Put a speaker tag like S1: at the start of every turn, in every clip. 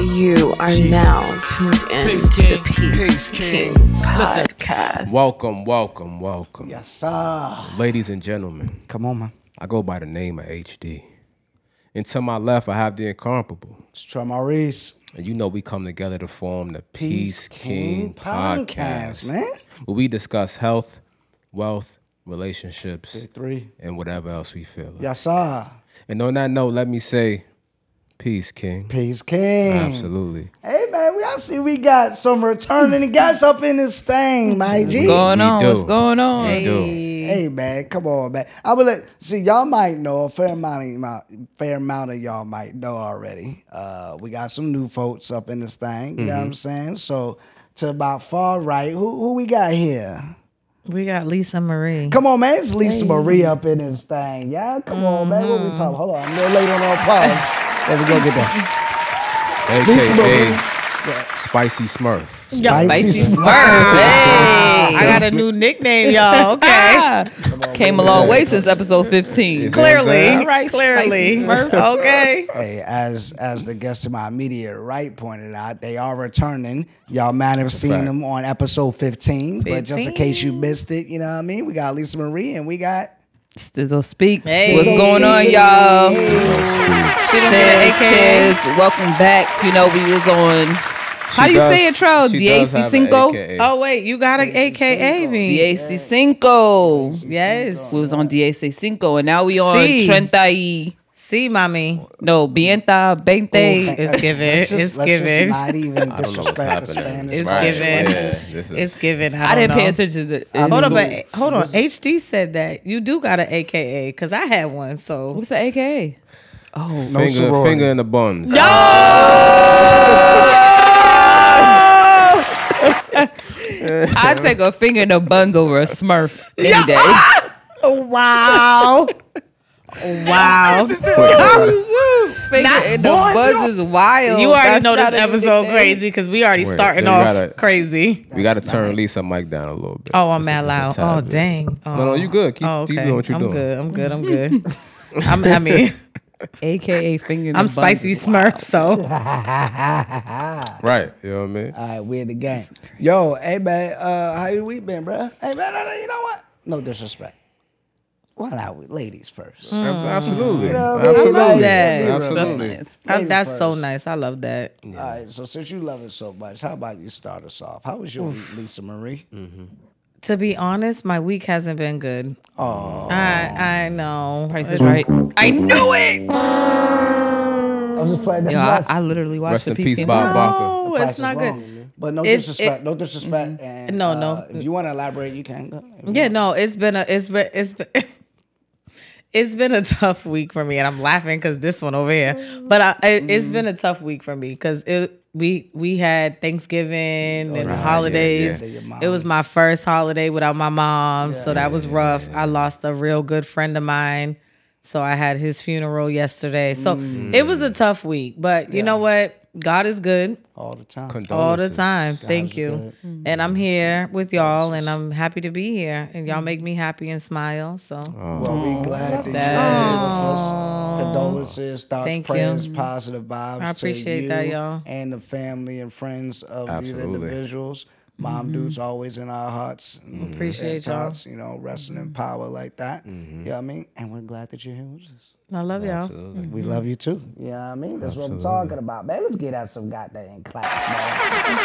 S1: are now tuned in to the Peace King podcast.
S2: Welcome, welcome, welcome.
S3: Yes, sir.
S2: Ladies and gentlemen,
S3: Come on, man.
S2: I go by the name of HD. And to my left, I have the incomparable.
S3: It's Tramaris.
S2: And you know we come together to form the Peace,
S3: Peace
S2: King,
S3: King
S2: podcast,
S3: Podcast, man.
S2: Where we discuss health, wealth, relationships,
S3: Big three.
S2: and whatever else we feel. like.
S3: Yes, sir.
S2: And on that note, let me say, Peace King.
S3: Peace King.
S2: Absolutely.
S3: Hey, man, we, I see we got some returning guests up in this thing, my G.
S4: going
S2: We
S4: on?
S2: do.
S4: What's going on?
S2: We do.
S3: Hey, man, come on, man. I would let, see, y'all might know, a fair amount, of, y'all- fair amount of y'all might know already. Uh, we got some new folks up in this thing, you know what I'm saying? So, to about far right, who, who we got here?
S4: We got Lisa Marie.
S3: Come on, man. It's Lisa Marie up in this thing. Yeah, come on, man. What we
S4: Mm.
S3: talking? Hold on. I'm a little late on our applause. There we go. Get that. Lisa Marie.
S2: AKA Spicy Smurf.
S3: Spicy Smurf.
S5: Hey, I got a new nickname, y'all. Okay.
S4: Ah, came a long way since episode 15.
S2: Come on,
S5: Clearly.
S2: Zach.
S4: All right,
S5: Clearly.
S4: Spicy Smurf.
S5: Okay.
S3: Hey, as as the guest to my immediate right pointed out, they are returning. Y'all might have seen
S2: fact.
S3: them on episode 15, but just in
S5: 15.
S3: case you missed it, you know what I mean? We got Lisa Marie and we got
S4: Stizzle speaks.
S5: Hey.
S4: What's going on, y'all?
S5: She done
S4: Cheers,
S5: did AKA.
S4: cheers. Welcome back. You know, we was on. How
S2: She
S4: do you
S2: does-
S4: say it, Troll?
S2: she does have
S4: DAC
S2: an
S4: Cinco?
S2: AKA.
S5: Oh, wait. You got an AKA me.
S4: DAC Cinco.
S5: Yes.
S4: We was on DAC Cinco, and now we on
S5: See.
S4: Trenta y.
S5: See, mommy.
S4: No, Bienta, Bente.
S5: It's given.
S3: Let's just,
S5: It's
S3: let's just
S5: given.
S3: not even
S2: I don't know what's
S3: disrespect the
S2: happening.
S3: Spanish.
S5: It's
S2: Right.
S5: given.
S2: Yeah, this is-
S5: It's given. I,
S4: I
S5: don't
S4: didn't pay
S5: know.
S4: attention to
S5: Hold on,
S4: it.
S5: but hold on. HD said that you do got an AKA because I had one. So
S4: What's the AKA? Oh,
S3: No
S2: Finger,
S3: sorority.
S2: finger in the buns.
S4: I'd take a finger in the buns over a Smurf any day.
S5: wow, wow.
S4: finger in the buns is wild.
S5: You already
S4: That's
S5: know this
S4: not a
S5: episode
S4: nickname.
S5: crazy because we already
S2: Wait,
S5: starting
S2: you
S5: off
S2: gotta-
S5: crazy.
S2: We got to turn Lisa mic down a little bit.
S5: Oh, I'm
S2: Just a-
S5: mad loud.
S2: just a
S5: Oh,
S2: tad bit.
S5: dang. Oh.
S2: No, no, you good. Keep,
S5: oh,
S2: keep doing what you're
S5: I'm
S2: doing.
S5: good. I'm good. I'm good. I'm, I mean,
S4: AKA finger in the
S5: I'm
S4: buns
S5: spicy
S4: is
S5: Smurf, so
S2: Right. You know what I mean?
S3: All right, we're in the game. Yo, hey man, uh, how your week been, bruh? Hey man, no, no, you know what? No disrespect. Why not with ladies first?
S2: Mm.
S5: Mm.
S2: Absolutely.
S3: know,
S2: Absolutely.
S3: I love that.
S2: Absolutely.
S3: That's
S5: I,
S3: Ladies
S5: that's so
S3: first.
S5: nice. I love that.
S3: All right, so since you love it so much, how about you start us off? How was your week, Lisa Marie?
S5: To be honest, my week hasn't been good. Oh, I I know.
S4: Price
S2: Mm-hmm.
S4: is right. Yo,
S5: I knew it.
S3: I was just playing this
S4: I, I literally watched
S2: Rest
S4: the
S2: in peace,
S4: Peace
S2: Bob Barker.
S5: No, it's not good.
S3: But no
S5: It's-
S3: disrespect.
S5: it- Mm-hmm.
S3: no disrespect. And,
S5: No,
S3: uh,
S5: no.
S3: If you want to elaborate, you can. Go.
S5: Yeah, no, it's been a it's been it's been it's been a tough week for me, and I'm laughing because this one over here. But I, it,
S3: Mm.
S5: it's been a tough week for me because it we we had Thanksgiving
S3: Oh,
S5: and the holidays.
S3: Say your mom.
S5: It was my first holiday without my mom, so that was rough. I lost a real good friend of mine, so I had his funeral yesterday. So it was
S3: Mm.
S5: a tough week, but you know what? God is good
S3: all the time.
S5: all the
S2: Condolences.
S5: time. Thank you. And I'm here with y'all, and I'm happy to be here. And y'all make me happy and smile. So
S3: Well, we glad that you're
S5: that.
S3: here with us. Condolences, thoughts,
S5: Thank
S3: prayers,
S5: you. Mm-hmm.
S3: positive vibes.
S5: I appreciate
S3: to you
S5: that, y'all.
S3: And the family and friends of
S2: Absolutely.
S3: these individuals. Mom dude's always in our hearts. and
S5: Mm-hmm. Appreciate y'all.
S3: thoughts, you know, resting in power like that.
S2: Mm-hmm.
S3: You know what I mean? And we're glad that you're here with us.
S5: I love y'all.
S2: Absolutely.
S3: We love you too. You know what I mean? That's what I'm talking about, man. Let's get out some goddamn class,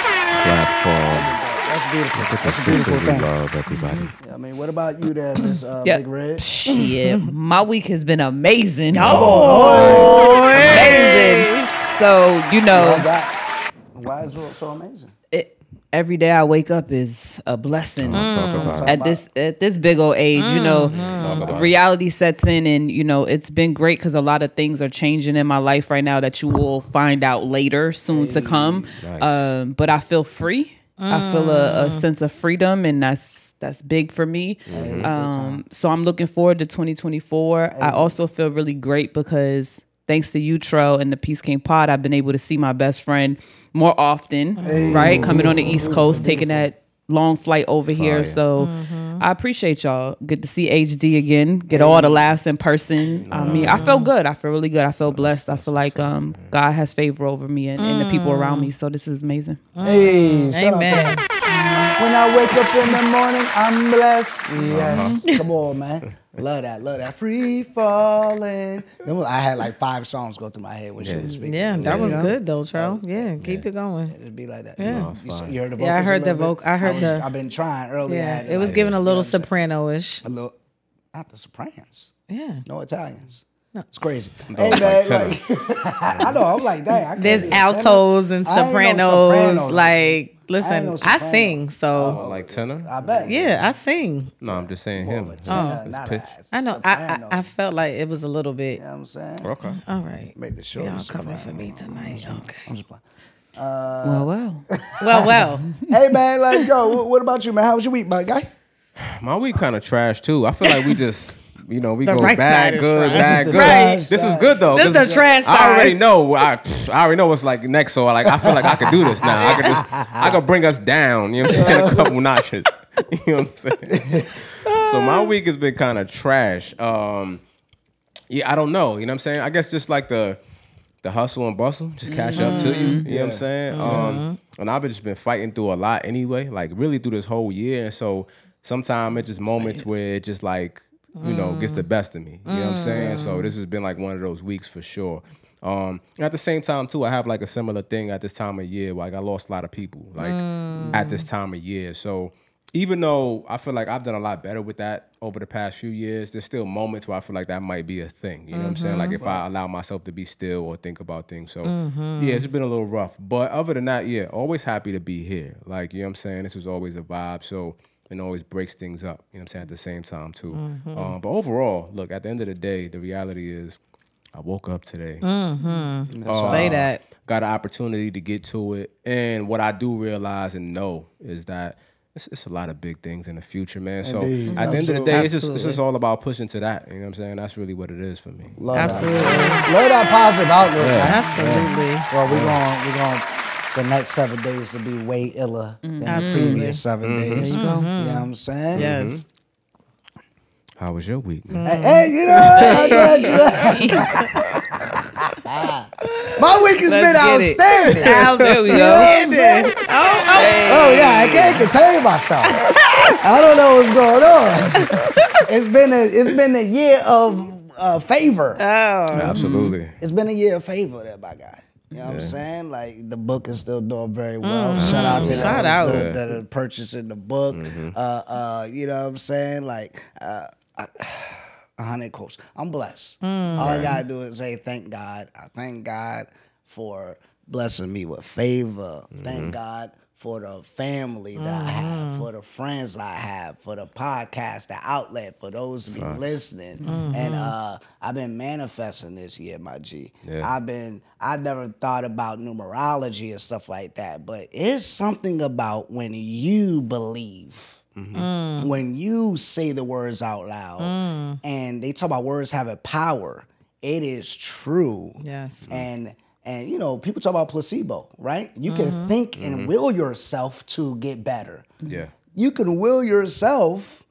S3: man.
S2: Platform.
S3: That's beautiful. That's a beautiful
S2: Consistently
S3: thing.
S2: love
S5: Mm.
S2: everybody.
S3: I mean, what about you there, Miss uh,
S4: Yeah.
S3: Big Red?
S4: Shit, my week has been amazing.
S2: Oh,
S4: amazing. So you know,
S3: Why, why is it so amazing?
S4: it, every day I wake up is a blessing.
S5: Mm-hmm.
S2: Talk about Mm-hmm. it.
S4: at this at this big old age, you know,
S2: about it.
S4: reality sets in, and you know it's been great because a lot of things are changing in my life right now that you will find out later, soon to come.
S2: nice. Mm.
S4: Um, but I feel free. I feel a, a sense of freedom, and that's that's big for me.
S2: Mm-hmm.
S4: Um, so I'm looking forward to 2024. I also feel really great because. Thanks to you, Tro, and the Peace King Pod, I've been able to see my best friend more often, right? Coming on the East Coast, taking that long flight over
S2: Fire.
S4: here. So I appreciate y'all. Good to see HD again. Get all the laughs in person. I mean, I feel good. I feel really good. I feel blessed. I feel like um God has favor over me and, and the people around me. So this is amazing.
S3: Mm. Hey, shout out.
S5: Mm. Amen.
S3: When I wake up in the morning, I'm blessed. Yes. Come on, man. Love that. Love that. Free falling. Then I had like five songs go through my head when she was speaking.
S5: Yeah, that was good though, Tro. Yeah, keep it going.
S3: It'd be like that.
S5: No,
S3: You, s- you heard the vocals.
S5: Yeah, I heard
S3: a
S5: the
S3: little bit?
S5: voc- I heard
S3: was-
S5: the-
S3: I've been trying earlier. I
S5: Yeah,
S3: had to,
S5: it was
S3: like,
S5: giving a
S3: you know what
S5: little
S3: I'm saying?
S5: soprano-ish.
S3: A little, not the Sopranos.
S5: Yeah.
S3: No Italians. It's crazy. Hey, man, like, I know. I'm like, dang. I can't
S5: There's
S3: be a tenor.
S5: altos and
S3: I ain't no
S5: sopranos.
S3: soprano.
S5: like,
S3: I ain't
S5: listen,
S3: no
S5: I,
S3: soprano. Oh,
S5: sing, so
S2: Like tenor?
S3: I bet.
S5: yeah, I sing.
S2: No, I'm just saying him.
S3: But
S5: Oh.
S3: tenor,
S2: His
S3: not
S2: pitch.
S3: a
S5: I know. I,
S3: soprano.
S5: I I felt like it was a little bit.
S3: You know what I'm saying?
S2: Okay.
S5: All right,
S3: Make the show.
S5: y'all
S3: the
S5: coming for
S3: soprano.
S5: me tonight? Okay.
S3: I'm just playing.
S4: well, well.
S5: Well, well.
S3: hey man, let's go. What, what about you, man? How was your week, my guy?
S2: My week kind of trash too. I feel like we just, you know, we
S5: The
S2: go
S5: right side
S2: bad,
S5: is
S2: good,
S5: trash.
S2: bad,
S3: This is the
S2: good.
S3: trash
S2: This is
S3: side.
S2: good though.
S5: This is the trash
S2: I already
S5: side.
S2: know. I, I already know what's like next. So I like, I feel like I could do this now. I could just, I could bring us down. You know what I'm saying? A couple notches. You know what I'm saying? so my week has been kind of trash. Um, yeah, I don't know. You know what I'm saying? I guess just like the the hustle and bustle, just catch up to you. You know what I'm saying? Um, and I've been just been fighting through a lot anyway, like really through this whole year. And so sometimes it's just moments where it just like, Mm. you know, gets the best of me. You know what I'm saying? So this has been like one of those weeks for sure. Um, and at the same time too, I have like a similar thing at this time of year. Like I lost a lot of people, like at this time of year. So even though I feel like I've done a lot better with that over the past few years, there's still moments where I feel like that might be a thing. You know what I'm saying? Like if I allow myself to be still or think about things. So yeah, it's been a little rough. But other than that, yeah, always happy to be here. Like, you know what I'm saying? This is always a vibe. So and always breaks things up, you know what I'm saying, at the same time too. Um, but overall, look, at the end of the day, the reality is I woke up today
S5: Say that.
S2: got an opportunity to get to it. And what I do realize and know is that it's, it's a lot of big things in the future, man. So at the end of the day, it's just, it's just all about pushing to that. You know what I'm saying? That's really what it is for me.
S3: Love
S4: Absolutely.
S3: that. Love that positive outlook. man.
S5: Absolutely.
S3: Well, we're going. We're going. The next seven days to be way iller
S5: Mm-hmm.
S3: than the previous 7 days. You know what I'm saying?
S5: Yes.
S2: How was your week, man?
S3: Hey, hey, you know, I'm glad you
S4: Mm.
S3: asked. My week has been
S4: Let's get
S3: outstanding.
S4: There we
S3: You know what
S4: go.
S3: I'm saying?
S5: Oh, oh.
S3: Oh yeah, I can't contain myself. I don't know what's going on. It's been a it's been a year of uh, favor. Mm-hmm.
S2: Absolutely.
S3: it's been a year of favor there, my guy. You know what I'm saying? Like the book is still doing
S4: Mm.
S3: very well. Shout out to the
S5: Shout out.
S3: others That, that are purchasing the book.
S4: Mm-hmm.
S3: Uh, uh, you know what I'm saying? Like uh, I- a hundred quotes. I'm blessed. All I gotta do is say thank God. I thank God for blessing me with favor. Thank God for the family that I have, for the friends that I have, for the podcast, the outlet, for those of you listening. And uh, I've been manifesting this year, my G. have been I never thought about numerology and stuff like that, but it's something about when you believe when you say the words out loud and they talk about words having power it is true
S5: Yes.
S3: and and you know people talk about placebo right you can think and will yourself to get better
S2: Yeah.
S3: you can will yourself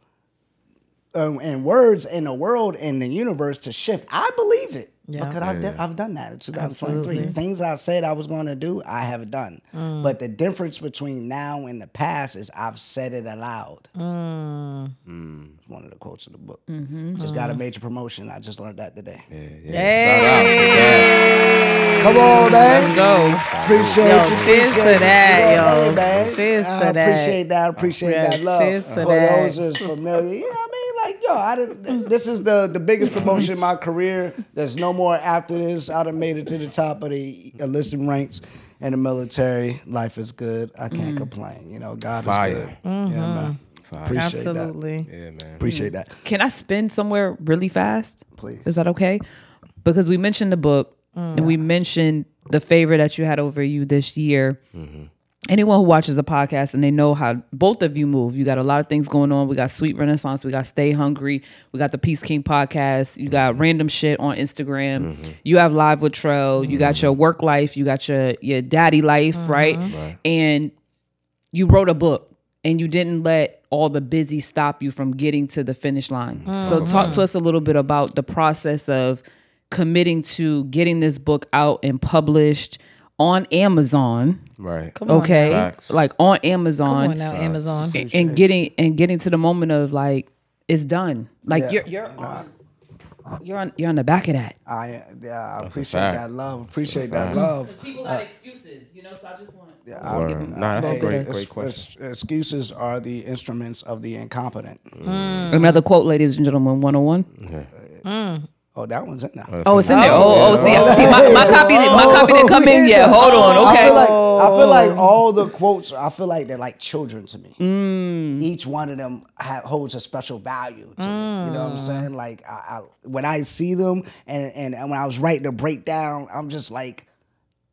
S3: um, and words in the world and the universe to shift. I believe it
S5: Yeah.
S3: because I've, done- I've done that in 2023. Things I said I was going to do, I have done. But the difference between now and the past is I've said it aloud. It's One of the quotes in the book. Just got a major promotion. I just learned that today.
S5: Hey.
S3: Come on, man.
S4: Go.
S3: Appreciate
S5: Yo,
S3: you.
S5: cheers
S3: appreciate
S5: to
S3: you.
S5: that,
S3: Come on,
S5: yo.
S3: hey, man.
S5: Cheers
S3: I
S5: to that.
S3: Appreciate that. I appreciate
S5: Yes,
S3: that love.
S5: cheers to
S3: For
S5: that.
S3: those that's familiar, you know what I mean? Like, yo, I didn't. This is the the biggest promotion in my career. There's no more after this. I done made it to the top of the enlisted ranks in the military. Life is good. I
S5: Mm.
S3: can't complain. You know, God
S2: Fire.
S3: is good. Yeah, man. Appreciate that.
S5: Mm-hmm. Absolutely.
S2: Yeah, man.
S3: Appreciate that.
S4: Can I spin somewhere really fast?
S3: Please.
S4: Is that okay? Because we mentioned the book and we mentioned the favor that you had over you this year. Anyone who watches the podcast and they know how both of you move, you got a lot of things going on. We got Sweet Renaissance, we got Stay Hungry, we got the Peace King podcast, you got random shit on Instagram, you have Live with Trell, you got your work life, you got your your daddy life, right? And you wrote a book and you didn't let all the busy stop you from getting to the finish line. So talk to us a little bit about the process of committing to getting this book out and published on Amazon.
S2: Right.
S4: okay.
S2: Facts.
S4: Like on Amazon
S5: Going out Amazon.
S4: and getting and getting to the moment of like it's done. Like you're you're on you're on you're on the back of that.
S3: I yeah, I appreciate
S2: fact.
S3: that love. Appreciate that love.
S4: People have excuses, you know. So I just want.
S2: Word. Nah, that's a great, great question.
S3: Ex- Excuses are the instruments of the incompetent.
S5: Mm.
S4: Another quote, ladies and gentlemen, 101.
S3: Oh, that one's in there.
S4: Oh, it's in there. Oh, oh, see, see my, my copy, didn't- my copy didn't come in yet. Hold on,
S3: I
S4: okay.
S3: feel like I feel like
S5: Oh.
S3: all the quotes. I feel like they're like children to me.
S5: Mm.
S3: Each one of them ha- holds a special value to me. You know
S5: Mm.
S3: what I'm saying? Like I, I, when I see them, and, and and when I was writing the breakdown, I'm just like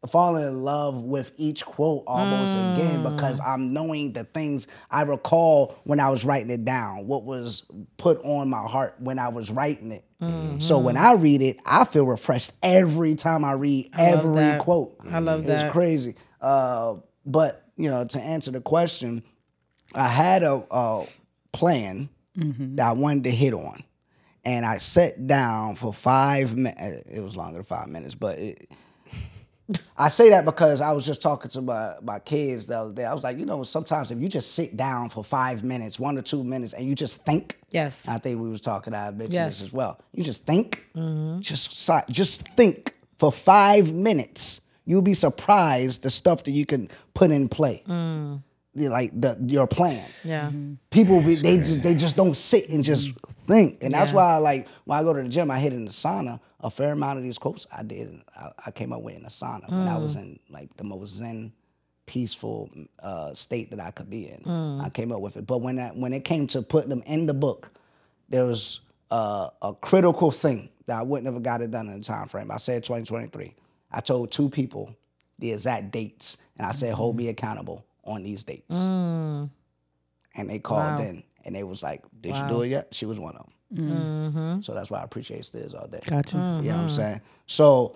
S3: falling in love with each quote almost again
S5: Mm.
S3: because I'm knowing the things I recall when I was writing it down. What was put on my heart when I was writing it. So
S5: Mm-hmm.
S3: when I read it, I feel refreshed every time I read
S5: love
S3: every
S5: that.
S3: quote.
S5: I love that.
S3: It's crazy. Uh, but you know, to answer the question, I had a, a plan
S5: Mm-hmm.
S3: that I wanted to hit on, and I sat down for five minutes. It was longer than five minutes, but it, I say that because I was just talking to my, my kids the other day. I was like, you know, sometimes if you just sit down for five minutes, one or two minutes, and you just think.
S5: Yes.
S3: I think we was talking. I mentioned
S5: Yes. Mm-hmm.
S3: this as well. You just think, just si- just think for five minutes. You'll be surprised the stuff that you can put in play,
S5: Mm.
S3: Yeah, like the your plan.
S5: Yeah.
S3: People be, they just they just don't sit and just think, and that's why I like when I go to the gym, I hit in the sauna. A fair amount of these quotes I did, I, I came up with in the sauna when I was in like the most zen, peaceful uh, state that I could be in. I came up with it, but when I, when it came to putting them in the book, there was uh, a critical thing that I wouldn't have got it done in the time frame. I said 2023. I told two people the exact dates, and I said, "Hold me accountable on these dates." Mm-hmm. And they called in, and they was like, "Did you do it yet?" She was one of them.
S5: Mm-hmm.
S3: So that's why I appreciate Stiz all day.
S4: Gotcha.
S3: You know what I'm saying? So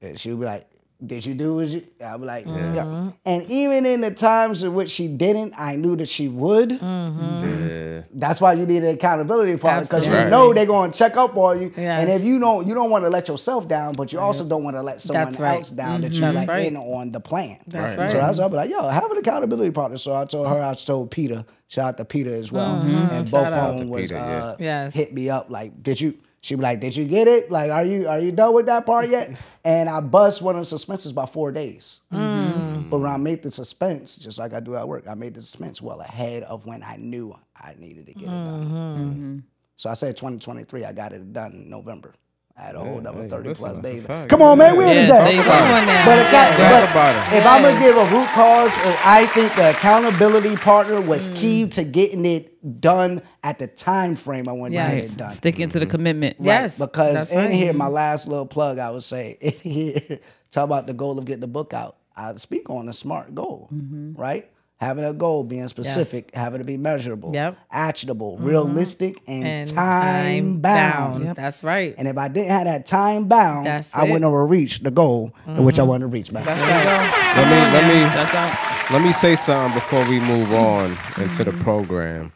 S3: and she would be like, Did you do it? I'd be like, yeah. And even in the times in which she didn't, I knew that she would.
S5: Mm-hmm.
S4: Mm-hmm.
S3: That's why you need an accountability partner because you
S2: Absolutely.
S3: know they're going to check up on you. And
S5: Yes.
S3: if you don't, you don't want to let yourself down, but you also don't want to let someone
S5: That's right.
S3: else down that you're like
S5: right.
S3: in on the plan.
S5: That's
S2: Right.
S5: right.
S3: So that's why I'm like, yo, have an accountability partner. So I told her, I told Peter, shout out to Peter as well. And both of them was
S2: Peter, yeah.
S3: uh,
S5: Yes.
S3: hit me up like, did you? She be like, did you get it? Like, are you are you done with that part yet? and I bust one of the suspensions by four days.
S5: Mm-hmm.
S2: Mm.
S3: But when I made the suspense, just like I do at work, I made the suspense well ahead of when I knew I needed to get it
S5: Mm.
S3: done.
S4: Mm-hmm.
S3: So I said 2023, I got it done in November. I had a whole other 30 plus
S2: that's a
S3: days.
S2: fact.
S3: Come on, man, we're
S4: Yes, there
S3: today.
S4: you
S3: Come
S4: go.
S3: on. But, if, that,
S2: Talk
S3: but
S2: about it.
S3: if I'm gonna give a root cause, uh, I think the accountability partner was
S5: Mm.
S3: key to getting it done at the time frame I wanted to get
S5: Yes.
S3: it done.
S4: Sticking to the commitment.
S5: Right. Yes.
S3: Because
S5: that's
S3: in
S5: right.
S3: here, my last little plug, I would say, in here, talk about the goal of getting the book out. I speak on a smart goal,
S5: Mm-hmm.
S3: right? Having a goal, being specific, having to be measurable,
S5: Yep. Mm-hmm.
S3: actionable, realistic, and,
S5: And
S3: time bound.
S5: That's right.
S3: And if I didn't have that time bound,
S5: That's
S3: I wouldn't
S5: it. Mm-hmm.
S3: have reached the goal which I wanted to reach. Man.
S2: Let me let me let me say something before we move on into the program,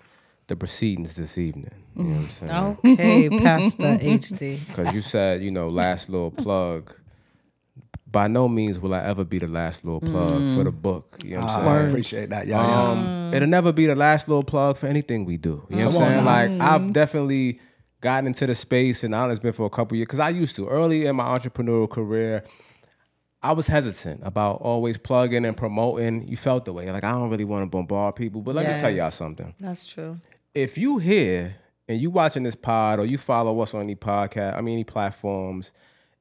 S2: the proceedings this evening. You know what I'm
S4: Mm-hmm.
S2: saying?
S5: okay, Pastor HD.
S2: Because you said, you know, last little plug. By no means will I ever be the last little plug for the book. You know what I'm
S3: Ah, I
S2: saying?
S3: appreciate that. Yeah, yeah.
S2: Um, it'll never be the last little plug for anything we do. You know what I'm saying? Like I've definitely gotten into the space, and now it's been for a couple years because I used to early in my entrepreneurial career. I was hesitant about always plugging and promoting. You felt the way like I don't really want to bombard people, but let me tell y'all
S5: Yes.
S2: something
S5: That's true.
S2: if you here and you watching this pod or you follow us on any podcast, I mean any platforms,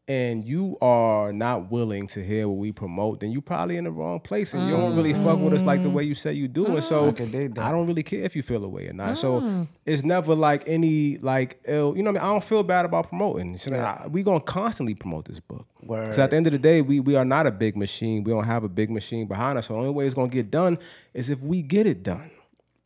S2: and you are not willing to hear what we promote, then you probably in the wrong place and you don't really fuck with us like the way you say you do. And so
S3: can dig that.
S2: I don't really care if you feel away or not. So it's never like any like ill, you know what I mean? I don't feel bad about promoting. So I- we gonna constantly promote this book. Because at the end of the day, we we are not a big machine. We don't have a big machine behind us. So the only way it's gonna get done is if we get it done.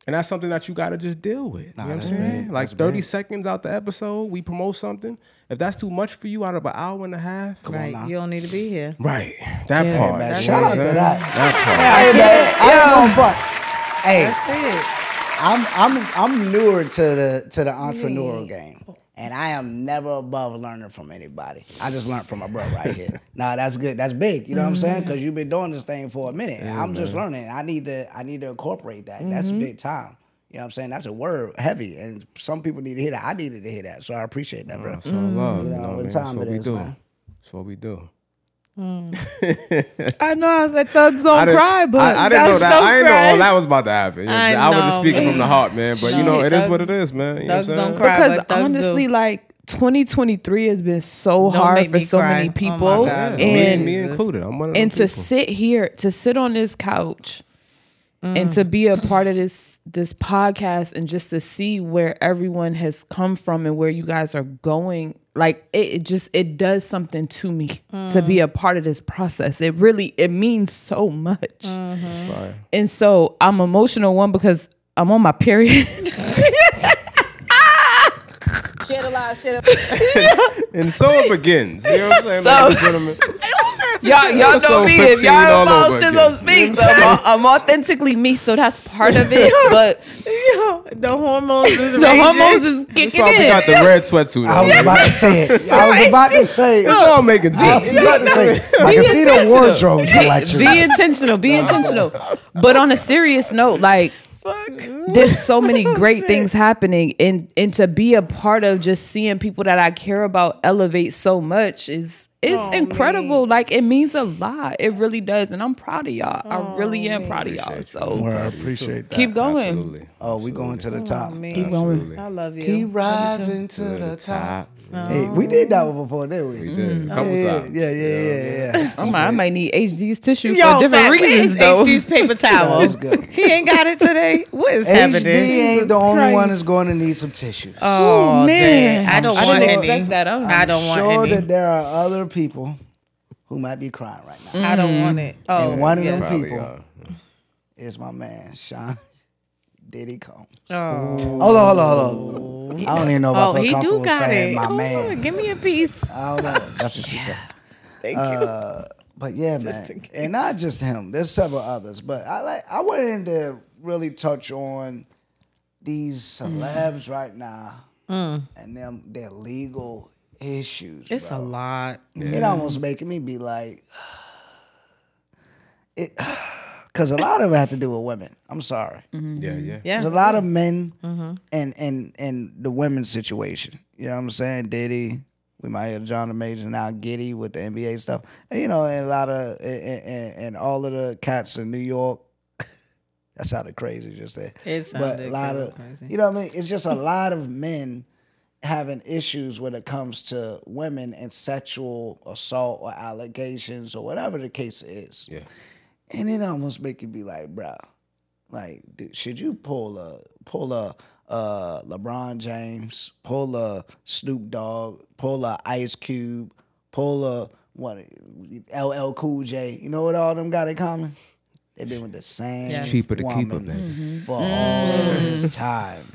S2: And that's something that you gotta just deal with. you know what I'm saying? Like 30 seconds out the episode, we promote something. If that's too much for you out of an hour and a half,
S5: Right. You don't need to be here.
S2: right. That part.
S3: man,
S2: you
S3: shout
S2: know
S3: out
S2: what
S3: to
S2: I'm saying?
S3: that.
S2: That part.
S3: Hey, man, I ain't gonna front. Hey,
S5: That's it.
S3: I'm I'm I'm newer to the to the entrepreneurial game, and I am never above learning from anybody. I just learned from my bro right here. nah, that's good. That's big. You know what I'm saying? Because you've been doing this thing for a minute. I'm just learning. I need to I need to incorporate that. That's big time. You know what I'm saying? That's a word heavy, and some people need to hear that. I needed to hear that, so I appreciate that, bro.
S2: That's all love. You
S3: know
S2: know,
S3: what
S2: man. That's
S3: time
S2: what
S3: it
S2: we
S3: is,
S2: do.
S3: man.
S2: That's what we do.
S4: I know I was like thugs don't
S2: I didn't,
S4: cry, but
S2: I, I didn't know
S5: Thugs
S2: that. I
S5: don't
S2: didn't know all
S5: cry.
S2: that was about to happen. You know what I'm
S5: I
S2: saying? I, wasn't
S5: know,
S2: speaking from the
S5: man.
S2: heart, man. But you know,
S5: No.
S2: it is what it is, man. You know what I'm
S5: Thugs don't
S2: saying?
S5: cry.
S4: because
S5: but thugs do.
S4: honestly, like 2023 has been so
S5: Don't
S4: hard
S5: make
S4: for
S5: me
S4: so
S5: cry.
S4: many
S5: Oh
S4: people,
S5: my
S2: Yeah,
S5: God.
S4: and
S2: me, me
S5: Jesus.
S2: included. I'm one of them
S4: and to
S2: people.
S4: sit here, to sit on this couch, and to be a part of this this podcast, and just to see where everyone has come from and where you guys are going, like it, it just it does something to me to be a part of this process. It really it means so much,
S2: Fire.
S4: and so I'm emotional one because I'm on my period.
S2: And so it begins. You know what I'm saying? ladies and gentlemen?
S4: Y'all, y'all know
S2: Episode
S4: me. If
S2: 15
S4: y'all
S2: all
S4: involved
S2: over
S4: in
S2: again.
S4: those things, I'm, I'm authentically me, so that's part of it. But
S5: Yo, the hormones is
S4: the
S5: raging.
S4: hormones is kicking
S2: That's why we
S4: in.
S2: got the red sweatsuit.
S3: I
S2: on,
S3: was
S2: man.
S3: about to say it. I was about to say
S2: It's
S3: it.
S2: all making
S3: I was
S2: sense.
S3: about to say it. I can see the wardrobe selection.
S4: be intentional. Be intentional. But on a serious note, like there's so many great things happening, and and to be a part of just seeing people that I care about elevate so much is. It's
S5: Oh,
S4: incredible. Like it means a lot. It really does, and I'm proud of y'all.
S5: Oh,
S4: I really am proud of y'all. So
S3: I appreciate that.
S4: keep going.
S2: Absolutely.
S3: Oh, we going to the top.
S5: Keep
S2: Absolutely.
S5: I love you.
S3: Keep rising to the top.
S2: Top.
S3: Hey, we did that one before, didn't we?
S5: Mm-hmm.
S2: We did. A couple
S3: Yeah,
S2: times.
S3: yeah, yeah, yeah, yeah.
S4: I might, I might need HG's tissue
S5: Yo,
S4: for different
S5: fat,
S4: reasons
S5: where is
S4: though.
S5: HD's paper towel?
S3: it's good.
S5: He ain't got it today. What is
S3: HD
S5: happening?
S3: ain't the only
S4: Christ.
S3: one that's going to need some tissues.
S5: Oh man,
S4: man.
S5: I don't
S4: I
S5: want
S4: didn't
S5: any.
S4: expect that. I'm-
S5: I don't
S3: I'm
S5: want
S3: sure
S5: any.
S3: that there are other people who might be crying right now.
S5: I don't want it. Oh,
S3: and one of
S5: yes.
S3: them
S2: Probably
S3: people
S2: are.
S3: is my man, Sean Diddy Combs.
S5: Oh,
S3: Hold on, hold on, hold on. I don't even know if
S5: oh
S3: I feel
S5: he do
S3: comfortable
S5: got
S3: saying
S5: it.
S3: my
S5: Hold
S3: man.
S5: on, give me a piece.
S3: I don't know. That's what she said.
S5: Thank
S3: Uh, but yeah, man, and not just him. There's several others, but I like I wanted to really touch on these celebs right now and them their legal issues.
S5: you. It's a lot.
S3: It almost making me be like, it, because a lot of it had to do with women. I'm sorry.
S2: Yeah, yeah.
S5: Yeah. Mm-hmm.
S3: There's a lot of men and and and the women's situation. You know what I'm saying? Diddy, we might have John Major now Giddy with the NBA stuff. And, you know, and a lot of and, and, and all of the cats in New York. that sounded crazy just there.
S5: It
S3: but a
S5: sounded
S3: lot
S5: kinda
S3: of
S5: crazy.
S3: you know what I mean. It's just a lot of men having issues when it comes to women and sexual assault or allegations or whatever the case is.
S2: Yeah.
S3: And it almost make you be like, bro, like, dude, should you pull a pull a uh, LeBron James, pull a Snoop Dogg, pull a Ice Cube, pull a what LL Cool J? You know what all them got in common? They've been with the same
S5: Yes. Mm-hmm. Mm.
S2: Cheaper to keep 'em,
S3: woman
S2: baby.
S3: for all this time.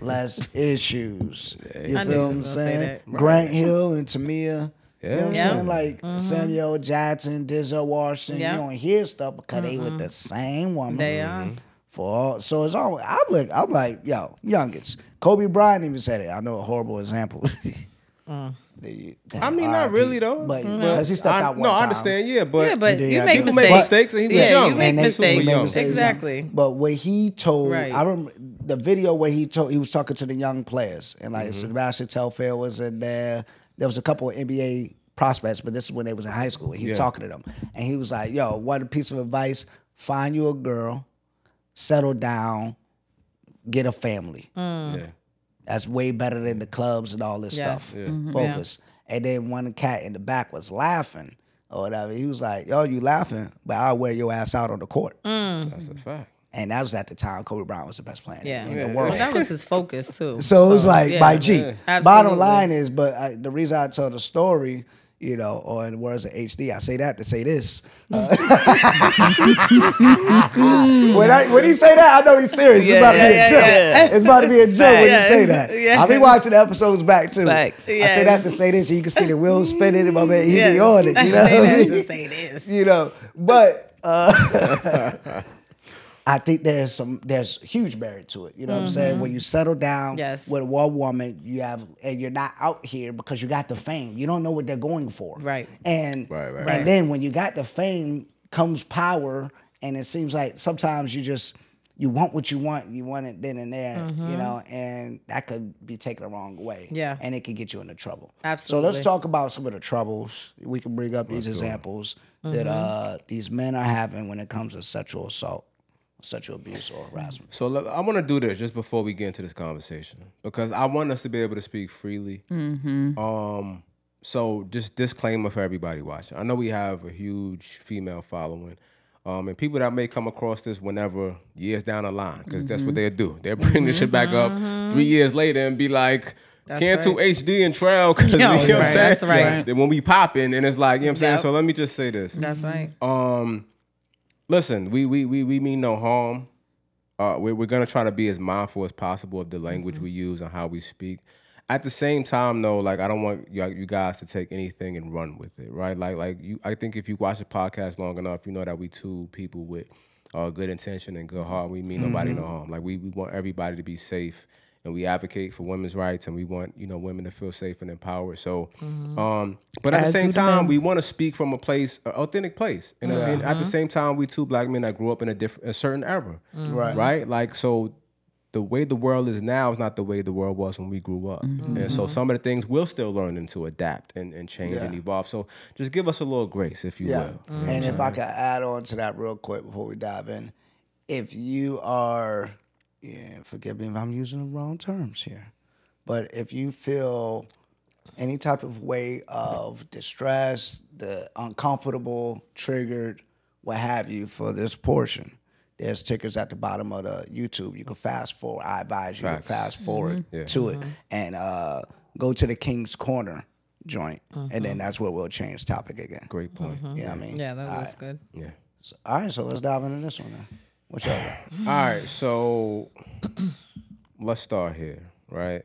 S3: Less issues. You
S5: I knew
S3: feel
S5: you
S3: what
S5: was
S3: I'm
S5: gonna say
S3: saying?
S5: that.
S3: Grant Hill and Tamia. You know what I'm
S5: Yeah.
S3: saying? Like Samuel Jackson, Denzel Washington.
S5: Mm-hmm. Yeah.
S3: You don't hear stuff because they with the same woman.
S5: They are.
S3: For all, so it's all. I'm like, I'm like, yo, youngest. Kobe Bryant even said it. I know a horrible example.
S5: Mm.
S3: The-
S2: I mean, not
S3: RIP,
S2: really though.
S3: but
S4: Mm-hmm.
S3: because he stepped
S2: I-
S3: out one
S2: No,
S3: time.
S2: I understand. Yeah, but
S5: Yeah, but
S3: Yeah,
S5: you
S3: I
S5: make
S3: think we
S5: mistakes.
S3: make
S2: mistakes and he was
S5: yeah,
S2: young.
S5: you make
S2: And
S3: they-
S5: mistakes.
S2: we young.
S5: Exactly.
S3: But what he told,
S5: Right.
S3: I remember the video where he told he was talking to the young players, and like
S2: Mm-hmm.
S3: Sebastian Telfair was in there. There was a couple of NBA prospects, but this is when they was in high school. He's
S2: Yeah.
S3: talking to them, and he was like, "Yo, one piece of advice: find you a girl, settle down, get a family.
S5: Mm-hmm.
S2: yeah.
S3: That's way better than the clubs and all this
S5: Yes.
S3: stuff. Focus." And then one cat in the back was laughing or whatever. He was like, "Yo, you laughing? But I'll wear your ass out on the court."
S5: Mm.
S2: that's a fact.
S3: And that was at the time Kobe Bryant was the best player in-
S5: Yeah.
S3: in the
S5: Well,
S3: world.
S5: that was his focus too.
S3: so it was like,
S5: yeah.
S3: by G. Bottom
S5: Absolutely.
S3: line is, but I, the reason I tell the story, you know, or in the words of HD, I say that to say this. Uh, when, I, when he say that, I know he's serious.
S4: Yeah,
S3: it's about to be
S4: yeah,
S3: a joke.
S4: yeah,
S3: It's about to be a joke when
S5: Facts.
S3: he say that.
S5: Yeah.
S3: I'll be watching the episodes back too.
S4: Facts.
S3: I say that to say this, and you can see the wheels spinning, and my man, he be on it. You know
S5: Say
S3: what I
S5: that
S3: mean?
S5: to say this.
S3: you know. But uh, I think there's some there's huge merit to it. You know what I'm saying? When you settle down
S5: Mm-hmm. Yes.
S3: with one woman, you have and you're not out here because you got the fame. You don't know what they're going for.
S5: Right.
S3: And
S2: Right, right,
S3: and
S2: right.
S3: then when you got the fame comes power and it seems like sometimes you just you want what you want, you want it then and there, you know, and that could be taken the wrong way.
S5: Mm-hmm. Yeah.
S3: And it could get you into trouble. So let's
S5: Absolutely.
S3: talk about some of the troubles. We can bring up these examples that uh, these men are having when it comes to sexual assault, sexual abuse, or harassment.
S2: So look, I want to do this just before we get into this conversation because I want us to be able to speak freely.
S5: Mm-hmm.
S2: Um, so just disclaimer for everybody watching. I know we have a huge female following, um, and people that may come across this whenever years down the line because that's what they
S5: Mm-hmm.
S2: do. They bring this shit back up three years later and be like. Cancel HD and trail because
S5: Yeah,
S2: you know what I'm
S5: right,
S2: saying.
S5: that's right.
S2: Then when we popping and it's like you know what I'm saying.
S5: Yep.
S2: So let me just say this.
S5: That's right.
S2: Um, listen, we we we we mean no harm. Uh, we're we're gonna try to be as mindful as possible of the language we use and how we speak. At the same time, though, like I don't want you, you guys to take anything and run with it, right? Like like you, I think if you watch the podcast long enough, you know that we two people with uh, good intention and good heart. We mean nobody no harm. Like we we want everybody to be safe. And we advocate for women's rights, and we want you know women to feel safe and empowered. So, um, but at the
S4: As
S2: same
S4: do the
S2: time,
S4: men.
S2: we want to speak from a place, an authentic place. And, and at the same time, we two black men that grew up in a different, a certain era, right? Right? Like so, the way the world is now is not the way the world was when we grew up. And so, some of the things we're still learning to adapt and, and change and
S3: Mm-hmm. Yeah.
S2: evolve. So, just give us a little grace, if you will.
S3: And if I
S2: Mm-hmm.
S3: could add on to that real quick before we dive in, if you are, yeah, forgive me if I'm using the wrong terms here, but if you feel any type of way of distress, the uncomfortable, triggered, what have you, for this portion. There's tickers at the bottom of the YouTube. You can fast forward. I advise you to fast forward to it and uh, go to the King's Corner joint, and then that's where we'll change topic again.
S2: Great point.
S3: You know what I mean?
S5: Yeah, that was good.
S3: Mm-hmm.
S2: Yeah.
S3: So- all right, so let's dive into this one then. What's up?
S2: All right. So, let's start here, right?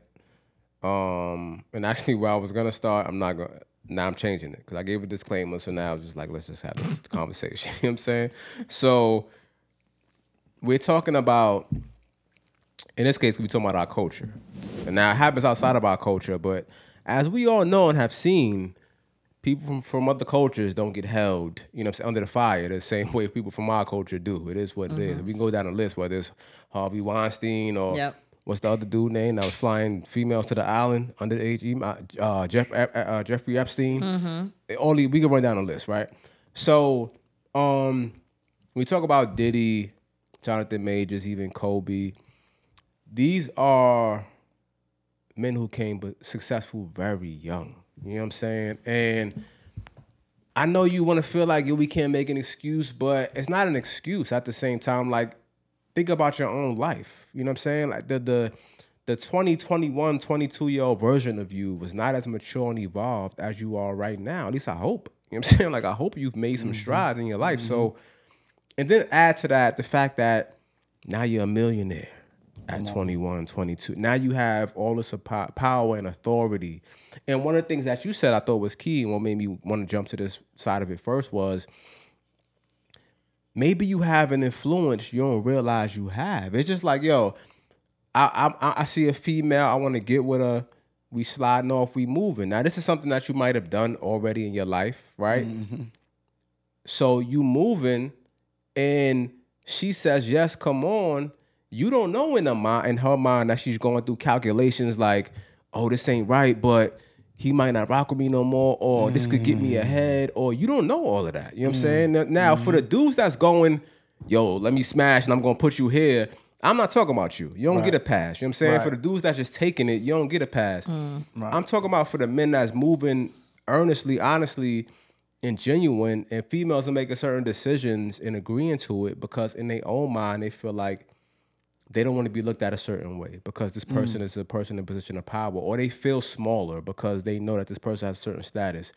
S2: Um, and actually, where I was gonna start, I'm not gonna. Now I'm changing it because I gave a disclaimer, so now it's just like let's just have this conversation. You know what I'm saying? So we're talking about, in this case, we're talking about our culture, and now it happens outside of our culture. But as we all know and have seen, people from, from other cultures don't get held, you know, what I'm saying, under the fire the same way people from our culture do. It is what it is. We can go down a list whether it's Harvey Weinstein or
S5: Yep.
S2: what's the other dude name that was flying females to the island underage? email- Uh, Jeff uh, uh, Jeffrey Epstein. They Only we can run down the list, right? So, um, we talk about Diddy, Jonathan Majors, even Kobe. These are men who came but successful very young. You know what I'm saying? And I know you want to feel like yeah, we can't make an excuse, but it's not an excuse. At the same time, like think about your own life. You know what I'm saying? Like the the the 20, 21, 22 year old version of you was not as mature and evolved as you are right now. At least I hope. You know what I'm saying? Like I hope you've made some strides in your life. So and then add to that the fact that now you're a millionaire at 21, 22. Now you have all this apo- power and authority. And one of the things that you said I thought was key and what made me want to jump to this side of it first was maybe you have an influence you don't realize you have. It's just like, yo, I I, I- I see a female, I want to get with her. We sliding off, we moving. Now this is something that you might have done already in your life, right? So you moving, and she says yes, come on. You don't know in her mind, in her mind that she's going through calculations like, oh, this ain't right, but he might not rock with me no more, or this could get me ahead, or you don't know all of that. You know what I'm saying? Now- Now for the dudes that's going, yo, let me smash and I'm gonna put you here. I'm not talking about you. You don't get a pass. You know what I'm saying? For the dudes that's just taking it, you don't get a pass. I'm talking about for the men that's moving earnestly, honestly, and genuine and females are making certain decisions and agreeing to it because in their own mind they feel like they don't want to be looked at a certain way because this person is a person in position of power or they feel smaller because they know that this person has a certain status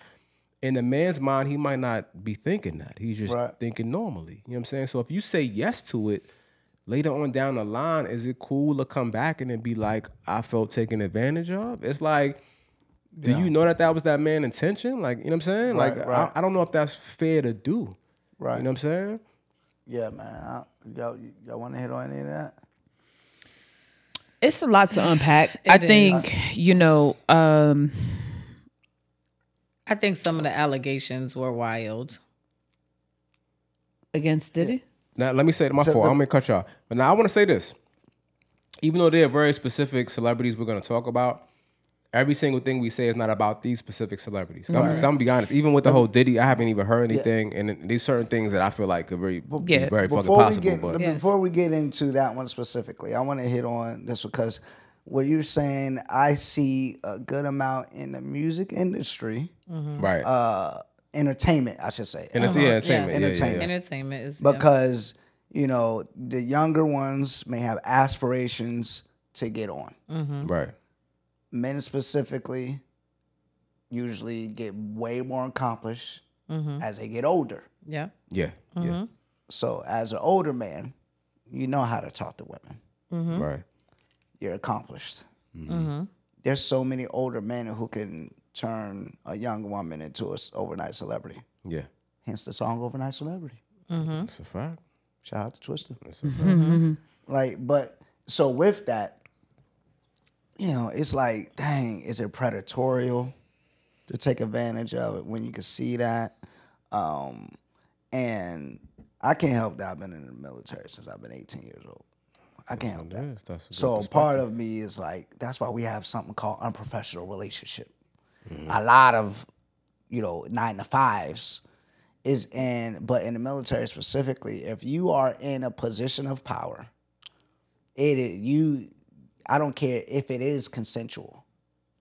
S2: in a man's mind he might not be thinking that he's just
S3: Right.
S2: thinking normally you know what i'm saying so if you say yes to it later on down the line is it cool to come back and then be like i felt taken advantage of it's like do you know that that was that man's intention? Like, you know what I'm saying?
S3: Right,
S2: like,
S3: right.
S2: I, I don't know if that's fair to do.
S3: Right.
S2: You know what I'm saying?
S3: Yeah, man. I, Y'all, y'all want to hit on any of that?
S4: It's a lot to unpack. I
S5: It is.
S4: think, you know, um,
S5: I think some of the allegations were wild.
S4: against Diddy.
S2: Now let me say to my fault. I'm gonna cut y'all. But now I want to say this. Even though there are very specific celebrities we're gonna talk about, every single thing we say is not about these specific celebrities. 'Cause I'm, 'cause I'm gonna be honest. Even with the whole Diddy, I haven't even heard anything. And then there's certain things that I feel like could very, be
S4: Yeah.
S2: very fucking
S3: before
S2: possible.
S3: we get
S2: but
S5: Yes.
S3: before we get into that one specifically, I want to hit on this because what you're saying, I see a good amount in the music industry,
S5: Mm-hmm.
S2: right.
S3: uh, entertainment, I should say,
S2: and it's, yeah, entertainment. Yeah, yeah, yeah.
S3: Entertainment.
S5: Entertainment is
S3: because you know the younger ones may have aspirations to get on.
S5: Mm-hmm.
S2: Right.
S3: Men specifically usually get way more accomplished as they get older.
S5: yeah.
S2: Yeah. Yeah.
S3: So as an older man, you know how to talk to women.
S2: Right.
S3: you're accomplished. There's so many older men who can turn a young woman into an overnight celebrity.
S2: Yeah.
S3: Hence the song "Overnight Celebrity."
S2: It's a fact.
S3: Shout out to Twista.
S2: It's a fact.
S3: Like, but so with that, you know, it's like, dang, is it predatorial to take advantage of it when you can see that? Um, and I can't help that I've been in the military since I've been 18 years old. I can't help that.
S2: Yes, that's a good
S3: So part of me is like that's why we have something called unprofessional relationship. A lot of you know nine to fives is in, but in the military specifically, if you are in a position of power, it is, you. I don't care if it is consensual.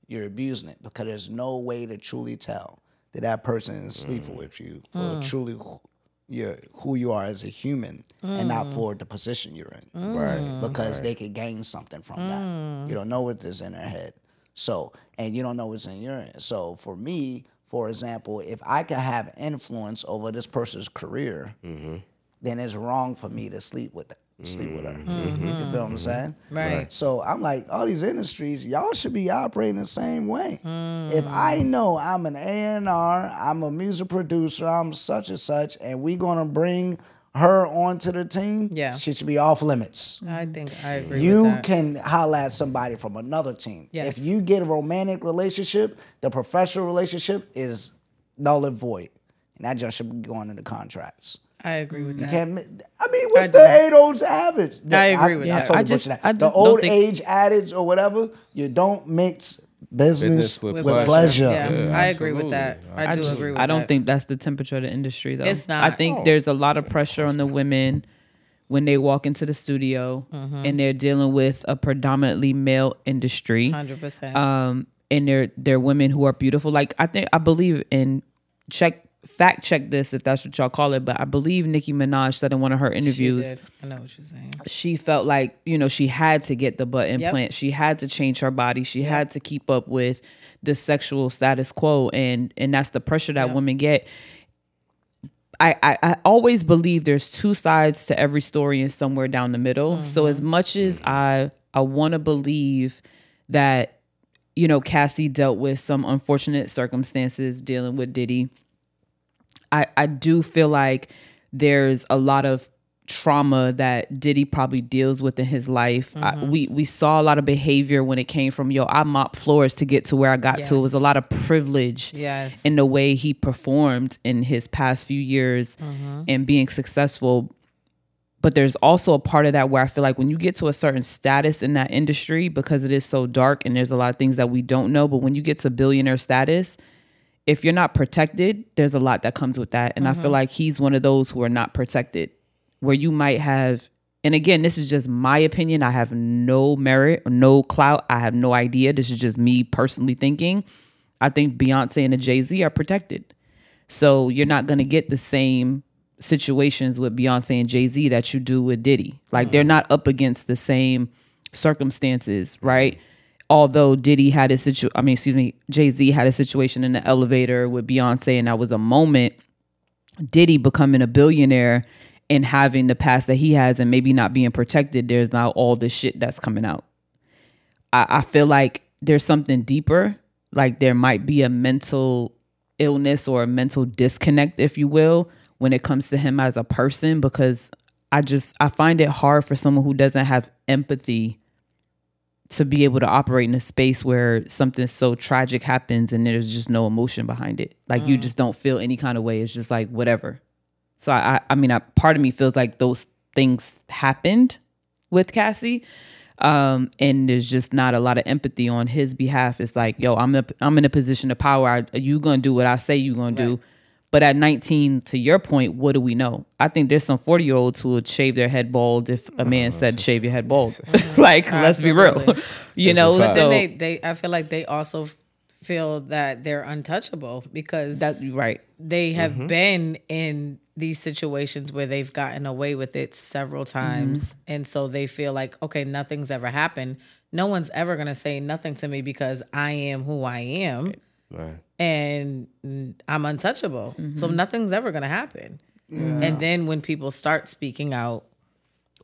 S3: You're abusing it because there's no way to truly tell that that person is
S2: Mm.
S3: sleeping with you for truly who, you who you are as a human and not for the position you're in
S5: Mm.
S2: Right.
S3: because they could gain something from that. You don't know what is in their head. So, and you don't know what's in your head. So, for me, for example, if I could have influence over this person's career, then it's wrong for me to sleep with sleep with her. You feel what I'm saying?
S5: Mm-hmm. Right.
S3: So I'm like, all these industries, y'all should be operating the same way.
S5: Mm.
S3: If I know I'm an A&R, I'm a music producer, I'm such and such, and we gonna bring her onto the team,
S5: Yeah.
S3: she should be off limits.
S5: I think I agree with
S3: You
S5: that.
S3: can holla at somebody from another team.
S5: Yes.
S3: If you get a romantic relationship, the professional relationship is null and void. And that just should be going into contracts.
S5: I agree with that.
S3: Can't, mi- I mean, what's
S5: I
S3: the
S5: do.
S3: age old's average? The-
S5: I agree with
S3: I
S5: that.
S3: totally
S4: I
S3: butchered
S4: just-
S3: that.
S4: I
S3: the
S4: just don't
S3: old
S4: think-
S3: age adage or whatever, you don't mix business,
S2: Business with
S3: with,
S2: pleasure.
S3: pleasure.
S5: Yeah,
S2: Yeah,
S5: I agree with that.
S2: absolutely.
S5: I, do
S4: just-
S5: agree with
S4: I don't
S5: that.
S4: think that's the temperature of the industry, though.
S5: It's
S4: I
S5: not.
S4: think there's a lot of pressure on the women when they walk into the studio
S5: Mm-hmm.
S4: and they're dealing with a predominantly male industry.
S5: 100%.
S4: um, and they're they're women who are beautiful. Like I think I believe in check fact check this if that's what y'all call it, but I believe Nicki Minaj said in one of her
S5: You
S4: interviews
S5: did. I know what you're saying.
S4: she felt like you know she had to get the butt
S5: Yep.
S4: implant she had to change her body she had to keep up with the sexual status quo and and that's the pressure that women get I, I, I always believe there's two sides to every story and somewhere down the middle. So as much as I I want to believe that you know Cassie dealt with some unfortunate circumstances dealing with Diddy, I, I do feel like there's a lot of trauma that Diddy probably deals with in his life. I, we we saw a lot of behavior when it came from yo I mop floors to get to where I got to. It was a lot of privilege
S5: Yes.
S4: in the way he performed in his past few years
S5: Mm-hmm.
S4: and being successful. But there's also a part of that where I feel like when you get to a certain status in that industry, because it is so dark and there's a lot of things that we don't know, but when you get to billionaire status, if you're not protected, there's a lot that comes with that. And I feel like he's one of those who are not protected, where you might have, and again, this is just my opinion. I have no merit, no clout. I have no idea. This is just me personally thinking. I think Beyonce and the Jay Z are protected. So you're not going to get the same situations with Beyonce and Jay Z that you do with Diddy. Like they're not up against the same circumstances, right? Although Diddy had a situation, I mean, excuse me, Jay Z had a situation in the elevator with Beyonce, and that was a moment. Diddy becoming a billionaire and having the past that he has and maybe not being protected, there's now all this shit that's coming out. I, I feel like there's something deeper. Like there might be a mental illness or a mental disconnect, if you will, when it comes to him as a person, because I just I find it hard for someone who doesn't have empathy to be able to operate in a space where something so tragic happens and there's just no emotion behind it. Like you just don't feel any kind of way. It's just like whatever. So I I, I mean, I, part of me feels like those things happened with Cassie. Um, and there's just not a lot of empathy on his behalf. It's like, yo, I'm a, I'm in a position of power. I, you gonna do what I say you gonna do. But at 19, to your point, what do we know? I think there's some 40 year olds who would shave their head bald if a man said shave your head bald. like, let's be real.
S5: Absolutely.
S4: you know,
S2: a
S5: But
S2: fact.
S4: so
S5: then they, they, I feel like they also f- feel that they're untouchable because
S4: that right.
S5: they have
S2: Mm-hmm.
S5: been in these situations where they've gotten away with it several
S4: Mm-hmm.
S5: times. And so they feel like, okay, nothing's ever happened. No one's ever going to say nothing to me because I am who I am and I'm untouchable. So
S4: Mm-hmm.
S5: nothing's ever going to happen. And then when people start speaking out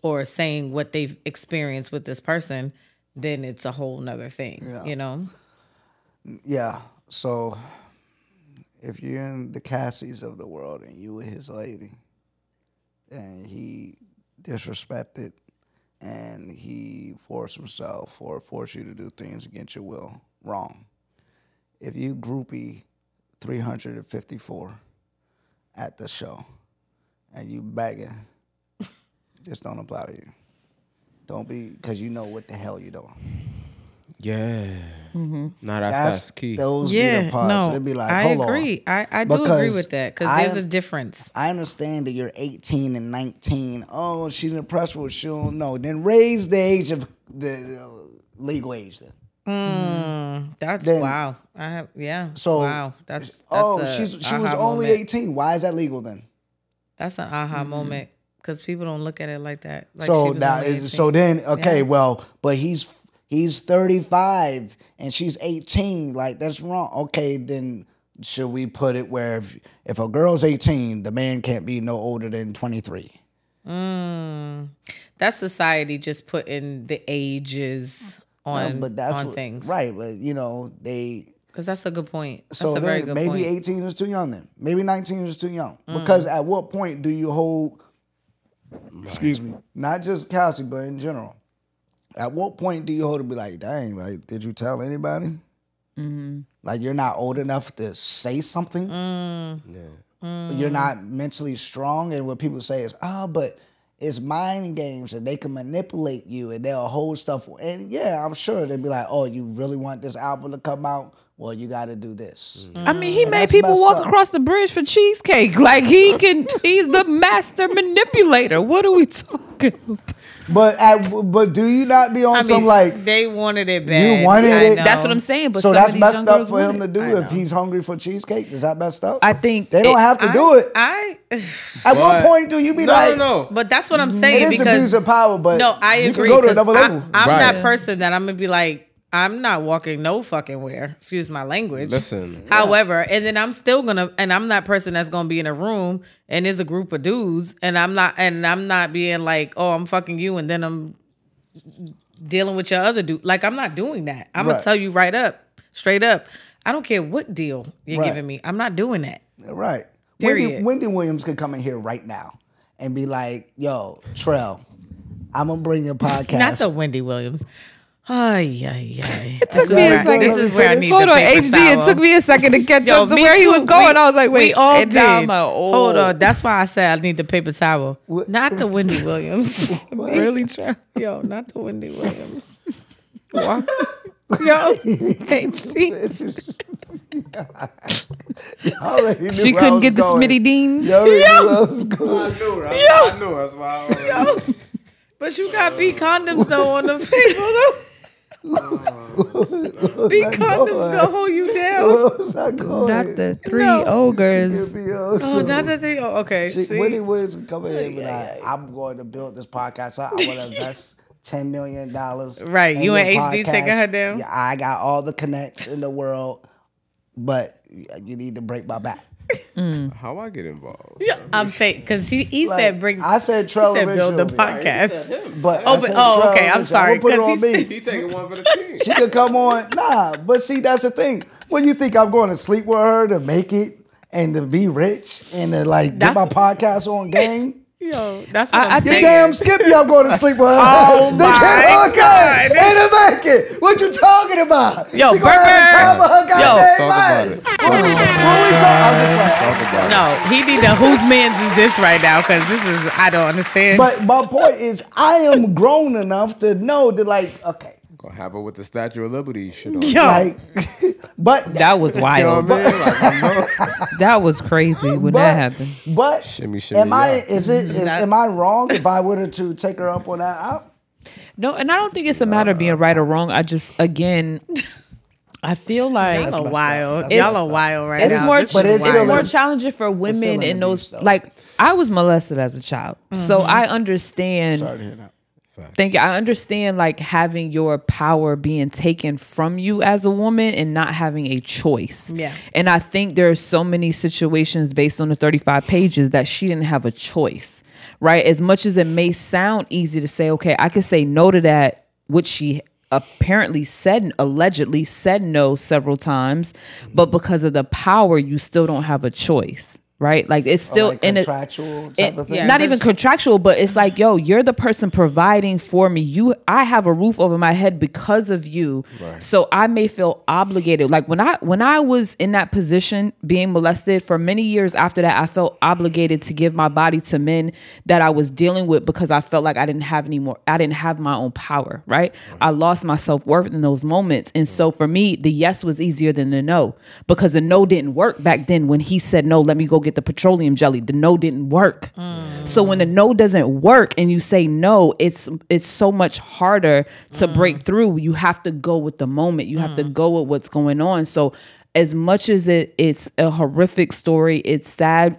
S5: or saying what they've experienced with this person, then it's a whole nother thing, you know?
S3: Yeah. So if you're in the Cassies of the world and you were his lady and he disrespected and he forced himself or forced you to do things against your will, wrong. If you groupie 354 at the show and you begging, this don't apply to you. Don't be, because you know what the hell you're doing.
S2: Yeah. Nah, that's, that's,
S3: Mm-hmm. That's,
S2: key.
S3: Those be the parts. It'd be like,
S5: I
S3: hold on.
S5: agree. I, I do agree
S3: Because
S5: with that because
S3: I-
S5: there's a difference.
S3: I understand that you're 18 and 19. Oh, she's impressed with she don't know. Then raise the age of the uh, legal age. Then.
S5: Mm, That's
S3: Mm. Then-
S5: wow. I have, yeah.
S3: So
S5: wow. That's, that's
S3: oh,
S5: a
S3: she's she
S5: aha
S3: was only
S5: moment.
S3: 18. Why is that legal then?
S5: That's an aha moment because people don't look at it like that. Like she
S3: so
S5: was
S3: now,
S5: only
S3: it-
S5: 18.
S3: so then, okay,
S5: Yeah.
S3: well, but he's he's 35 and she's 18. Like that's wrong. Okay, then should we put it where if if a girl's 18, the man can't be no older than 23?
S5: Mm. that's society just putting the ages on
S3: but that's
S5: on
S3: what-
S5: things,
S3: right? But you know they
S5: Because that's a good point. That's
S3: So
S5: a very
S3: then
S5: good
S3: maybe
S5: point. Mm.
S3: 18 is too young then. Maybe 19 is too young. Because at what point do you hold excuse me, not just Kelsey, but in general. At what point do you hold to be like, dang, like, did you tell anybody?
S5: Mm-hmm.
S3: Like you're not old enough to say something. You're not
S5: Mm.
S3: mentally strong. And what people say is, oh, but it's mind games and they can manipulate you and they'll hold stuff. And yeah, I'm sure they'd be like, oh, you really want this album to come out? Well, you got to do this.
S4: I mean, he made
S3: Mm, that's
S4: people
S3: messed
S4: walk
S3: up.
S4: across the bridge for cheesecake. Like he can, he's the master manipulator. What are we talking? about?
S3: But at, but do you not be on
S5: I
S3: some
S5: mean,
S3: like
S5: they wanted it bad.
S3: wanted
S5: I
S3: it.
S5: know.
S4: That's what I'm saying. But
S3: so
S4: some
S3: that's
S4: of these young
S3: messed up
S4: girls
S3: for
S4: want
S3: him
S4: it.
S3: to do if he's hungry for cheesecake? Is that messed up?
S4: I think
S3: they don't
S4: it-
S3: have to
S5: I-
S3: do it.
S5: I.
S3: at what
S2: But-
S3: point do you be
S2: no,
S3: like,
S2: no, no.
S5: But that's what I'm
S3: it
S5: saying
S3: is
S5: because
S3: abuse of power? But
S5: No, I
S3: you
S5: agree.
S3: can go to
S5: 'cause
S3: another level.
S5: I, am
S2: Right.
S5: that person that I'm gonna be like, I'm not walking no fucking where. Excuse my language.
S2: Listen.
S5: However, and then I'm still gonna, and I'm that person that's gonna be in a room and there's a group of dudes, and I'm not, and I'm not being like, oh, I'm fucking you, and then I'm dealing with your other dude. Like I'm not doing that. I'm
S3: Right.
S5: gonna tell you right up, straight up. I don't care what deal you're
S3: Right.
S5: giving me. I'm not doing that.
S3: right. Wendy,
S5: Period.
S3: Wendy Williams could come in here right now and be like, yo, Trell, I'm gonna bring your podcast.
S5: Not the Wendy Williams. Ay, ay, ay. It
S4: took me a second.
S5: This is where I need
S4: Hold
S5: the
S4: on,
S5: paper
S4: HD.
S5: towel.
S4: It took me a second to catch
S5: Yo,
S4: up to
S5: me
S4: where he
S5: too.
S4: was going.
S5: We-
S4: I was like, wait,
S5: we all
S4: and now
S5: did.
S4: I'm like, oh,
S5: Hold on, that's why I said I need the paper towel.
S3: What-
S5: Not the Wendy Williams.
S4: really try.
S5: Yo, not the Wendy Williams. Why? Yo, HD.
S3: I already knew
S4: She
S3: where I
S4: couldn't
S3: was
S4: get the
S3: going.
S4: Smitty Deans.
S3: You already knew where I was going.
S2: I knew. I, I knew. That's why. I was,
S5: But you got B condoms though on the paper though. B condoms gonna hold you down.
S3: Where was I going?
S4: Not the three
S5: No.
S3: It'd
S4: ogres.
S3: be awesome.
S5: Oh, not the three. Oh, okay.
S3: See,
S5: see?
S3: Wendy Williams can come in here and be like, I'm going to build this podcast. up. I want to invest $10 million.
S5: Right,
S3: in
S5: you
S3: your
S5: and HD taking
S3: podcast.
S5: her down?
S3: Yeah, I got all the connects in the world, but you need to break my back.
S2: how I get involved?
S5: I'm saying because he, he
S3: Like,
S5: said bring.
S3: I said
S5: he
S3: Trell
S5: said build the
S3: originally.
S5: podcast.
S3: But
S5: Oh,
S3: I
S5: but-
S3: said
S5: oh,
S3: Trell
S5: okay, I'm
S3: originally.
S5: sorry,
S3: I'ma put it on
S5: 'cause he
S3: me.
S5: said-
S2: He taking one for the team.
S3: She could come on. Nah, but see, that's the thing. When you think I'm going to sleep with her to make it and to be rich and to like
S5: That's-
S3: get my podcast on game,
S5: Yo, that's what I, am
S4: I
S3: You
S5: saying.
S4: think-
S3: damn skip y'all going to sleep with her.
S5: Oh
S3: They
S5: my
S3: can't- okay.
S5: God.
S3: Ain't a make it. What you talking about?
S5: Yo,
S3: she gonna have the time of her
S5: Burger. Yo.
S3: goddamn
S2: Talk
S3: life.
S2: about it. Talk about it.
S3: What we talking- I'm just playing.
S2: Talk about it.
S5: no, he need to. Whose man's is this right now? Because this is I don't understand.
S3: But my point is, I am grown enough to know that, like, okay,
S2: Gonna have her with the Statue of Liberty shit on.
S5: Yo,
S3: like, but
S4: That was wild. that was crazy when
S3: but,
S4: that happened.
S3: But
S2: Shimmy, shimmy,
S3: am I?
S2: yeah.
S3: Is it? Is, am I wrong if I were to take her up on that? I,
S4: No, and I don't think it's a matter of being right or wrong. I just again, I feel like
S5: y'all are
S3: messed up.
S5: wild.
S3: That's
S5: Y'all
S3: messed
S5: are
S3: up.
S5: wild right
S4: it's
S5: now.
S4: more,
S5: This
S3: But
S5: is
S3: it's
S5: wild.
S3: still
S4: it's more
S3: an-
S4: challenging for women
S3: still an
S4: in those.
S3: abuse, though. Mm-hmm.
S4: Like I was molested as a child, so I understand. Thank you. I understand like having your power being taken from you as a woman and not having a choice.
S5: Yeah.
S4: And I think there are so many situations based on the 35 pages that she didn't have a choice, right? As much as it may sound easy to say, okay, I could say no to that, which she apparently said, allegedly said no several times, but because of the power, you still don't have a choice, right? Like it's still
S3: like
S4: in a
S3: contractual type
S4: it-
S3: of thing.
S5: yeah.
S4: not
S5: this-
S4: even contractual, but it's like, yo, you're the person providing for me. You, I have a roof over my head because of you. So I may feel obligated. Like when I when I was in that position, being molested for many years after that, I felt obligated to give my body to men that I was dealing with because I felt like I didn't have any more. I didn't have my own power. Right? I lost my self worth in those moments, and so for me, the yes was easier than the no because the no didn't work back then. When he said no, let me go get the petroleum jelly. The no didn't work. So when the no doesn't work and you say no, it's it's so much harder to break through. You have to go with the moment. You have to go with what's going on. So as much as it it's a horrific story, it's sad.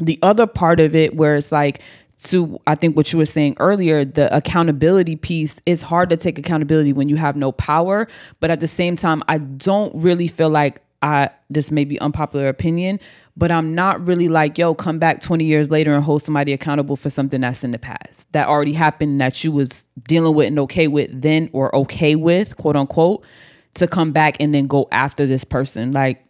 S4: The other part of it where it's like to I think what you were saying earlier, the accountability piece is hard to take accountability when you have no power. But at the same time, I don't really feel like I this may be unpopular opinion, but I'm not really like, yo, come back 20 years later and hold somebody accountable for something that's in the past that already happened that you was dealing with and okay with then or okay with, quote unquote, to come back and then go after this person. Like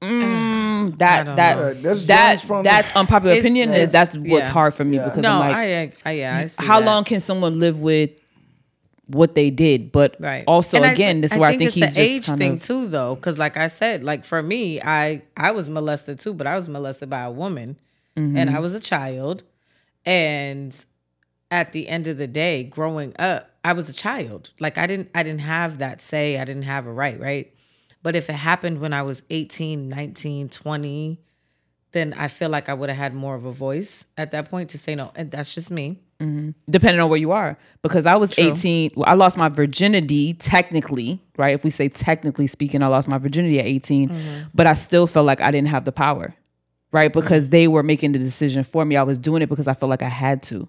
S4: mm, that that
S3: know. That's
S4: that
S3: Jones from-
S4: that's unpopular
S5: It's-
S4: opinion
S5: it's-
S4: is that's what's
S5: yeah.
S4: hard for me because
S5: no,
S4: I'm like
S5: I, I, yeah, I see
S4: how
S5: that.
S4: long can someone live with what they did? But
S5: Right.
S4: also,
S5: And I-
S4: again, this is where I think,
S5: it's
S4: he's
S5: the
S4: just
S5: age
S4: kind
S5: thing
S4: of
S5: too, though, because like I said, like for me, I I was molested too, but I was molested by a woman,
S4: Mm-hmm.
S5: and I was a child, and at the end of the day, growing up, I was a child. Like I didn't I didn't have that say, I didn't have a right, right? But if it happened when I was 18, 19, 20, then I feel like I would have had more of a voice at that point to say no. And that's just me.
S4: depending on where you are. Because I was 18, well, I lost my virginity technically, right? If we say technically speaking, I lost my virginity at 18, but I still felt like I didn't have the power, right? Because they were making the decision for me. I was doing it because I felt like I had to.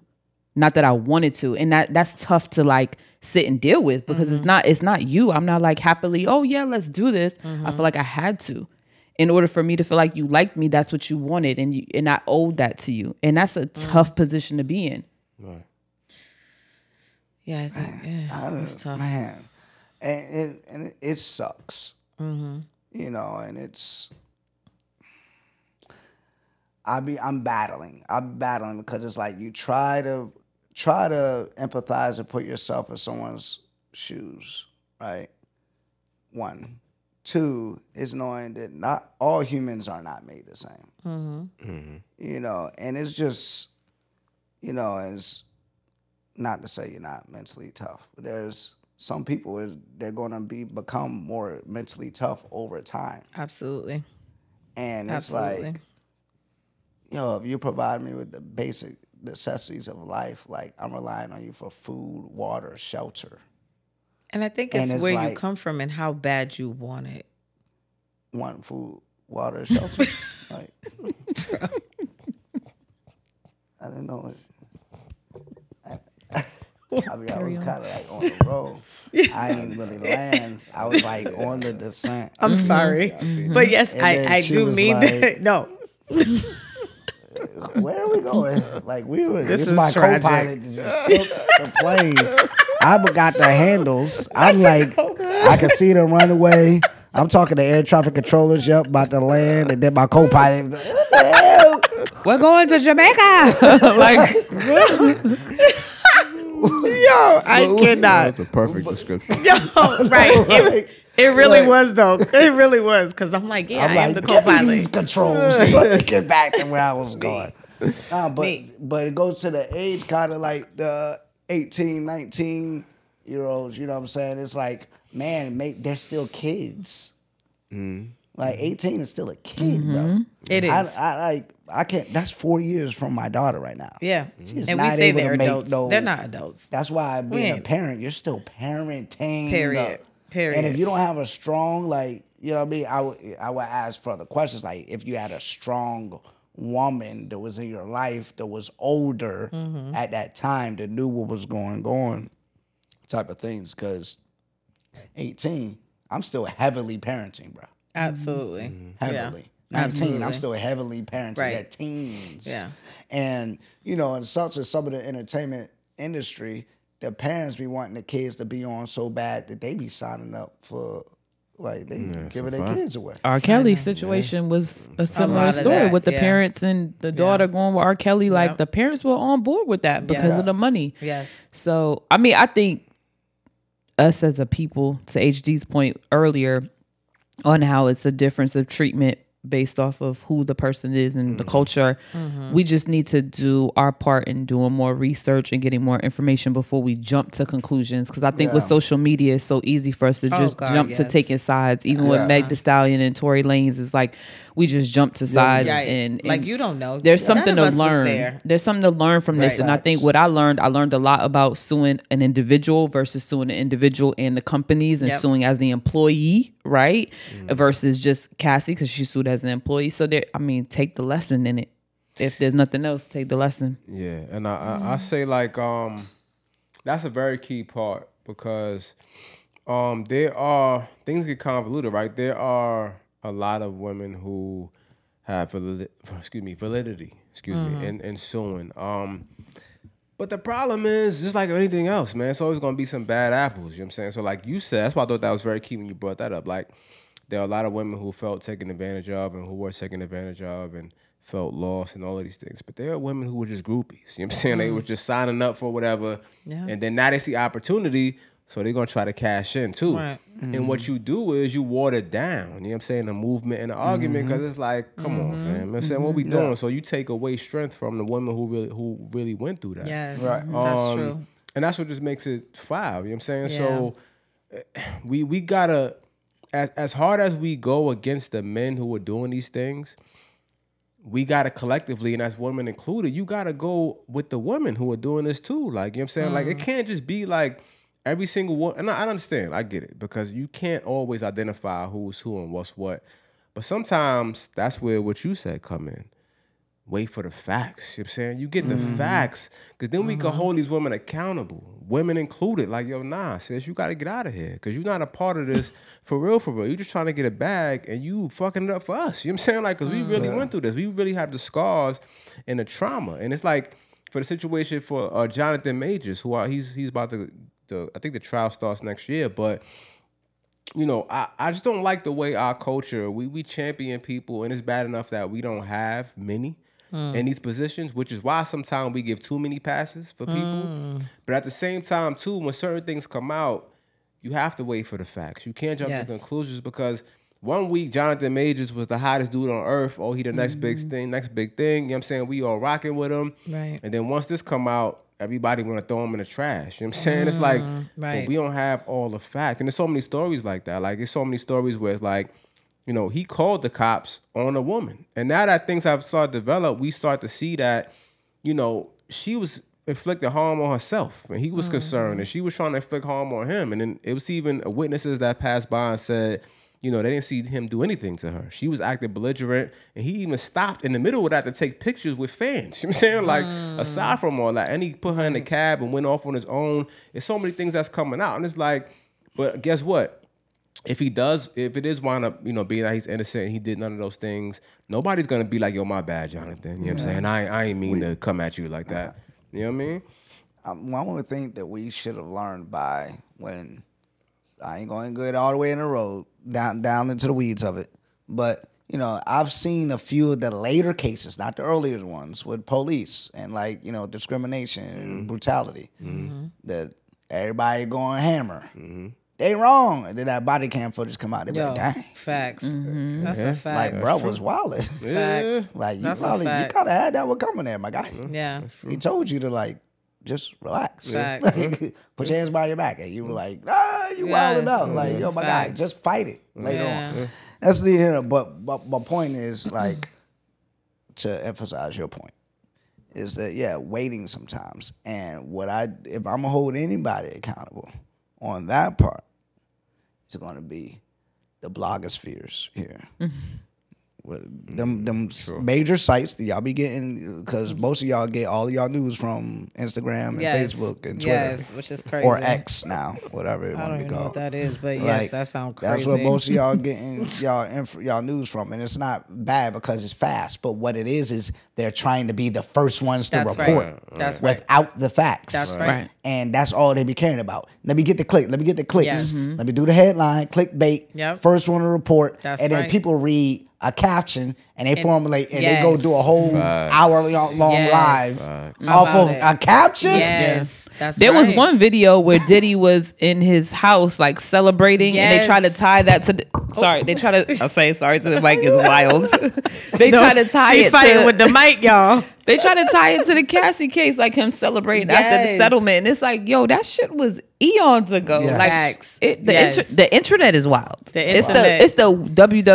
S4: not that I wanted to, and that that's tough to like sit and deal with because it's not it's not you. I'm not like happily, oh yeah, let's do this. I feel like I had to, in order for me to feel like you liked me. That's what you wanted, and you and I owed that to you, and that's a tough position to be in.
S5: Yeah, I think yeah, it's tough.
S3: Man, and it and it, it sucks.
S5: Mm-hmm.
S3: You know, and it's. I be I'm battling. I'm battling because it's like you try to try to empathize and put yourself in someone's shoes, right? One, two is knowing that not all humans are not made the same.
S5: Mm-hmm.
S3: You know, and it's just, you know, it's not to say you're not mentally tough. but There's some people is they're going to be become more mentally tough over time,
S5: Absolutely.
S3: and it's
S5: Absolutely.
S3: like, you know, if you provide me with the basic necessities of life, like I'm relying on you for food, water, shelter,
S5: and I think
S3: and
S5: it's,
S3: it's
S5: where
S3: like-
S5: you come from and how bad you want it.
S3: one food, water, shelter. like, I didn't know. It. I, I mean, I was kind of like on the road. I ain't really land. I was like on the descent.
S5: I'm sorry, but yes,
S3: And then
S5: I, I
S3: she
S5: do
S3: was
S5: mean
S3: like-
S5: that. No,
S3: Where are we going? Like we were. This, is
S5: is
S3: my
S5: tragic.
S3: co-pilot that just took the plane. I got the handles. I'm like, I can see the runway. I'm talking to air traffic controllers. Yep, about to land, and then my co-pilot. What the hell?
S4: We're going to Jamaica. like
S5: Yo, I cannot.
S2: That's a perfect description.
S5: Yo, right. It, it really was though. It really was because I'm like, yeah,
S3: I'm
S5: i am
S3: like,
S5: the
S3: give me these
S5: co-pilot.
S3: controls so I can get back to where I was going. Nah, but
S5: Me.
S3: but it goes to the age kind of like the 18, 19 year olds. You know what I'm saying? It's like, man, mate, they're still kids.
S5: Mm-hmm.
S3: Like 18 is still a kid, bro.
S5: It is.
S3: I, I like I can't. That's four years from my daughter right now.
S5: yeah,
S3: She's
S5: and we
S3: not
S5: say
S3: able to
S5: they're
S3: make
S5: adults.
S3: no-
S5: They're not adults.
S3: That's why being a
S5: ain't-
S3: parent, you're still parenting.
S5: Period. Period.
S3: And if you don't have a strong, like, you know what I mean? I would I would ask further questions. Like, if you had a strong woman that was in your life that was older
S5: Mm-hmm.
S3: at that time that knew what was going on, type of things. Because 18, I'm still heavily parenting, bro.
S5: Absolutely.
S3: Heavily. 19, I'm still heavily parenting.
S5: Right.
S3: They're teens.
S5: Yeah.
S3: And, you know, and such as some of the entertainment industry, the parents be wanting the kids to be on so bad that they be signing up for, like, they giving their kids away.
S4: R. Kelly's situation was a
S5: lot
S4: similar
S5: of
S4: story
S5: that,
S4: with the
S5: yeah.
S4: parents and the daughter going with R. Kelly. Like
S5: Yep.
S4: the parents were on board with that because
S5: Yes.
S4: of the money.
S5: Yes.
S4: So I mean, I think us as a people, to HD's point earlier, on how it's a difference of treatment based off of who the person is and the culture.
S5: Mm-hmm.
S4: We just need to do our part in doing more research and getting more information before we jump to conclusions. Because I think with social media, it's so easy for us to just
S5: Oh, God,
S4: jump to
S5: yes.
S4: taking sides. Even with Meg The Stallion and Tory Lanez, it's like we just jump to sides
S5: Right.
S4: and, and
S5: like you don't know.
S4: there's
S5: None
S4: something to
S5: of us was
S4: learn.
S5: there.
S4: There's something to learn from this.
S5: Right.
S4: And I think what I learned, I learned a lot about suing an individual versus suing an individual and the companies and
S5: Yep. Mm.
S4: suing as the employee, right? Versus just Cassie because she sued as an employee. So there, I mean, take the lesson in it. If there's nothing else, take the lesson.
S2: Yeah, and I, I, I say like um, that's a very key part because um, there are things get convoluted, right? There are a lot of women who have valid, excuse me validity, excuse me, and and suing. Um, but the problem is, just like anything else, man, it's always gonna be some bad apples. You know what I'm saying? So, like you said, that's why I thought that was very key when you brought that up. Like, there are a lot of women who felt taken advantage of and who were taken advantage of and felt lost and all of these things. But there are women who were just groupies. You know what I'm saying? They were just signing up for whatever. And then now they see opportunity, so they're gonna try to cash in too.
S5: Right.
S2: And what you do is you water down, you know what I'm saying, the movement and the argument, because it's like, come on, fam. You know what I'm saying? What we doing? So you take away strength from the women who really who really went through that.
S5: Yes.
S3: Right.
S5: That's
S2: Um,
S5: true.
S2: And that's what just makes it foul. You know what I'm saying?
S5: Yeah.
S2: So eh, we we gotta as as hard as we go against the men who are doing these things, we gotta collectively, and as women included, you gotta go with the women who are doing this too. Like, you know what I'm saying? Like it
S5: Mm.
S2: can't just be like every single one and I, I understand, I get it, because you can't always identify who's who and what's what. But sometimes that's where what you said come in wait for the facts. You know what I'm saying? You get the facts, because then we can hold these women accountable, women included. Like, yo, nah, sis, you got to get out of here, because you're not a part of this for real, for real. You're just trying to get a bag, and you fucking it up for us. You know what I'm saying? Like, because we really went through this. We really have the scars and the trauma. And it's like, for the situation for uh, Jonathan Majors, who are, he's he's about to, the, I think the trial starts next year, but you know, I, I just don't like the way our culture we we champion people, and it's bad enough that we don't have many in these positions, which is why sometimes we give too many passes for people. But at the same time, too, when certain things come out, you have to wait for the facts. You can't jump
S5: Yes.
S2: to conclusions because one week Jonathan Majors was the hottest dude on earth. Oh, he the next big thing, next big thing. You know what I'm saying? We all rocking with him.
S5: Right.
S2: And then once this come out, everybody wanna throw him in the trash. You know what I'm saying? It's like well,
S5: Mm, right.
S2: we don't have all the facts. And there's so many stories like that. Like there's so many stories where it's like, you know, he called the cops on a woman. And now that things have started to develop, we start to see that, you know, she was inflicting harm on herself and he was concerned and she was trying to inflict harm on him. And then it was even witnesses that passed by and said, you know, they didn't see him do anything to her. She was acting belligerent, and he even stopped in the middle of that to take pictures with fans. You know what I'm saying? Like, aside from all that, and he put her in the cab and went off on his own. There's so many things that's coming out, and it's like, but guess what? If he does, if it is wind up, you know, being that he's innocent and he did none of those things, nobody's gonna be like, "Yo, my bad, Jonathan." You know what I'm saying? I, I ain't mean to come at you like
S3: Uh-huh.
S2: that. You know what I mean?
S3: Um, one would think that we should have learned by when I ain't going good all the way in the road down down into the weeds of it, but you know, I've seen a few of the later cases, not the earlier ones, with police and like, you know, discrimination and brutality. That everybody going hammer. They wrong. And then that body cam footage come out. They be
S5: Yo,
S3: like, dang.
S5: facts.
S4: Mm-hmm.
S5: That's a fact.
S3: Like, bro, was wildin'.
S5: Facts.
S3: Like you
S5: That's a
S3: probably you
S5: fact.
S3: gotta have that one coming there, my guy.
S5: Yeah.
S3: He told you to like just relax.
S5: Facts.
S3: Like, Put your hands behind your back. And you were like, ah, you
S5: Yes.
S3: wilding out. Like, yo, my guy,
S5: Facts.
S3: just fight it later
S5: Yeah.
S3: on. That's the here. But, but my point is like to emphasize your point. Is that yeah, waiting sometimes. And what I if I'm gonna hold anybody accountable on that part, it's gonna be the blogospheres here.
S5: Mm-hmm.
S3: With them them s- major sites that y'all be getting because most of y'all get all of y'all news from Instagram and
S5: Yes.
S3: Facebook and Twitter
S5: Yes, which is crazy.
S3: or X now, whatever it
S5: I
S3: want
S5: don't
S3: to be
S5: even know what
S3: called.
S5: that is, but
S3: Like,
S5: yes, that sounds crazy.
S3: That's what most of y'all getting y'all inf- y'all news from, and it's not bad because it's fast. But what it is is they're trying to be the first ones to
S5: That's
S3: report
S5: right. That's right.
S3: without the facts.
S5: That's right.
S4: Right.
S3: And that's all they be caring about. Let me get the click. Let me get the clicks.
S5: Yes. Mm-hmm.
S3: Let me do the headline, clickbait.
S5: Yep.
S3: First one to report,
S5: That's
S3: and then
S5: right.
S3: people read a caption and they formulate and they go
S5: yes.
S3: do a whole hour long
S5: Yes.
S3: live
S5: Facts.
S3: off
S5: About
S3: of
S5: it.
S3: a caption.
S5: Yes, that's
S4: There was
S5: right.
S4: one video where Diddy was in his house like celebrating, and they
S5: Yes. Oh.
S4: tried to tie that to. The, sorry, they tried to. I'm saying sorry to the mic is wild. they tried to tie
S5: She
S4: it.
S5: fighting
S4: to,
S5: with the mic, y'all.
S4: They try to tie it to the Cassie case, like him celebrating after the
S5: Yes.
S4: settlement. And it's like, yo, that shit was eons ago.
S3: Yes.
S4: Like,
S5: Facts.
S4: it, the,
S5: Yes.
S4: inter- the internet is wild.
S5: The
S4: it's the
S5: internet.
S4: it's the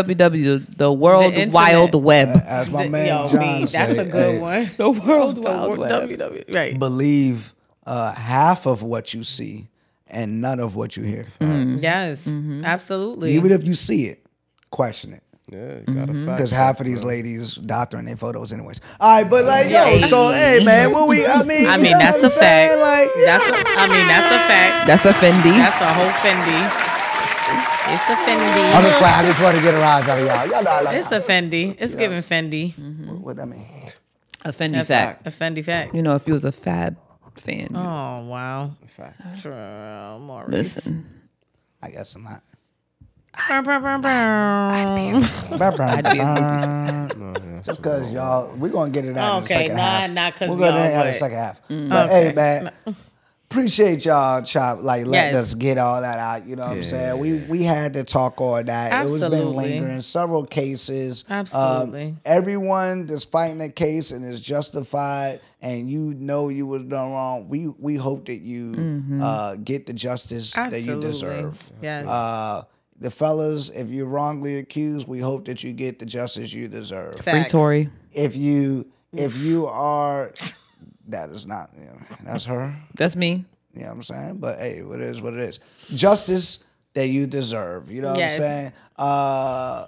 S4: WWW, the World
S5: The internet.
S4: Wild Web,
S3: As my man
S5: Yo,
S3: John
S5: me,
S3: said,
S5: that's a good
S3: hey,
S5: one.
S4: the World
S5: The
S4: Wild Web.
S5: WW, right?
S3: believe uh, half of what you see and none of what you hear.
S5: Mm-hmm. Yes, absolutely.
S3: Even if Mm-hmm. you see it, question it.
S2: Yeah, you gotta fact
S3: Because
S2: check,
S3: half of these
S2: bro.
S3: ladies doctoring their photos anyways. All right, but like, yo, so hey, man, what we, I mean,
S5: I
S3: you
S5: mean,
S3: know
S5: that's
S3: what I'm
S5: a fact.
S3: saying? Like,
S5: That's. A, I mean, that's a fact.
S4: That's a Fendi.
S5: That's a whole Fendi. It's a
S3: I'm
S5: Fendi.
S3: just glad, I just want to get a rise out of y'all. Y'all know I like
S5: It's a Fendi. It's giving Fendi.
S3: what, what that mean.
S4: a Fendi fact.
S5: A Fendi fact.
S4: You know, if you was a Fab fan, you-
S5: Oh wow.
S2: Fact.
S5: True, Maurice.
S4: listen,
S3: I guess I'm not.
S5: Bow, bow, bow, bow.
S3: Just because y'all, we're going to get it out in the
S5: Okay,
S3: second
S5: nah,
S3: half.
S5: nah, 'cause
S3: We're going to
S5: y'all, Mm.
S3: get it out in the
S5: but-
S3: second half. But hey, man, appreciate y'all, Chop. Like, let
S5: Mm. Yes.
S3: us get all that out. You know what I'm saying? We we had to talk on that. It was been
S5: Absolutely.
S3: lingering. Several cases. Um,
S5: Absolutely.
S3: everyone that's fighting a case and is justified and you know you was done wrong, we, we hope that you uh, get the justice that you
S5: Mm-hmm. Absolutely.
S3: deserve.
S5: Yes.
S3: Uh, the fellas, if you're wrongly accused, we hope that you get the justice you deserve
S4: free
S5: Facts.
S4: Tory.
S3: if you if you are that is not you know, that's her
S4: That's me.
S3: you know what i'm saying but hey what it is what it is justice that you deserve you know what
S5: Yes.
S3: i'm saying uh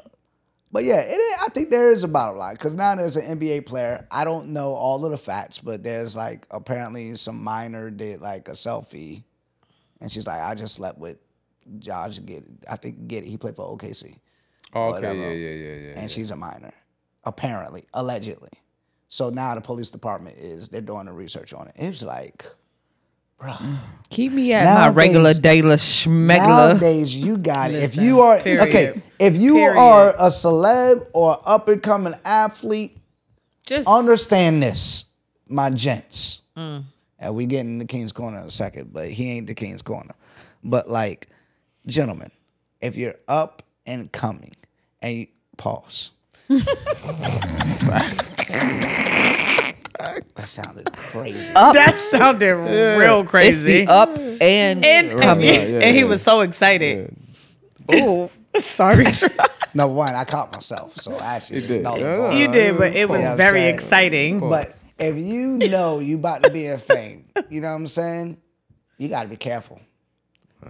S3: but yeah, it is, I think there is a bottom line because now there's an NBA player. I don't know all of the facts, but there's like apparently some minor did like a selfie, and she's like, "I just slept with Josh. Get I think get it. He played for OKC."
S2: Oh, okay,
S3: whatever.
S2: yeah, yeah, yeah, yeah.
S3: and she's a minor, apparently, allegedly. So now the police department is they're doing the research on it. It's like
S4: Keep me at
S3: Nowadays-
S4: my regular Dayla Schmegler.
S3: nowadays you got it. If
S5: Listen,
S3: you are
S5: period.
S3: okay, if you
S5: Period.
S3: are a celeb or up and coming athlete,
S5: Just
S3: understand this, my gents. And we get in the King's Corner in a second, but he ain't the King's Corner. But like, gentlemen, if you're up and coming, and you, pause. that sounded crazy.
S5: That sounded real
S4: It's
S5: crazy.
S4: the up and,
S5: and, and,
S4: coming.
S2: yeah,
S5: and he
S2: yeah.
S5: was so excited. Oh, sorry.
S3: Number one, I caught myself, so actually, it's
S2: did,
S3: not
S2: yeah.
S3: yeah.
S5: you did, but it was
S3: Yeah, I'm
S5: very
S3: saying.
S5: exciting.
S3: But if you know you about to be in fame, you know what I'm saying? You got to be careful.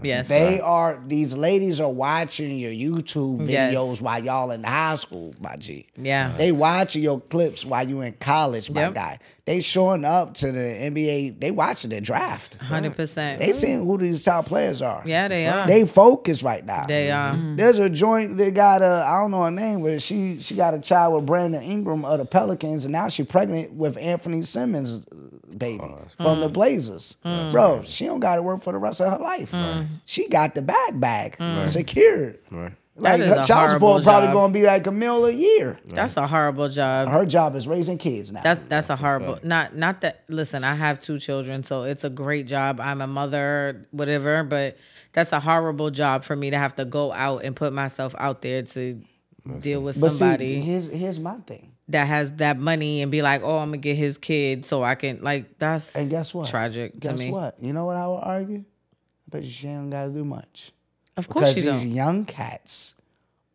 S5: yes.
S3: They are these ladies are watching your YouTube videos
S5: Yes.
S3: while y'all in high school, my G.
S5: Yeah.
S3: They watching your clips while you in college, my
S5: Yep.
S3: guy. They showing up to the NBA. They watching the draft.
S5: 100%.
S3: They seeing who these top players are.
S5: Mm-hmm. yeah, they are.
S3: They Mm-hmm. focus right now.
S5: They are.
S3: There's a joint that got a I don't know her name, but she she got a child with Brandon Ingram of the Pelicans, and now she pregnant with Anthony Simmons' uh, baby
S5: Oh,
S3: from the Blazers. Bro,
S5: Mm.
S3: she don't got to work for the rest of her life. She got the bag bag secured.
S2: Right.
S3: Like
S5: is
S3: her
S5: a
S3: child support
S5: horrible
S3: probably
S5: job.
S3: gonna be like a meal a year.
S5: That's a horrible job.
S3: Her job is raising kids now.
S5: That's that's a horrible. Not not that. Listen, I have two children, so it's a great job. I'm a mother, whatever. But that's a horrible job for me to have to go out and put myself out there to deal with
S3: but
S5: somebody
S3: see, here's here's my thing.
S5: that has that money and be like, oh, I'm gonna get his kid so I can like. That's
S3: And guess what?
S5: Tragic
S3: guess
S5: to me.
S3: what? You know what I would argue? I bet you she don't gotta do much.
S5: Of course
S3: Because
S5: you
S3: these
S5: don't.
S3: young cats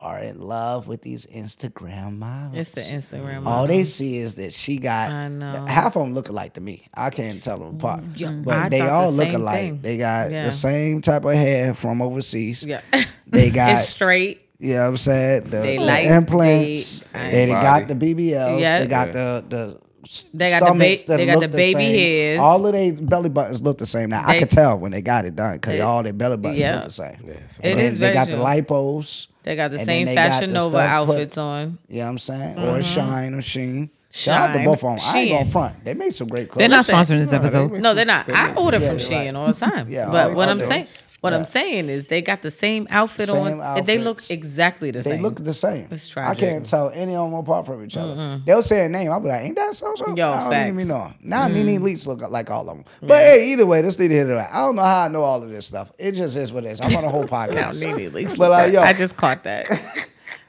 S3: are in love with these Instagram models.
S5: It's the Instagram.
S3: All
S5: model.
S3: they see is that she got
S5: I know. Mm-hmm.
S3: half of them look alike to me. I can't tell them apart, but
S5: I
S3: they
S5: thought the
S3: all look
S5: same
S3: alike.
S5: thing.
S3: They got
S5: Yeah.
S3: the same type of hair from overseas.
S5: Yeah.
S3: They got,
S5: it's straight.
S3: you know what I'm saying? The,
S5: They
S3: the
S5: like
S3: implants.
S5: the-
S3: they done got the
S2: Body.
S3: BBLs.
S5: Yeah.
S3: They got the the s-
S5: They got the ba-
S3: stomachs that
S5: they got
S3: look
S5: the baby
S3: same.
S5: hairs.
S3: All of their belly buttons look the same. Now I
S5: They-
S3: could tell when they got it done because all their belly buttons
S5: Yeah.
S3: look the same.
S5: It
S3: And then
S5: is
S3: they got the
S5: visual.
S3: lipos.
S5: They got the
S3: and then
S5: same
S3: they got
S5: Fashion
S3: the
S5: Nova
S3: stuff put-
S5: outfits on.
S3: You know what I'm saying? Or shine or sheen. Shout out to
S5: Mm-hmm. Shine.
S3: both of them. I ain't
S5: Shein.
S3: going front. They made some great clothes.
S6: They're not
S5: Listen.
S6: sponsoring this episode.
S5: No, they're not. I order from Shein all the time.
S3: Yeah,
S5: but
S3: all
S5: what
S3: the
S5: I'm
S3: time.
S5: saying, what I'm saying is they got the same outfit
S3: Same
S5: on. They look
S3: outfits.
S5: exactly the
S3: They
S5: same.
S3: look the same.
S5: It's
S3: I
S5: tragic.
S3: can't tell any of them apart from each other. They'll say a name. I'll be like, ain't that so so?
S5: Yo,
S3: I don't
S5: facts. Mm.
S3: even know. 'em. Now Nene Leaks look like all of them. But hey, either way, this neither here nor there. I don't know how I know all of this stuff. It just is what it is. I'm on a whole podcast.
S5: Nene Leakes
S3: But,
S5: look
S3: like,
S5: that-
S3: yo. Oh.
S5: I just caught that.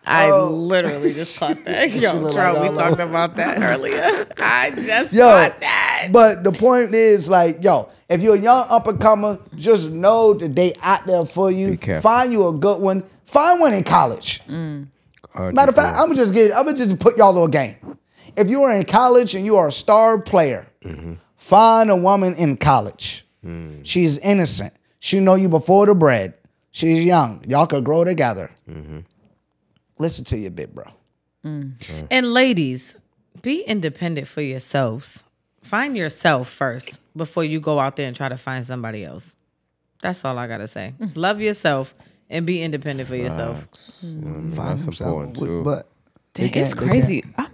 S5: I literally just caught that. Yo,
S3: look
S5: Trout,
S3: like
S5: we
S3: all
S5: talked about that earlier. I just
S3: Yo,
S5: caught that.
S3: but the point is, like, yo, if you're a young up and comer, just know that they out there for you.
S2: Be careful. Mm.
S3: Find you a good one. Find one in college. Matter of fact, I'm gonna just get. I'm gonna just put y'all to a game. If you are in college and you are a star player,
S2: Mm-hmm.
S3: find a woman in college.
S2: Mm.
S3: She's innocent. She know you before the bread. She's young. Y'all could grow together.
S2: Mm-hmm.
S3: Listen to your big bro.
S5: And ladies, be independent for yourselves. Find yourself first before you go out there and try to find somebody else. That's all I gotta say.
S2: Mm.
S5: Love yourself and be independent for yourself.
S2: That's important too.
S3: But they
S4: It's
S3: can't- they can't-
S4: crazy. I,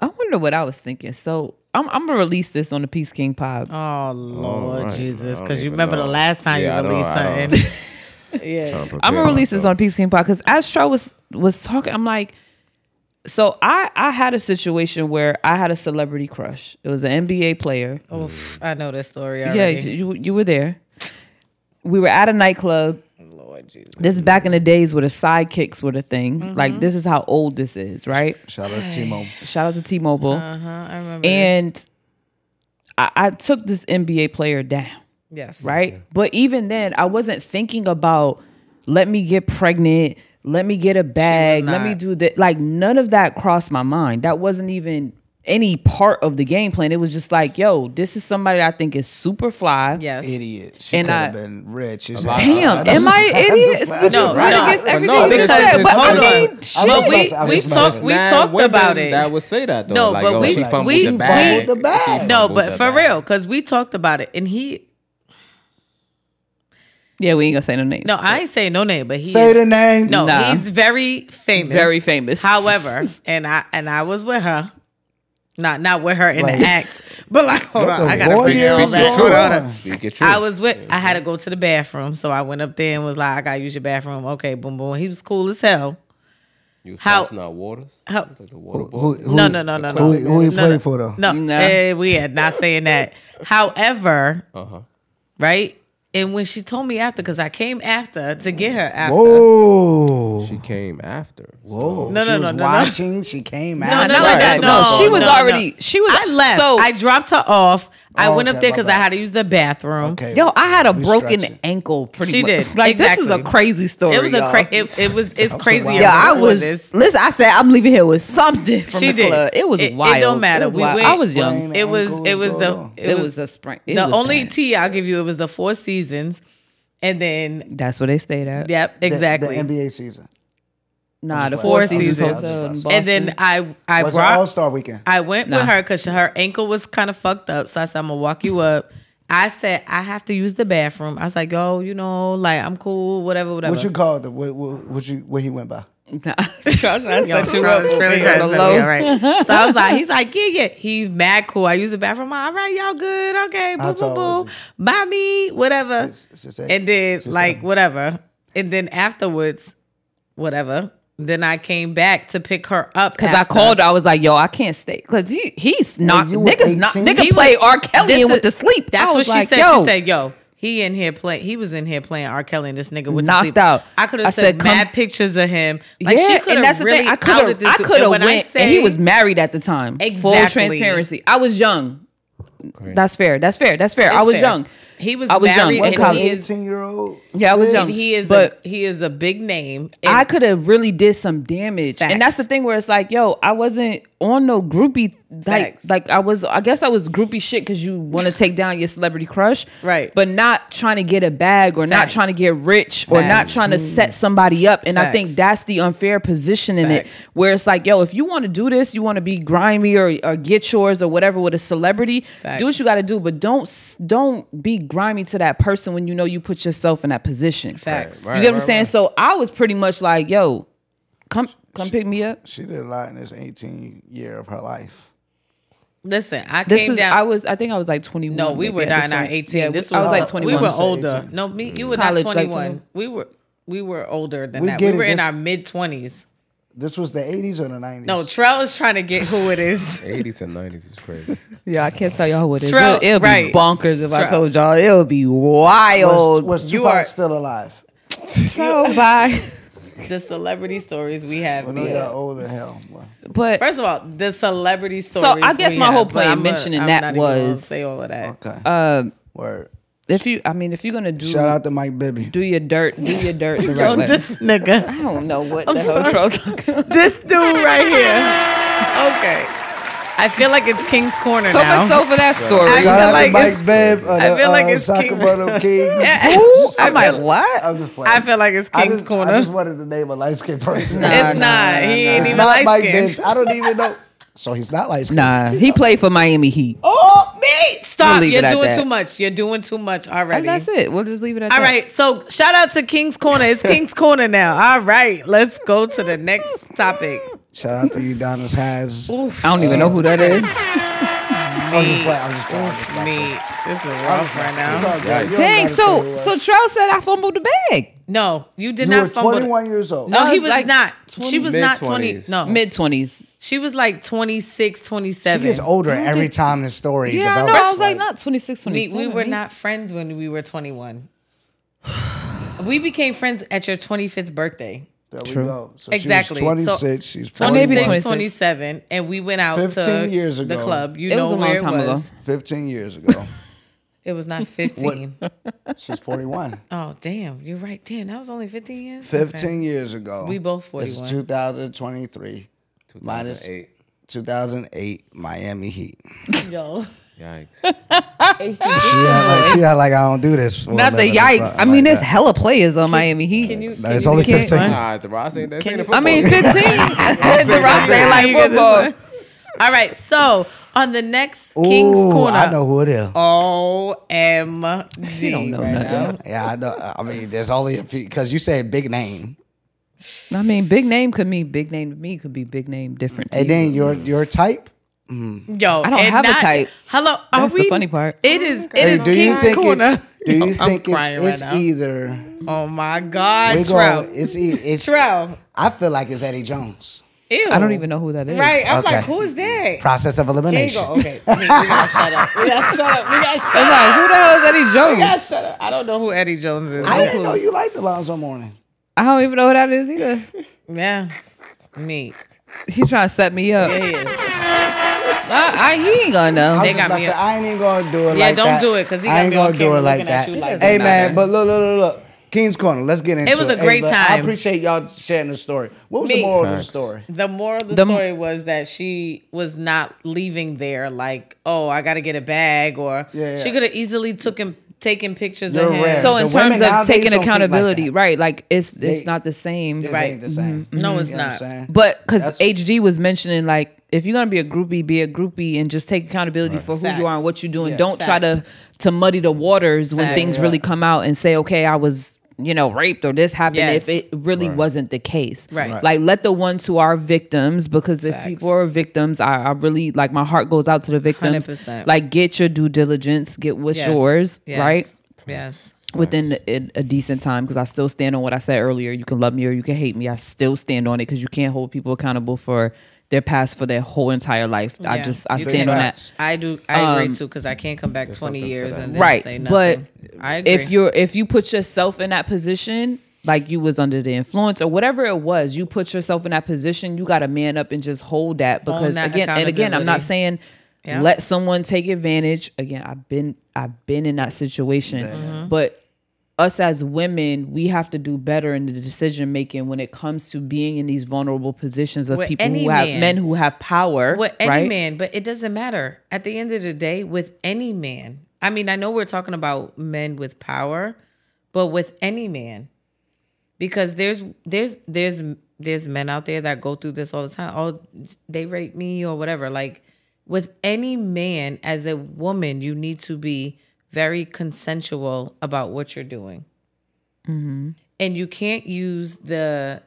S4: I wonder what I was thinking. So I'm, I'm gonna release this on the Peace King pod.
S5: Oh Lord Jesus,
S2: I don't
S5: because you
S2: even
S5: remember the
S2: know.
S5: last time
S2: Yeah, I
S5: you
S2: don't-
S5: released
S2: I don't-
S5: something.
S4: I'm gonna release this on Peace King Pod because as Tro was was talking, I'm like, so I I had a situation where I had a celebrity crush. It was an NBA player.
S5: Oof, I know this story
S4: Yeah,
S5: already.
S4: you you were there. We were at a nightclub.
S5: Lord Jesus.
S4: This is back in the days where the sidekicks were the thing.
S5: Mm-hmm.
S4: Like this is how old this is, right?
S3: Shout out to Timo.
S4: Shout out to T-Mobile.
S5: Uh-huh, I remember.
S4: And I, I took this NBA player down.
S5: yes.
S4: right? But even then, I wasn't thinking about let me get pregnant, let me get a bag, let me
S5: not.
S4: do that. Like none of that crossed my mind. That wasn't even any part of the game plan. It was just like, yo, this is somebody I think is super fly.
S5: Yes.
S3: Idiot. She
S4: And
S3: could
S4: I-
S3: have been rich. It's
S4: Damn, am I an idiot? It's just
S5: No,
S4: right
S5: no.
S4: against
S5: But
S4: everything
S2: no,
S4: you
S2: this
S4: said.
S2: is-
S4: But
S2: hold
S4: I
S5: on.
S3: I
S4: mean,
S5: But
S3: was about
S5: we,
S3: to- I
S5: we
S3: was about
S5: talked
S3: to-
S5: we
S2: Mad
S5: talked
S2: women
S5: about it.
S2: That would say that though.
S5: No,
S2: like,
S5: but
S2: yo,
S5: we-
S2: she fumbled
S5: we-
S2: the bag.
S3: fumbled
S2: She
S3: the bag.
S5: no,
S2: fumbled
S5: but
S2: the
S5: for
S2: bag.
S5: real, because we talked about it, and he
S4: yeah, we ain't gonna say no names.
S5: no, I ain't saying no name, but he
S3: Say
S5: is-
S3: the name.
S5: No,
S4: Nah.
S5: he's very famous.
S4: Very famous.
S5: However, and I and I was with her. Not not with her in
S3: Like-
S5: the act, but like hold on,
S3: the
S5: I gotta
S3: voyeur
S5: bring it all
S3: is
S5: back.
S3: going
S5: Hold on.
S3: on?
S2: You get your-
S5: I was with. I had to go to the bathroom, so I went up there and was like, "I gotta use your bathroom." Okay, boom, boom. He was cool as hell.
S2: You
S5: How-
S2: passing out water?
S5: How,
S2: The water
S3: Who,
S2: boy.
S3: who,
S5: no, no, no, no, no.
S3: Who, who he
S5: no,
S3: played
S5: no.
S3: for though?
S5: No,
S4: No.
S5: eh, we are not saying that. However,
S2: Uh-huh.
S5: right? And when she told me after, because I came after to get her after.
S3: Oh.
S2: She came after.
S3: Whoa.
S5: No,
S3: she
S5: no,
S3: was
S5: no, no, no.
S3: watching. She came out.
S4: no, Not like that.
S2: No,
S4: she was already- she was-
S5: I left.
S4: so-
S5: I dropped her off. I
S3: Oh,
S5: went
S3: okay,
S5: up there
S3: my
S5: because I
S3: bad.
S5: had to use the bathroom.
S3: Okay.
S4: Yo, I had a
S3: Restructure.
S4: broken ankle. Pretty
S5: She
S4: much.
S5: did.
S4: Like this was a
S5: Exactly.
S4: crazy story.
S5: It was a
S4: y'all.
S5: cra- it, it was it's crazy.
S3: wild.
S5: I'm
S4: Yeah, I
S5: doing
S4: was.
S5: this.
S4: Listen, I said I'm leaving here with something from
S5: She
S4: the
S5: did.
S4: club. It was
S5: It- it
S4: wild.
S5: don't matter.
S4: was
S5: We
S4: wild.
S5: went-
S4: I was young.
S3: Brain
S5: It was
S3: ankles
S5: it was the
S3: going
S4: It, was, a spring. it
S5: the
S4: was
S5: only
S4: bad.
S5: tea I'll give you. It was the Four Seasons, and then
S4: That's where they stayed at.
S5: yep,
S3: The-
S5: exactly.
S3: The, NBA season
S4: Nah, the
S5: Four
S4: Four Seasons
S5: Seasons.
S4: Hotel in Boston.
S5: and then I I
S3: was
S5: brought
S3: All Star Weekend.
S5: I went
S4: Nah.
S5: with her because her ankle was kind of fucked up. So I said, I'm gonna walk you up. I said, I have to use the bathroom. I was like, yo, you know, like I'm cool, whatever, whatever.
S3: What you called it? What, what, what you what he went by?
S4: Nah, Charles, that's
S5: Yo,
S4: such a
S5: Charles
S4: rough
S5: really
S4: thing
S5: trying
S4: on
S5: to
S4: the
S5: set me
S4: low.
S5: up, right. So I was like, he's like, yeah, yeah. He mad cool. I use the bathroom. I'm like, All right, y'all good. Okay,
S3: How
S5: boo,
S3: tall
S5: boo, boo.
S3: was
S5: Bye me, whatever.
S3: Six- six, eight,
S5: and then
S3: six,
S5: like
S3: seven.
S5: whatever. And then afterwards, whatever. Then I came back to pick her up
S4: Cause I
S5: after.
S4: called her, I was like, "Yo, I can't stay." Cause he he's not
S3: you were
S4: niggas not
S3: 18?
S4: nigga
S3: He
S4: play
S5: was-
S4: R. Kelly and
S5: This is-
S4: with the sleep. I
S5: That's what
S4: was
S5: she
S4: like,
S5: said.
S4: Yo,
S5: She said, "Yo, he in here playing. He was in here playing R. Kelly, and this nigga went
S4: Knocked
S5: to sleep.
S4: out.
S5: I could
S4: I
S5: have
S4: said,
S5: said
S4: come-
S5: mad pictures of him. Like
S4: yeah,
S5: she could
S4: and that's
S5: have
S4: the
S5: really
S4: thing. I could
S5: outed
S4: have,
S5: this.
S4: I
S5: dude.
S4: could
S5: And
S4: have
S5: when
S4: went,
S5: I say,
S4: and he was married at the time. Full
S5: Exactly.
S4: transparency. I was young. That's fair. That's fair. That's fair. I
S5: It's
S4: was
S5: fair.
S4: young.
S5: He was
S4: I was young
S5: married
S4: in
S5: and
S4: college.
S5: he is-
S3: eighteen year old.
S4: Yeah, I was
S3: still?
S4: young.
S5: he is
S4: But-
S5: a he is a big name. And
S4: I could have really did some damage, and that's
S5: Facts.
S4: the thing where it's like, yo, I wasn't on no groupie like
S5: Facts.
S4: like I was. I guess I was groupie shit because you want to take down your celebrity crush,
S5: Right.
S4: But not trying to get a bag or not
S5: Facts.
S4: trying to get rich or not
S5: Facts. Mm.
S4: trying to set somebody up. And I think
S5: Facts.
S4: that's the unfair position in
S5: Facts.
S4: it, where it's like, yo, if you want to do this, you want to be grimy or, or get yours or whatever with a celebrity, do what you got to do, but don't s- don't be grimy to that person when you know you put yourself in that position.
S5: facts.
S2: Right,
S4: You get what
S2: right,
S4: I'm saying? So I was pretty much like, yo, come come pick me up.
S3: She did a lot in this eighteen year of her life.
S5: Listen, I
S4: This
S5: came
S4: is
S5: down.
S4: I was I think I was like 21.
S5: no, we
S4: maybe
S5: were
S4: at this
S5: not in our
S4: point.
S5: eighteen.
S4: Yeah,
S5: this
S4: I
S5: was
S4: was like
S5: uh,
S4: 21.
S5: We were
S3: say
S5: older.
S3: 18.
S5: No, me, you were
S4: College,
S5: not
S4: like
S5: twenty
S4: 21.
S5: one. We were we were older than
S3: We
S5: that.
S3: get
S5: We
S3: it,
S5: were in
S3: this-
S5: our mid twenties.
S3: This was the eighties or the nineties.
S5: No, Trell is trying to get who it is.
S2: 80s and 90s is crazy.
S4: Yeah, I can't tell y'all what it is.
S5: Trell-
S4: It'll, it'll be
S5: right.
S4: bonkers if I
S5: Trell.
S4: told y'all. It'll be
S3: was,
S4: wild.
S3: was
S5: you
S3: Tupac
S5: are-
S3: still alive?
S4: Trell, bye.
S5: the celebrity stories we have.
S3: When yeah.
S5: here.
S3: got older, hell. boy.
S4: But
S5: First of all, the celebrity stories.
S4: I guess
S5: we
S4: my
S5: have,
S4: whole
S5: but
S4: point in
S5: I'm a-
S4: mentioning
S5: I'm
S4: that
S5: not even gonna
S4: was-
S5: say all of that.
S3: Okay.
S5: Um,
S3: Word.
S4: if you I mean if you're gonna do
S3: Shout out to Mike Bibby.
S4: do your dirt, do your dirt the right
S5: Yo,
S4: way.
S5: Oh, this
S4: I
S5: nigga,
S4: don't know what the hell
S5: sorry.
S4: Trell's talking about.
S5: this dude right here. Okay, I feel like it's King's Corner
S4: So
S5: now.
S4: much so for that story.
S3: Shout
S5: I feel
S3: out
S5: like
S3: to Mike
S5: it's-
S3: Bibb of
S5: I
S3: the
S5: feel like
S3: uh,
S5: it's King-
S3: Sacramento Kings.
S4: Ooh,
S5: I
S4: I'm like,
S5: feel-
S4: what?
S3: I'm just playing.
S5: I feel like it's
S3: I
S5: King's
S3: just-
S5: Corner.
S3: I just wanted to name a light skinned person.
S4: Nah,
S5: it's not. he ain't
S3: It's
S5: even
S3: not
S5: light
S3: Mike
S5: skinned.
S3: Bibb. I don't even know. So he's not light skinned.
S4: Nah, he played for Miami Heat.
S5: Oh, me! Stop!
S4: We'll leave
S5: You're
S4: it at
S5: doing
S4: that.
S5: too much. You're doing too much
S4: And
S5: already.
S4: that's it. We'll just leave it at
S5: All
S4: that.
S5: right, so shout out to King's Corner. It's King's Corner now. All right, let's go to the next topic.
S3: Shout out to Udonis Has. I'm
S4: I don't even know who that is.
S3: just playing. Oh, I'm just playing. I'm just
S5: Me,
S3: messing.
S5: this is rough right
S3: It's
S5: now.
S3: all good. You don't
S4: Dang,
S3: gotta say
S4: so
S3: it
S4: so
S3: was.
S4: Trell said I fumbled the bag.
S5: No, you did
S3: you were
S5: not fumble.
S3: 21 years old.
S5: No,
S4: I
S5: he
S4: was
S5: was
S4: like
S5: not. She was not 20.
S2: mid-twenties.
S5: No.
S4: Mid twenties.
S5: She was like 26, 27.
S3: She gets older every time the story
S4: Yeah, I
S3: develops.
S4: know. I was like
S3: Like,
S4: not 26,
S5: We,
S4: 27.
S5: we were
S4: right?
S5: not friends when we were 21. we became friends at your 25th birthday.
S3: there we
S4: True.
S3: go. So
S5: Exactly.
S3: She
S5: So-
S3: was 26. she's
S4: Or maybe
S3: 21.
S5: 26,
S4: 26.
S5: 27. And we went out
S3: 15
S5: to
S3: years
S5: the
S3: ago.
S5: club. You
S4: It was
S5: know
S4: a long
S5: where it
S4: time ago.
S5: was.
S3: 15 years ago.
S5: It was not 15.
S3: She's 41.
S5: oh, damn. You're right. Damn, that was only 15 years? Okay.
S3: 15 years ago.
S5: We both
S3: It's
S5: 41.
S3: 2023 minus
S2: 2008.
S3: 2008 Miami Heat.
S5: Yo.
S2: Yikes.
S3: She had like, she had like I don't do this. for
S4: Not the
S3: a living or
S4: yikes.
S3: something
S4: I mean,
S3: like
S4: there's
S3: that.
S4: hella players on Miami Heat.
S3: No, it's only
S4: can't-
S3: 15.
S2: Nah, the Ross ain't that. ain't a
S4: I mean, 15. the roster ain't like
S5: You get this
S4: football.
S5: one? All right. So on the next
S3: Ooh,
S5: King's Corner. Oh,
S3: I know who it is.
S5: OMG.
S4: You don't know
S5: right now.
S4: nothing.
S3: Yeah, I know. I mean, there's only a few because you said big name,
S4: I mean, big name could mean big name to me, could be big name different. To
S3: and
S4: you.
S3: then your your type.
S5: Yo, I
S4: don't have a type.
S5: Hello, are
S4: That's the
S5: we-
S4: funny part.
S5: It is. It
S3: Hey,
S5: is
S3: do you
S5: King's
S3: think
S5: Corner.
S3: it's do you
S5: I'm
S3: think it's,
S5: crying right
S3: it's
S5: now.
S3: either
S5: oh my
S3: we
S5: God,
S3: go
S5: Trout.
S3: it's e- it's
S5: Trout.
S3: I feel like it's Eddie Jones.
S5: Ew.
S4: I don't even know who that is.
S5: Right. I'm
S3: Okay.
S5: like, who is that?
S3: Process of
S5: There you
S3: elimination.
S5: go. Okay. I mean, we gotta shut up. We gotta shut up. We gotta shut
S4: I'm
S5: up.
S4: like, who the hell is Eddie
S5: We
S4: Jones?
S5: gotta shut up. I don't know who Eddie Jones is.
S3: I didn't
S5: Who-
S3: know you liked Alonzo Morning.
S4: I don't even know who that is either.
S5: Yeah. Me.
S4: He trying to set me up.
S5: Yeah, he is.
S4: I, I, he ain't gonna know.
S5: They
S3: was
S5: got
S3: about
S5: me
S3: to say,
S5: up.
S3: I ain't even gonna do it
S5: Yeah,
S3: like that.
S5: don't do it, 'cause he
S3: I
S5: got
S3: ain't
S5: me on
S3: gonna do
S5: camera
S3: it like
S5: looking at
S3: that.
S5: you like
S3: Hey
S5: that.
S3: man, but look, look, look, look. King's Corner. Let's get into it.
S5: was a
S3: Hey,
S5: great
S3: but I
S5: time.
S3: appreciate y'all sharing the story. What was the
S5: Me.
S3: moral of the story?
S5: The moral of the,
S4: The-
S5: story was that she was not leaving there like, oh, I gotta get a bag, or
S3: Yeah, yeah.
S5: she could have easily took him taking pictures
S3: You're
S5: of him.
S3: rare.
S4: So in
S3: The women
S4: terms of
S3: nowadays
S4: taking
S3: don't think like
S4: accountability,
S3: that.
S4: right? Like it's it's
S3: They-
S4: not the same.
S3: It
S5: Right. Mm-hmm.
S3: ain't the same.
S5: No, it's
S3: You know what I'm
S5: not.
S3: saying?
S4: But because
S3: That's-
S4: HD was mentioning, like, if you're gonna be a groupie, be a groupie and just take accountability for who you are and
S5: Facts.
S4: what you're doing.
S3: Yeah.
S4: Don't try to to muddy the waters when
S5: Facts.
S4: things
S5: Yeah.
S4: really come out and say, okay, I was you know raped or this happened
S5: Yes.
S4: if it really wasn't the case
S5: Right. Right.
S4: like let the ones who are victims because if
S5: Facts.
S4: people are victims I, I really like my heart goes out to the victims
S5: 100%.
S4: like get your due diligence get what's
S5: Yes.
S4: yours
S5: Yes.
S4: right
S5: Yes.
S4: within a, a decent time because I still stand on what I said earlier. You can love me or you can hate me. I still stand on it because you can't hold people accountable for their past for their whole entire life. I
S5: Yeah.
S4: just I
S5: You
S4: stand on that.
S5: I do. I agree too because I can't come back twenty years and then
S4: Um, right
S5: say
S4: but
S5: nothing. I agree.
S4: if you're if you put yourself in that position like you was under the influence or whatever it was you put yourself in that position you got to man up and just hold that because
S5: that
S4: again and again i'm not
S5: accountability.
S4: saying
S5: Yeah.
S4: let someone take advantage again i've been i've been in that situation
S5: Mm-hmm.
S4: but us as women we have to do better in the decision making when it comes to being in these vulnerable positions of
S5: With
S4: people
S5: any
S4: who have
S5: man.
S4: men who have power
S5: with any
S4: right?
S5: man, but it doesn't matter. At the end of the day, with any man, I mean, I know we're talking about men with power, but with any man, because there's there's there's there's men out there that go through this all the time. Oh, they rape me or whatever. Like with any man, as a woman, you need to be very consensual about what you're doing and you can't use the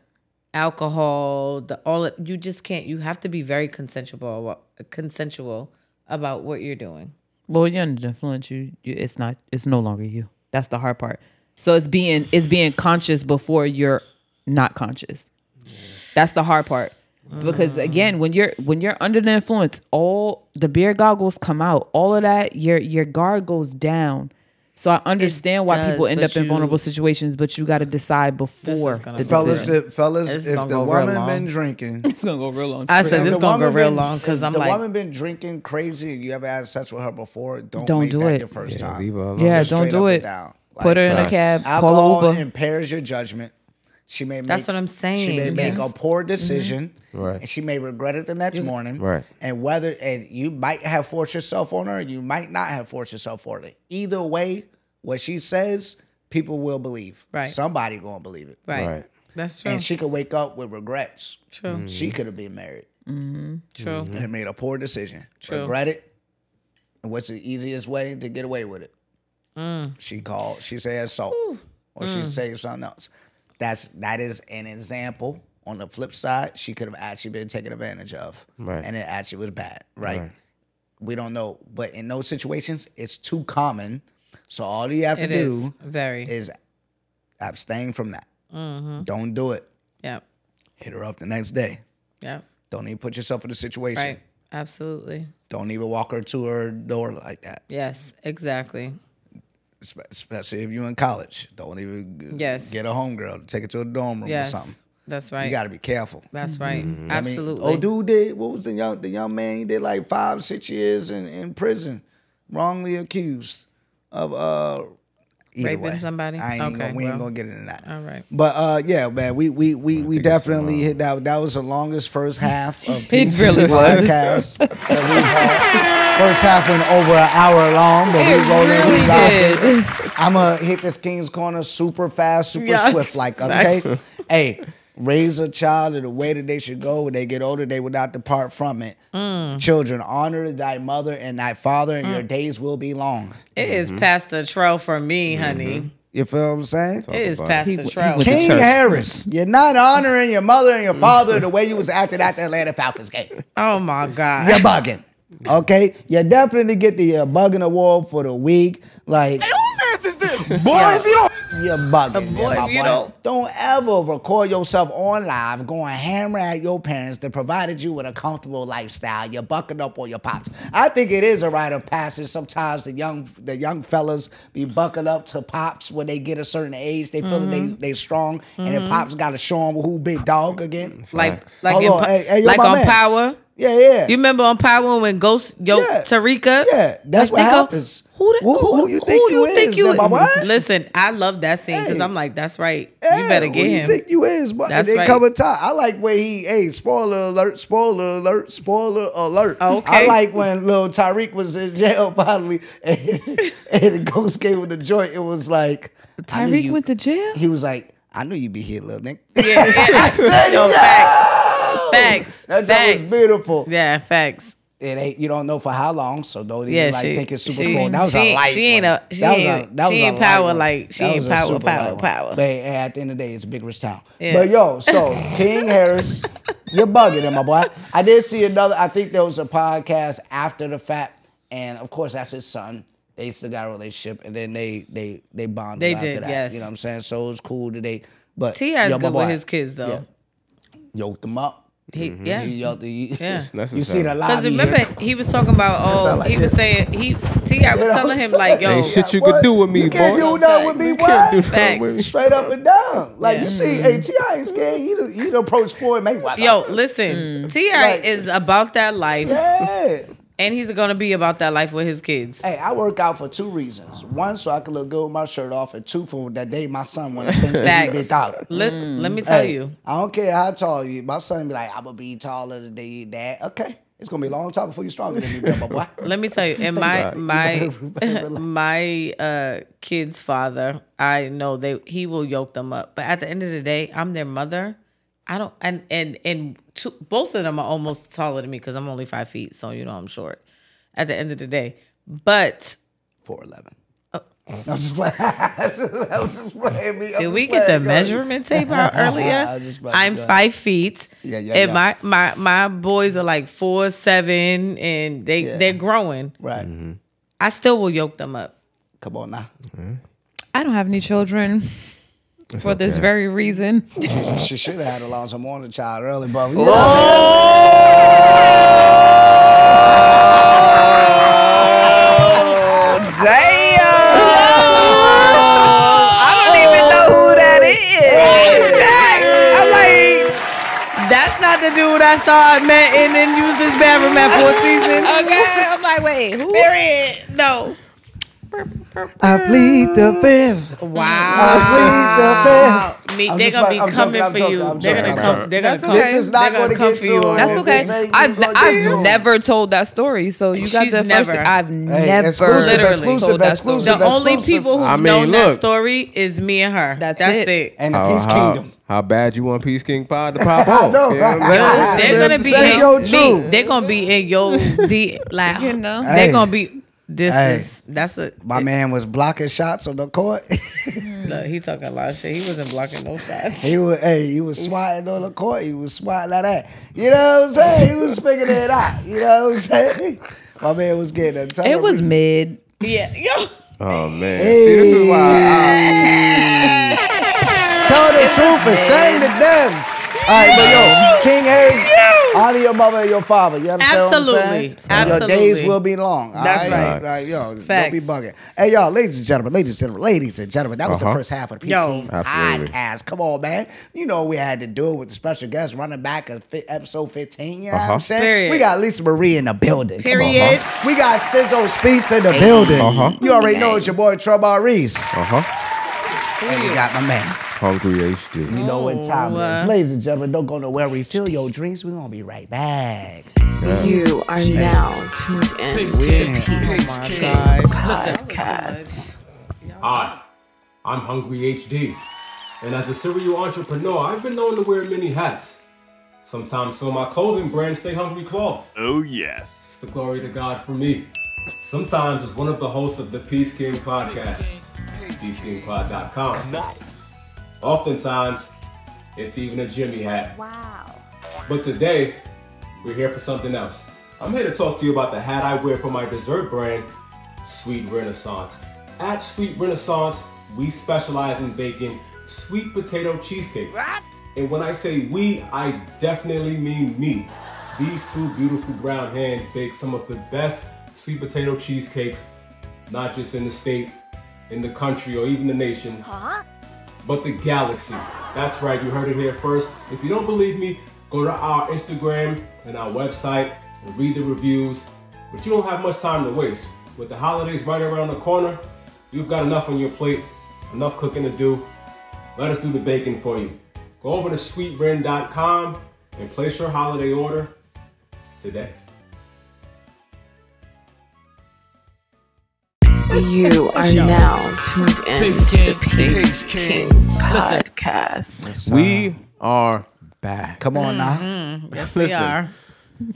S5: alcohol the all of- you just can't you have to be very consensual wa- consensual about what you're doing
S4: Well, when you're under the influence. You, you, it's not. It's no longer you. That's the hard part. So it's being it's being conscious before you're not conscious. That's the hard part.
S3: Uh.
S4: Because again, when you're when you're under the influence, all the beer goggles come out. All of that, your your guard goes down. So I understand why
S5: does,
S4: people end
S5: but
S4: up in
S5: you-
S4: vulnerable situations, but you got to decide before
S5: is gonna
S4: the
S5: be
S4: decision.
S5: serious.
S3: fellas, if, fellas,
S5: This is
S3: if
S5: gonna
S3: the
S5: go real
S3: woman
S5: long.
S3: been drinking,
S4: It's gonna go real long.
S5: i said
S3: If
S5: this
S3: the
S5: gonna go
S3: woman
S5: real
S3: been-
S5: long because
S3: if
S5: i'm
S3: the
S5: like
S3: woman been drinking crazy. and You ever had sex with her before? Don't
S4: Don't
S3: make
S4: do
S3: that
S4: it.
S3: Your first time.
S2: leave her alone.
S4: yeah,
S3: just
S4: don't
S3: straight
S4: do
S3: up and
S4: it.
S3: down. Like,
S4: Put her in a
S2: facts.
S4: cab.
S3: Alcohol
S4: Call a Uber.
S3: impairs your judgment. She may make,
S5: That's what I'm
S3: She may
S5: saying,
S3: make
S5: yes.
S3: a poor decision.
S2: Right.
S3: And she may regret it the next morning.
S2: Right.
S3: And whether and you might have forced yourself on her, you might not have forced yourself on her. Either way, what she says, people will believe.
S5: Right.
S3: Somebody gonna believe it.
S5: right,
S2: Right.
S5: that's true
S3: And she could wake up with regrets.
S5: true Mm-hmm.
S3: She could have been married
S5: true
S3: and made a poor decision.
S5: True.
S3: Regret it. And what's the easiest way to get away with it?
S5: Mm.
S3: She called. She said assault, or she said something else. That's that is an example. On the flip side, she could have actually been taken advantage of,
S2: Right.
S3: and it actually was bad, right? We don't know, but in those situations, it's too common. So all you have to
S5: it is Mm-hmm.
S3: do
S5: very
S3: is abstain from that. Don't do it.
S5: yep
S3: Hit her up the next day.
S5: yep
S3: Don't even put yourself in a situation.
S5: right absolutely
S3: Don't even walk her to her door like that,
S5: yes exactly
S3: Espe- especially if you're in college. Don't even g-
S5: Yes.
S3: get a homegirl, take her to a dorm room or
S5: yes
S3: something.
S5: that's
S3: You
S5: right
S3: got to be careful.
S5: that's right
S3: I mean,
S5: absolutely
S3: old dude did what was the young the young man? He did like five six years in, in prison, wrongly accused of uh either
S5: Raping
S3: way.
S5: somebody?
S3: I ain't even
S5: Okay,
S3: gonna, we ain't
S5: well.
S3: gonna get into that.
S5: all right
S3: But uh, yeah, man, we we we, we definitely hit that. That was the longest first half of Peace
S4: really was.
S3: podcast that we've had. First half went over an hour long, but we rolling.
S4: really
S3: we rocking.
S5: Mm-hmm.
S4: did.
S3: I'm gonna hit this King's Corner super fast, super
S5: Yes.
S3: swift, like okay.
S5: Nice.
S3: hey, raise a child in the way that they should go. When they get older, they will not depart from it.
S4: Mm.
S3: Children, honor thy mother and thy father, and your days will be long.
S5: it is past the trail for me honey
S3: You feel what I'm saying?
S5: Mm-hmm. it is
S2: about
S5: past
S4: He
S5: the
S4: w- he
S5: trail
S4: went to
S3: King
S4: church.
S3: Harris, you're not honoring your mother and your father the way you was acting at the Atlanta Falcons game.
S5: oh my god
S3: You're bugging. Okay? You definitely get the uh, bugging award for the week. Like,
S1: Boy, if you don't.
S3: you're bugging.
S5: boy,
S3: yeah, my
S5: you
S3: boy.
S5: don't-
S3: Don't ever record yourself on live going hammer at your parents that provided you with a comfortable lifestyle. You're bucking up on your pops. I think it is a rite of passage. Sometimes the young the young fellas be bucking up to pops when they get a certain age. They feel that
S5: Mm-hmm.
S3: they they strong, and then pops got to show them who big dog again.
S5: like
S2: Facts.
S5: Mm-hmm. like
S3: Hold
S5: in
S3: on.
S5: po-
S3: Hey, hey, yo,
S5: like
S3: my
S5: on
S3: mans.
S5: power.
S3: Yeah, yeah.
S5: You remember on Power when Ghost yo
S3: Yeah.
S5: Tarika?
S3: Yeah, that's what
S5: they go,
S3: happens.
S5: Who, the,
S3: Who-
S5: who,
S3: who you think you is,
S5: you
S3: then, my boy?
S5: Listen, I love that scene because
S3: Hey.
S5: I'm like, that's right.
S3: Yeah,
S5: you better
S3: who
S5: get him.
S3: You think you is, but
S5: That's
S3: and they
S5: right.
S3: come top. I like when he. Hey, spoiler alert! Spoiler alert! Spoiler alert!
S5: Okay.
S3: I like when little Tyreek was in jail finally, and, and the ghost gave him the joint. It was like I knew
S4: Tyreek
S3: you-
S4: went to jail.
S3: He was like, "I knew you'd be here, little nigga."
S5: yeah, yeah. no, facts. Facts.
S3: That joint was
S5: facts.
S3: beautiful.
S5: Yeah, facts.
S3: It ain't you don't know for how long, so don't even
S5: Yeah,
S3: like
S5: she-
S3: think it's super
S5: she-
S3: small. That was
S5: she-
S3: a light
S5: she ain't
S3: one.
S5: a- she
S3: That was
S5: ain't-
S3: that
S5: she
S3: was a
S5: ain't
S3: light
S5: power
S3: one.
S5: like- she
S3: That
S5: ain't
S3: was a
S5: power,
S3: super
S5: power,
S3: light one.
S5: power.
S3: But hey, at the end of the day, it's a big rich town.
S5: Yeah.
S3: But yo, so King Harris, you're bugging him, my boy. I did see another. I think there was a podcast after the fact, and of course that's his son. They still got a relationship, and then they they they bonded.
S5: They
S3: after
S5: did,
S3: that,
S5: yes.
S3: You know what I'm saying? So it's cool that they. But
S5: T.I. is
S3: yo, my
S5: good with
S3: boy,
S5: his kids though.
S3: Yeah. Yoked them up.
S5: He, yeah.
S3: He uh, yoked, he,
S5: Yeah.
S2: It's necessary.
S3: you see the
S5: Because
S3: live.
S5: remember, he was talking about, oh,
S3: sound like
S5: he was
S3: this.
S5: saying, he, T.I. was
S3: You know what
S5: telling
S3: I'm
S5: him, like, yo,
S2: Ain't shit you could do with me,
S3: you
S2: boy.
S3: can't do nothing with me.
S2: You
S3: What?
S2: can't do nothing
S5: Facts.
S2: with me.
S3: Straight up and down. Like you see, hey, Ti ain't scared. He done- he done approached Floyd Mayweather.
S5: yo, listen, T.I.
S3: Mm. Like-
S5: is about that life,
S3: yeah.
S5: and he's going to be about that life with his kids.
S3: Hey, I work out for two reasons. One, so I can look good with my shirt off, and two, for that day my son want to think that he
S5: Facts.
S3: big out.
S5: Let, let me tell
S3: Hey,
S5: you.
S3: I don't care how tall you. My son be like, I'm gonna be taller than they that. Okay, it's gonna be a long time before you're stronger than me, my boy.
S5: Let me tell you, and my my my uh, kid's father, I know they he will yoke them up. But at the end of the day, I'm their mother. I don't and and and two, both of them are almost taller than me because I'm only five feet, so you know I'm short. At the end of the day, but
S3: Four eleven.
S5: Oh.
S3: I was just playing. I was just playing. Me.
S5: Did we get the measurement tape out
S3: I
S5: earlier?
S3: was just about to
S5: I'm
S3: go.
S5: five feet.
S3: Yeah, yeah,
S5: And
S3: yeah.
S5: my my my boys are like four seven, and they
S3: Yeah.
S5: they're growing.
S3: Right.
S5: Mm-hmm. I still will yoke them up.
S3: Come on now.
S4: I don't have any children for this
S2: okay.
S4: very reason.
S3: She, she should have had a Alonzo Mourning child early, but
S5: Oh,
S3: you
S5: I don't even know who that is. Facts. I'm like, that's not the dude I saw at Met and then used his bathroom at Four Seasons.
S4: Okay, I'm like, wait, who?
S5: Period. No.
S3: I plead the fifth. I plead the fifth.
S5: Me,
S3: I'm
S5: they're
S3: just
S5: gonna
S3: about-
S5: be
S3: I'm joking,
S5: coming
S3: I'm
S5: for
S3: joking,
S5: you.
S3: I'm
S5: they're
S3: joking,
S5: gonna
S3: I'm
S5: come. They're gonna
S4: That's
S5: come.
S4: okay. This
S3: is not
S5: they're
S3: gonna
S5: come
S3: get
S5: for
S3: to
S5: you.
S3: us.
S4: That's
S3: This is
S4: okay.
S3: ain't
S4: I've,
S3: gonna get to
S4: I've
S3: him.
S4: never told that story, so you got
S5: She's
S4: the first.
S5: never.
S4: I've never
S3: exclusive,
S4: told
S3: exclusive,
S4: that
S3: exclusive.
S4: story.
S5: The only
S3: exclusive.
S5: people who've
S2: I mean,
S5: known that
S2: look.
S5: story is me and her.
S4: That's it.
S3: And the
S2: How-
S3: Peace
S2: how,
S3: Kingdom.
S2: How bad you want Peace King Pod to pop off?
S3: know,
S2: You know what I'm
S3: right?
S2: saying?
S3: Yo,
S5: They're gonna be
S3: Say
S5: in
S3: your
S5: me.
S3: truth.
S5: They're gonna be in your D like
S4: You know?
S3: Hey.
S5: they're gonna be this
S3: Hey.
S5: is that's a
S3: My man was blocking shots on the court.
S5: no, he talking a lot of shit. He wasn't blocking no shots.
S3: he was, hey, he was swatting on the court. He was swatting like that. You know what I'm saying? He was figuring it out. You know what I'm saying? My man was getting a ton
S4: It
S3: of
S4: was mid.
S5: yeah, yo.
S2: Oh man, see, this is why.
S3: Tell the truth and shame the devs. All right, but yo, King Harry, honor your mother and your father. You understand what I'm saying?
S5: Absolutely. Absolutely.
S3: Your days will be long. all
S5: That's
S3: right?
S5: right.
S3: Like, yo,
S5: Facts.
S3: don't be bugging. Hey, y'all, ladies and gentlemen, ladies and gentlemen, ladies and gentlemen, that was
S2: Uh-huh.
S3: the first half of the Peace
S5: Yo.
S3: King
S2: Absolutely.
S3: podcast. Come on, man. You know we had to do it with the special guest running back of fi- episode 15. You know what
S2: Uh-huh.
S3: I'm saying?
S5: Period.
S3: We got Lisa Marie in the building. Come on.
S5: Period.
S3: We got Stizzo Speeds in the building.
S2: Uh-huh.
S3: You already know it's your boy Trevor Reese.
S2: Uh huh.
S3: And we got my man.
S2: Hungry HD.
S3: You know what time it
S5: uh,
S3: is. Ladies and gentlemen, don't go nowhere. Refill your drinks. We're going to be right back.
S5: mm-hmm.
S1: You are now tuned in with Peace King Podcast.
S6: Hi, I'm Hungry HD, and as a serial entrepreneur, I've been known to wear many hats. Sometimes for my clothing brand, Stay Hungry Cloth.
S7: Oh, yes.
S6: It's the glory to God for me. Sometimes as one of the hosts of the Peace King podcast, peacekingpod.com. Oftentimes, it's even a Jimmy hat. Wow. But today, we're here for something else. I'm here to talk to you about the hat I wear for my dessert brand, Sweet Renaissance. At Sweet Renaissance, we specialize in baking sweet potato cheesecakes. And when I say we, I definitely mean me. These two beautiful brown hands bake some of the best sweet potato cheesecakes, not just in the state, in the country, or even the nation, but the galaxy. That's right, you heard it here first. If you don't believe me, go to our Instagram and our website and read the reviews. But you don't have much time to waste. With the holidays right around the corner, you've got enough on your plate, enough cooking to do. Let us do the baking for you. Go over to sweetbrin.com and place your holiday order today.
S1: You are now tuned in with Peace King Podcast.
S2: We are back.
S3: Come on now.
S5: Mm-hmm. Yes, we
S2: Listen.
S5: are.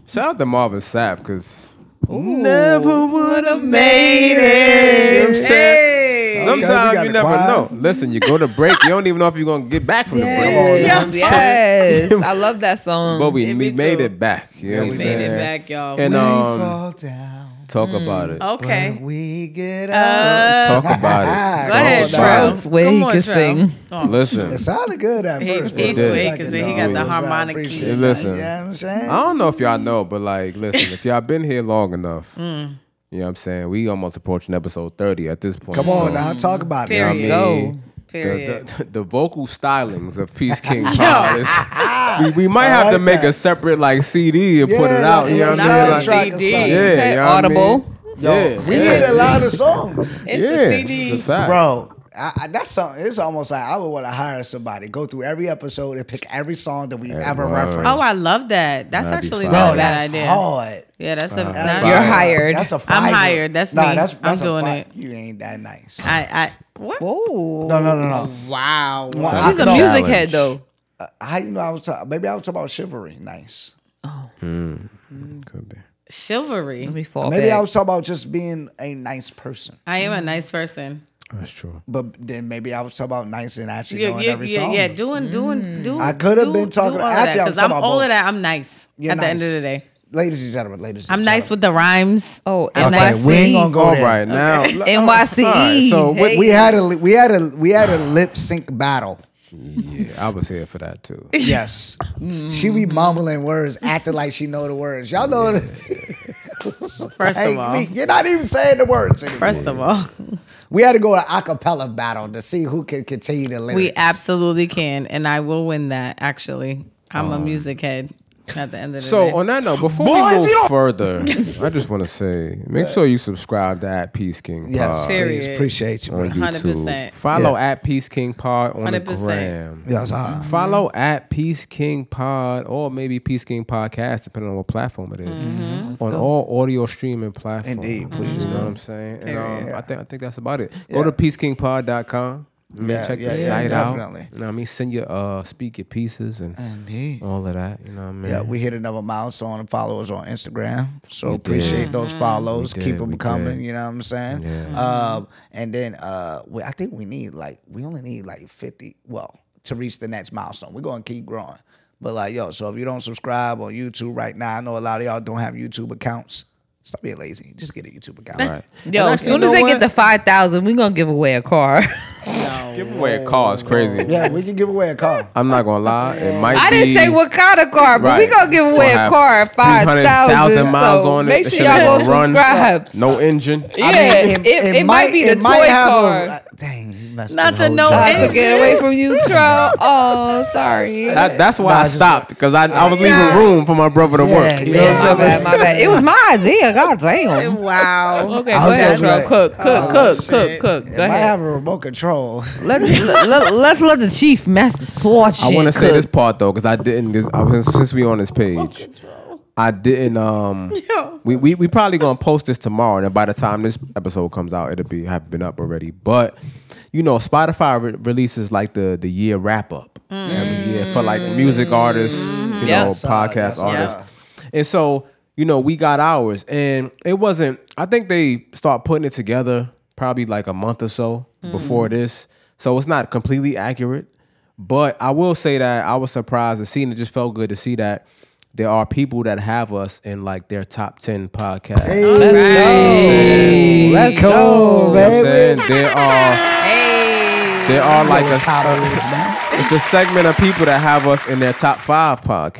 S2: Shout out to Marvin Sapp because never would have
S5: Made it.
S2: I'm saying?
S5: Hey.
S3: Okay, we
S2: Sometimes
S3: got
S2: you
S3: a
S2: never
S3: choir.
S2: know. Listen, you go to break, you don't even know if you're gonna get back from the break.
S3: on,
S2: You know what I'm saying?
S4: Yes, I love that song.
S2: But we,
S5: me
S2: we made
S5: too.
S2: it back. You know
S5: We
S2: what I'm
S5: made it
S2: saying?
S5: back, y'all.
S2: And
S3: We
S2: um,
S3: fall down.
S2: Talk about it.
S3: Hmm.
S5: Okay.
S3: We get
S5: Uh,
S3: up.
S2: Talk about it.
S5: Go ahead,
S2: Talk about
S5: Trell.
S2: it.
S4: Trell's way
S5: Come
S4: he
S5: on,
S4: can
S5: Trell.
S4: sing.
S5: Oh.
S2: Listen,
S3: It sounded good at
S5: He-
S3: first.
S5: he
S3: but the
S5: sweet,
S3: second
S5: 'cause then he
S3: dog
S5: got the
S3: was- I
S5: harmonic
S3: appreciate
S5: key.
S3: it.
S2: Listen.
S3: You know what I'm saying?
S2: I don't know if y'all know, but like, listen, if y'all been here long enough,
S3: Mm.
S2: you know what I'm saying? We almost approaching episode 30 at this point.
S3: Come
S2: so,
S3: on now, talk about
S2: You know what I
S5: Period.
S2: mean?
S4: Go.
S2: The-
S5: Period.
S2: The, the, the vocal stylings of Peace King Pod is- we, we might have to
S3: like
S2: make a
S3: that.
S2: separate like CD and
S3: Yeah,
S2: put it out.
S3: like
S2: you know what
S3: a
S2: I'm
S3: soundtrack
S2: saying? Like,
S5: CD.
S3: or
S2: yeah,
S3: something.
S2: you know what I mean?
S4: Audible.
S2: Yeah,
S3: Yo, we did a lot of songs.
S5: It's
S2: yeah,
S5: the CD.
S2: it's a fact.
S3: Bro, I, I, that's something. It's almost like I would want to hire somebody, go through every episode and pick every song that we've ever
S2: word.
S5: Oh,
S3: referenced.
S5: I love that. That's
S2: That'd be
S5: actually
S2: fire.
S5: not
S2: Bro,
S5: a
S3: that's
S5: bad idea.
S3: hard.
S5: Yeah, that's a.
S2: that's
S5: that-
S2: fire.
S4: You're
S2: Wow.
S4: hired.
S3: That's a
S5: I'm
S3: fiver.
S5: hired. That's
S3: Nah,
S5: me.
S3: that's, that's
S5: I'm
S3: a
S5: doing
S3: fi-
S5: it.
S3: You ain't that nice.
S5: I. I. What?
S4: Whoa.
S3: No, no, no, no.
S5: Wow.
S3: Well, I-
S4: She's a
S3: no.
S4: music head though.
S3: How you know I was talking? Maybe I was talking about chivalry. Nice.
S2: Could be.
S4: Let
S5: Chivalry.
S4: me fall
S3: Maybe
S4: back.
S3: I was talking about just being a nice person.
S5: I am a nice person.
S2: That's true.
S3: But then maybe I was talking about nice and actually
S5: Yeah,
S3: knowing
S5: yeah,
S3: every
S5: yeah,
S3: song.
S5: yeah. Doing, doing, doing.
S3: I could have been talking- actually, I was
S5: because I'm
S3: talking about
S5: all
S3: both.
S5: of that. I'm nice.
S3: You're
S5: at the end of
S3: nice.
S5: the day,
S3: Ladies and gentlemen, ladies.
S5: I'm
S3: and
S5: nice
S3: gentlemen.
S5: with the rhymes.
S4: Oh,
S5: And
S3: Okay,
S5: that's
S3: we ain't gonna go
S2: All
S3: there.
S2: right, now all right,
S4: NYCE.
S2: so what-
S4: Hey.
S3: We had a we had a we had a lip sync battle.
S2: yeah, I was here for that too.
S3: Yes, she be mumbling words, acting like she know the words. Y'all know.
S5: First
S3: Hey,
S5: of all,
S3: Glee, you're not even saying the words. Anymore.
S5: first of all,
S3: We had to go to acapella battle to see who can continue the lyrics.
S5: we absolutely can, and I will win that. Actually, I'm a music head. At the end of the day,
S2: So on that note, before we move further, I just want to say, make sure you subscribe to at Peace King Pod
S3: Yes, please
S5: Period.
S3: appreciate you.
S2: on
S3: man.
S2: YouTube.
S5: 100%.
S2: Follow
S3: Yeah.
S2: at Peace King Pod on the
S5: 100%.
S2: gram.
S3: Yes, uh,
S2: Follow at Peace King Pod or maybe Peace King Podcast, depending on what platform it is, on all audio streaming platforms.
S3: Mm-hmm. Indeed, please.
S2: You know what I'm saying? And um, I think I think that's about it. Go to peacekingpod.com. I mean,
S3: Yeah,
S2: check
S3: yeah,
S2: the
S3: yeah,
S2: site
S3: definitely.
S2: out. You know what I mean, send your uh, speak your pieces and
S3: Indeed.
S2: all of that. You know what I mean?
S3: Yeah, we hit another milestone of followers on Instagram. So appreciate
S5: Mm-hmm.
S3: those follows.
S2: We
S3: Keep
S2: did, we
S3: them coming.
S2: did.
S3: You know what I'm saying?
S2: Yeah.
S3: Um, and then uh, we, I think we need like we only need like 50. Well, to reach the next milestone, we're gonna keep growing. But like yo, so if you don't subscribe on YouTube right now, I know a lot of y'all don't have YouTube accounts. Stop being lazy. Just get a YouTube account.
S2: Right.
S4: Yo, as soon as they get the five thousand, we gonna give away a car.
S2: Give away a car is crazy.
S3: Yeah, we can give away a car.
S2: I'm not gonna lie. It might
S4: I
S2: be.
S4: didn't say what kind of car, but we
S2: Right.
S4: gonna give
S2: It's
S4: away
S2: gonna
S4: a
S2: have
S4: car at five
S2: 300,000
S4: thousand.
S2: miles
S4: So
S2: on it.
S4: make
S2: That
S4: sure
S2: shit
S4: y'all
S2: ain't
S4: go
S2: gonna run.
S4: subscribe.
S2: No engine.
S4: Yeah, it, it, might be the toy car.
S3: A, dang, you messed
S5: Not
S3: the
S5: the
S3: whole
S5: no
S3: joke.
S4: I took it away from you, Troll. Oh, sorry.
S2: That, that's why
S3: Nah,
S2: I
S3: it's just
S2: stopped because I, I was leaving room for my brother to work.
S3: Yeah,
S2: You know
S3: yeah.
S2: what
S4: my
S2: I'm saying?
S4: bad, my bad. It was my idea. God damn.
S5: wow.
S4: Okay,
S3: I
S4: go
S3: was
S4: ahead,
S3: gonna
S4: Troll.
S3: be like,
S4: cook, cook, cook, cook,
S5: shit.
S4: cook.
S3: It
S4: Go
S3: might
S4: ahead.
S3: have a remote control.
S4: Let, let, let, let's let the chief master sword
S2: I
S4: shit.
S2: want to say
S4: cook.
S2: this part though because I didn't. This, I was, since we on this page, I didn't. Um, we, we we probably gonna post this tomorrow, and by the time this episode comes out, it'll be have been up already. But you know, Spotify re- releases like the the year wrap up every year for like music artists, you know,
S4: Mm. Yes.
S2: podcast artists,
S3: Yeah.
S2: and so you know we got ours, and it wasn't. I think they start putting it together probably like a month or so before this, so it's not completely accurate. But I will say that I was surprised and seeing it just felt good to see that there are people that have us in like their top ten podcasts.
S4: Let's
S3: Come
S2: You know
S3: on,
S4: go.
S2: what I'm
S3: baby.
S2: saying? There are there are like a, it's a segment of people that have us in their top five podcasts.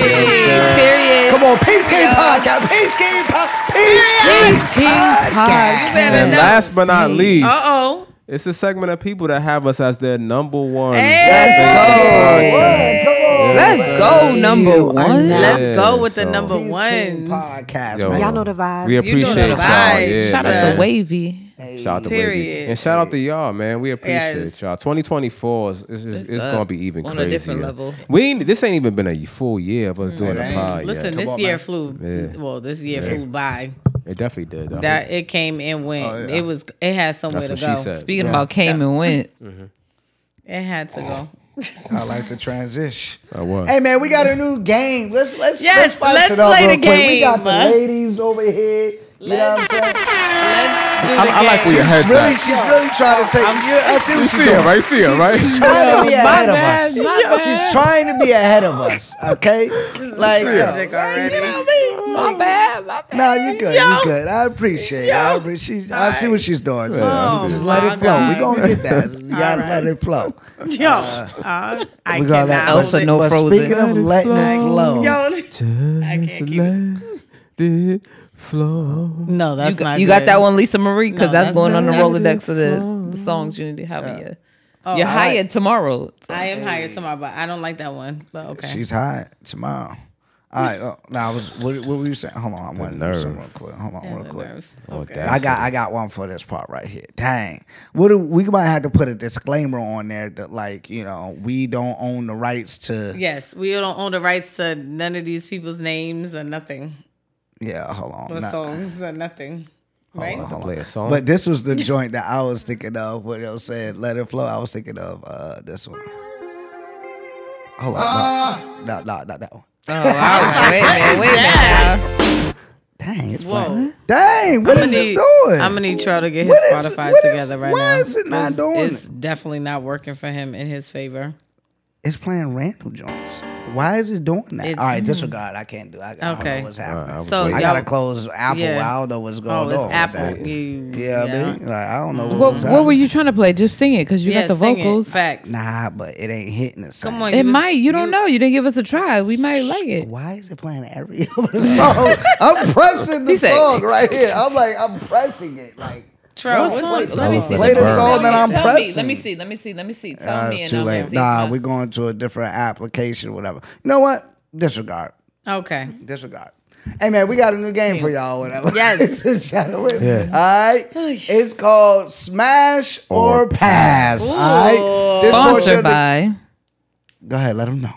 S5: Period.
S3: Come on, Peace Game Podcast. Peace Game Podcast. Peace Game Podcast.
S2: And last but not least,
S5: Uh oh.
S2: it's a segment of people that have us as their number one.
S5: Hey.
S2: favorite podcast.
S4: Let's go, number
S1: You are
S4: one.
S1: not-
S5: Let's
S2: Yeah,
S5: go with the
S2: so-
S5: number
S3: Peace Game
S5: one.
S3: Podcast,
S2: Yo.
S3: man.
S1: Y'all know the vibe.
S2: We
S5: You know the
S2: appreciate y'all.
S5: vibes.
S2: Yeah,
S4: Shout out
S2: man.
S4: to Wavy.
S2: Shout out to Wavy.
S5: Period.
S2: And shout out to y'all, man. We appreciate
S5: Yes.
S2: y'all. 2024 is it's, it's,
S4: up.
S2: gonna be even
S4: On a
S2: crazier.
S4: different level.
S2: We ain't, this ain't even been a full year of us doing a pod.
S5: Listen,
S2: yet.
S5: this
S3: on,
S5: year
S3: man.
S5: flew. Well, this year flew by.
S2: it definitely did. though.
S5: That it came and went. It was. It had somewhere
S2: oh, That's what
S5: to
S2: she
S5: go.
S2: said.
S4: Speaking about came and went.
S5: It had to go.
S3: I like the transition.
S2: I was.
S3: Hey man, we got a new game. Let's let's
S5: Yes,
S3: let's spice
S5: let's
S3: it up
S5: play
S3: real
S5: the
S3: quick. We got the
S5: game.
S3: ladies over here. You know what I'm saying?
S5: Let's do the
S2: I- I like
S5: game.
S2: where your head's
S3: Really,
S2: at.
S3: she's really trying to take. Yeah, I see what
S2: You
S3: she's
S2: see
S3: doing.
S2: it, right? You see it,
S3: She-
S2: right?
S3: She's trying to be
S5: Yo, my
S3: ahead of
S5: bad,
S3: us.
S5: my bad.
S3: She's trying to be ahead of us. Okay, like yo,
S5: Magic already.
S3: you know what I mean?
S5: My bad, my bad.
S3: No, you good.
S5: Yo.
S3: You good. I appreciate it. I,
S5: Yo.
S3: appreciate, I see what she's doing.
S2: Yeah, I see
S3: Just
S5: it.
S3: let
S5: Oh,
S3: it flow.
S5: my
S3: We're going to get that. You got to
S5: All
S3: let
S5: right.
S3: it flow.
S5: Yo, uh, I
S3: We
S5: cannot.
S3: got that.
S5: hold
S4: Elsa,
S5: it.
S4: no
S3: but
S4: frozen.
S3: speaking of letting it flow,
S5: Yo, I can't keep it. No, that's
S4: You, got,
S5: not.
S4: you
S5: good.
S4: got that one, Lisa Marie, because
S5: No,
S4: that's,
S5: that's
S4: going on the
S5: not-
S4: Rolodex of the, the songs you need to have. in your- You're
S5: all right.
S4: hired tomorrow.
S5: I am hired tomorrow, but I don't like that one. But okay.
S3: she's hot tomorrow. All right. Oh, now, I was, what, what were you saying? Hold on. I want to do
S2: nerve.
S3: something real quick. Hold on, real
S5: The
S3: quick.
S5: nerves.
S2: Oh,
S5: Okay.
S2: that's
S3: I got I got one for this part right here. Dang, what do, we might have to put a disclaimer on there that like you know we don't own the rights to yeah,
S5: Yes, we don't own the rights to none of these people's names or nothing,
S3: hold on,
S5: or
S3: Nah.
S5: songs or nothing. Right?
S2: To play a song.
S3: But this was the joint that I was thinking of when it said "Let It Flow." I was thinking of uh, this one. Hold on, no, no, no, not that one.
S4: wait a minute, wait a minute.
S3: Dang, it's
S5: Whoa.
S3: like, dang, what
S5: I'm
S3: is
S5: gonna
S3: this
S5: need,
S3: doing?
S5: I'm gonna need Trell to get his
S3: What is-
S5: Spotify
S3: what is-
S5: together right
S3: why
S5: now.
S3: is it not
S5: It's-
S3: doing
S5: It's
S3: it?
S5: definitely not working for him in his favor.
S3: it's playing random joints. Why is it doing that?
S5: It's-
S3: All right, disregard. I can't do. I, I don't know
S5: Okay.
S3: what's happening.
S2: I was
S5: So
S2: waiting.
S3: I
S5: y'all-
S3: gotta close Apple.
S5: yeah.
S3: I don't know what's going
S5: Oh,
S3: on.
S5: it's
S3: with that.
S5: Apple. You,
S3: Yeah, I mean, like I don't know what,
S4: What,
S3: was
S4: what
S3: happening.
S4: were you trying to play? Just sing it because you got
S5: Yeah,
S4: the
S5: sing it.
S4: vocals.
S5: Facts.
S3: Nah, but it ain't hitting the same.
S5: Come on,
S4: It
S5: you was-
S4: might. You don't know. You didn't give us a try. We might like it.
S3: Why is it playing every other song? I'm pressing the
S4: He said-
S3: song right here. I'm like, I'm pressing it. Like,
S5: Trell, what's
S4: What's-
S5: the-
S4: let me see.
S2: Play the
S4: let me see.
S2: song
S4: Tell
S3: that
S4: me,
S3: I'm
S4: tell Me,
S3: pressing.
S4: let me see. Let me see. Let me see. Tell
S3: uh,
S4: me.
S3: it's
S4: and
S3: too
S4: I'll
S3: late.
S4: see.
S3: Nah, we're going to a different application, whatever. You know what? Disregard.
S5: Okay.
S3: Disregard. Hey man, we got a new game for y'all. Whatever.
S5: Yes.
S3: Shadow it. All right. It's called Smash or,
S2: Or
S3: Pass. All right. This for
S4: Sponsored
S3: children-
S4: by
S3: Go ahead. Let them know.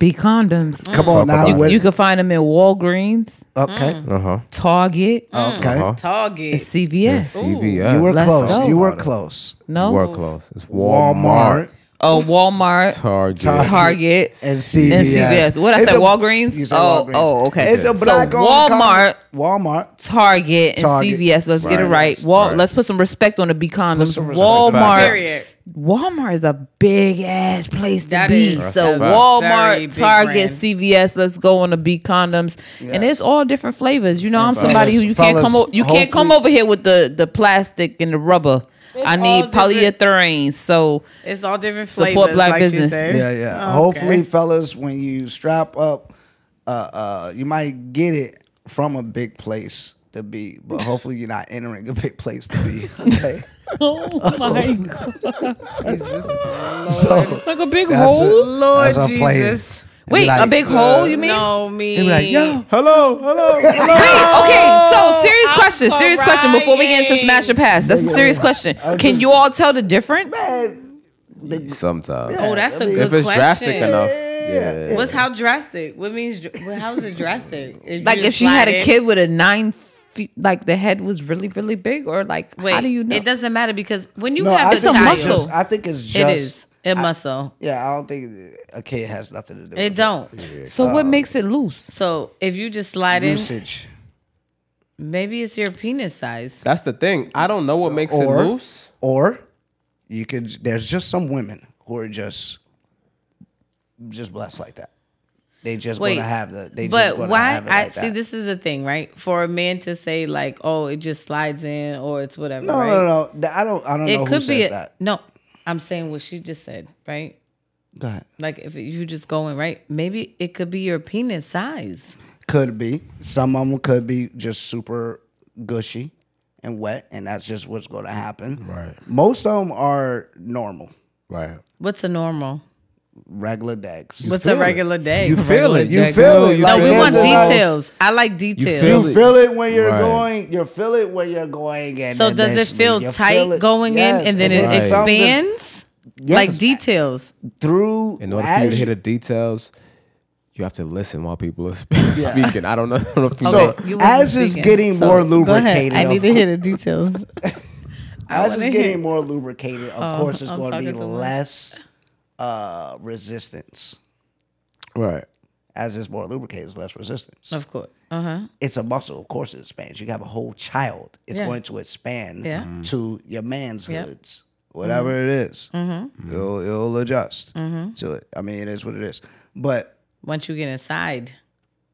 S4: B Condoms.
S3: Come on now.
S2: about
S3: what-
S4: You Mm. can find them in Walgreens,
S3: okay.
S2: Uh huh.
S4: Target,
S3: Okay.
S2: Uh-huh.
S4: and
S5: Target.
S4: CVS.
S2: CBS.
S3: You were
S4: Let's
S3: close.
S4: go.
S3: You were close.
S4: No,
S2: We're close. It's Walmart.
S4: oh Walmart,
S2: Target.
S4: Target,
S3: And CVS.
S4: and CVS. What I
S3: It's
S4: said,
S3: a-
S4: Walgreens.
S3: You said
S4: oh,
S3: Walgreens.
S4: oh, okay.
S3: It's a
S4: So
S3: black owned
S4: Walmart,
S3: Walmart.
S4: Target, and
S3: Target.
S4: CVS. Let's get it
S2: Right.
S4: right. Wal-
S2: Right.
S4: Let's put some respect on the B Condoms.
S3: some respect.
S4: Walmart.
S5: Period.
S4: Walmart is a big ass place to
S5: That
S4: be.
S5: is
S4: So
S5: a very
S4: Walmart,
S5: big
S4: Target,
S5: brand.
S4: CVS, let's go on the B condoms, and it's all different flavors. You know, I'm somebody who you
S3: Fellas,
S4: can't come o- you can't come
S3: hopefully-
S4: over here with the the plastic and the rubber. I need
S5: all different-
S4: polyethylene. So
S5: It's all different
S4: Support
S5: flavors.
S4: black
S5: like
S4: business.
S5: She said.
S3: Yeah, yeah.
S5: Okay.
S3: Hopefully, fellas, when you strap up, uh, uh, you might get it from a big place to be, but hopefully you're not entering a big place to be. Okay.
S4: oh my god,
S3: so
S4: like a big
S3: That's
S4: hole.
S3: it.
S5: Lord
S3: That's a play.
S5: Jesus.
S3: It'd be
S4: Wait,
S3: like-
S4: a big hole? You mean?
S5: No, me.
S3: It'd be like, yo,
S2: Hello, hello, hello.
S4: Wait, okay, so serious
S5: I'm
S4: question, serious question before we get into
S5: crying.
S4: smash or pass. That's a serious question. Can you all tell the difference?
S3: man.
S2: Sometimes.
S5: Oh, that's a good
S2: if it's
S5: question.
S2: drastic enough. Yeah.
S5: What's how drastic? What means? dr- well, How is it drastic? If you
S4: Like if
S5: just
S4: she had
S5: slide
S4: a
S5: it-
S4: kid with a nine feet, like the head was really, really big, or like,
S5: Wait,
S4: how do you know?
S5: It doesn't matter because when you
S3: No,
S5: have
S3: I
S5: a
S3: think
S5: child,
S3: it's just. I think it's just.
S5: it is a muscle.
S3: Yeah, I don't think a kid has nothing to do. with
S5: it don't.
S4: so what
S5: Oh.
S4: makes it loose?
S5: So if you just slide in,
S3: usage.
S5: maybe it's your penis size.
S2: That's the thing. I don't know what makes it
S3: Or-
S2: loose.
S3: Or you could there's just some women who are just just blessed like that. They just
S5: Wait,
S3: gonna have the they just
S5: but
S3: gonna
S5: why?
S3: have it
S5: I
S3: like
S5: see.
S3: that.
S5: This is the thing, right? For a man to say like, "Oh, it just slides in," or it's whatever.
S3: No,
S5: right?
S3: no, no, no. I don't I don't know
S5: It
S3: who
S5: could
S3: says
S5: be. A,
S3: that.
S5: no, I'm saying what she just said, right?
S3: Go ahead.
S5: Like if you just going right, maybe it could be your penis size.
S3: Could be. Some of them could be just super gushy and wet, and that's just what's gonna happen. Right. Most of them are normal,
S2: Right.
S5: What's a normal?
S3: regular decks.
S5: What's a regular day?
S2: You feel it.
S3: You feel it.
S5: no,
S3: Like,
S5: we want
S3: there's a-
S5: details. I like details.
S2: feel
S3: You feel it when you're
S2: Right.
S3: going. You feel it when you're going. And
S5: so does it
S3: initially
S5: feel
S3: you
S5: tight
S3: feel it.
S5: going
S3: Yes,
S5: in and then it
S2: Right.
S3: some just-
S5: expands?
S3: Yes.
S5: Like details.
S3: through
S2: In order for you to
S3: as
S2: hear
S3: you-
S2: the details, you have to listen while people are spe- speaking. I don't know. I don't know if you
S3: So
S2: know.
S5: You wasn't
S3: as it's
S5: speaking.
S3: getting
S5: So,
S3: more
S5: go ahead.
S3: lubricated,
S5: I need
S3: of,
S5: to hear the details.
S3: as it's
S5: wanna
S3: getting
S5: hear-
S3: more lubricated, of
S5: Oh,
S3: course, it's
S5: I'm
S3: going to be
S5: talking too much.
S3: less uh, resistance
S2: right.
S3: as it's more lubricated, it's less resistance.
S5: Of course. Uh huh.
S3: It's a muscle, of course, it expands. You have a whole child. It's
S5: Yeah.
S3: going to expand
S5: Yeah.
S2: Mm-hmm.
S5: Mm-hmm. Mhm.
S3: to your man's
S5: Yep.
S3: hoods, whatever it is.
S2: Mm-hmm.
S3: It'll, it'll adjust
S5: Mm-hmm.
S3: to it. I mean, it is what it is. But
S5: Once you get inside,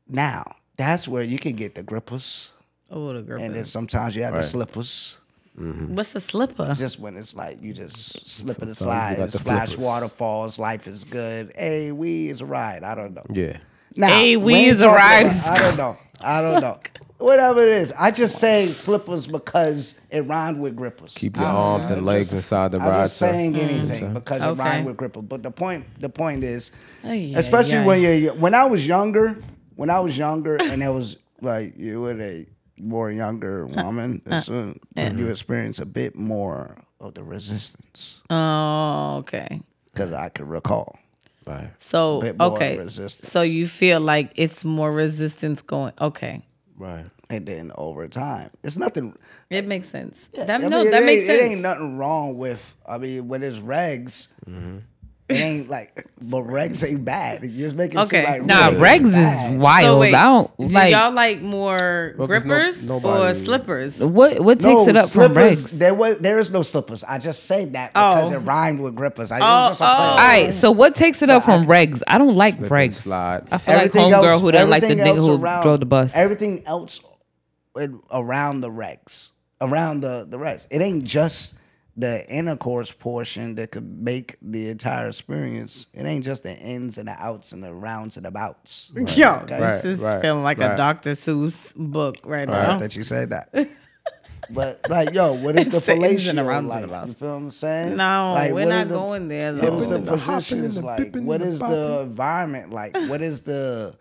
S3: now, that's where you can get the grippers,
S5: oh, the girl.
S3: and then sometimes you have the slippers.
S5: What's a slipper?
S3: Mm. Just when it's like you just slip and
S2: Sometimes
S3: slide,
S2: you got the
S3: splash
S2: flippers.
S3: waterfalls, life is good. Hey, we is a ride. I don't know.
S2: Yeah.
S3: Now,
S5: Hey, we
S3: ain't
S5: is a
S3: talking
S5: ride
S3: about-
S5: is
S3: I don't know. I don't know. Whatever it is, I just say slippers because it rhymed with grippers.
S2: Keep your
S3: I don't
S2: arms
S3: know.
S2: and
S3: It
S2: legs
S3: just-
S2: inside the
S3: I'm
S2: ride,
S3: just
S2: sir.
S3: saying anything because it
S5: Mm. Okay.
S3: rhymed with gripper. But the point, the point is,
S5: Ay, ay,
S3: especially
S5: ay.
S3: when you when I was younger, when I was younger, and it was like you were a more younger woman,
S5: Uh,
S3: that's when
S2: Mm-hmm.
S3: you experience a bit more of the resistance
S5: Oh, okay.
S3: because I could recall.
S2: Right.
S5: So
S3: Bit more
S5: okay.
S3: resistance.
S5: So you feel like it's more resistance going. Okay,
S2: Right.
S3: And then over time, it's nothing.
S5: it makes sense.
S3: Yeah,
S5: that
S3: I
S5: no,
S3: mean,
S5: that
S3: it
S5: makes
S3: ain't-
S5: sense.
S3: It ain't nothing wrong with. I mean, with his regs, it ain't like. But regs ain't bad. You just make it seem
S5: Okay.
S3: like
S4: Nah, Regs is
S3: bad.
S4: wild.
S5: so wait,
S4: I don't
S5: do
S4: like
S5: y'all like more
S2: Well, 'cause no-
S5: grippers or
S2: nobody-
S5: slippers?
S4: what what takes
S3: No
S4: it up from
S3: slippers.
S4: Regs.
S3: There was there is no slippers. I just say that because
S5: Oh.
S3: it rhymed with grippers. I it
S5: Oh,
S3: was just a play.
S5: oh.
S4: All right, so what takes it up from Regs? I don't like
S2: Slip and
S4: Regs.
S2: slide.
S4: I feel like homegirl who done like the
S3: everything
S4: nigga
S3: else
S4: who
S3: around-
S4: drove the bus.
S3: Everything else in- around the regs, around the the regs. It ain't just the intercourse portion that could make the entire experience. It ain't just the ins and the outs and the rounds and the bouts.
S5: Yo,
S2: Right,
S5: this is
S2: right,
S5: feeling like
S2: right.
S5: a Dr. Seuss book right,
S3: Not
S5: now.
S3: that you said that. But like, yo, what is the
S5: It's the ins
S3: fellatio
S5: and the rounds and
S3: like?
S5: the bouts.
S3: You feel what I'm saying?
S5: No,
S3: Like,
S5: we're
S3: what are
S5: not
S3: the-
S5: going there
S3: What is the
S5: though.
S3: positions like?
S2: pippin'
S3: What
S2: and the
S3: is the environment like? What is the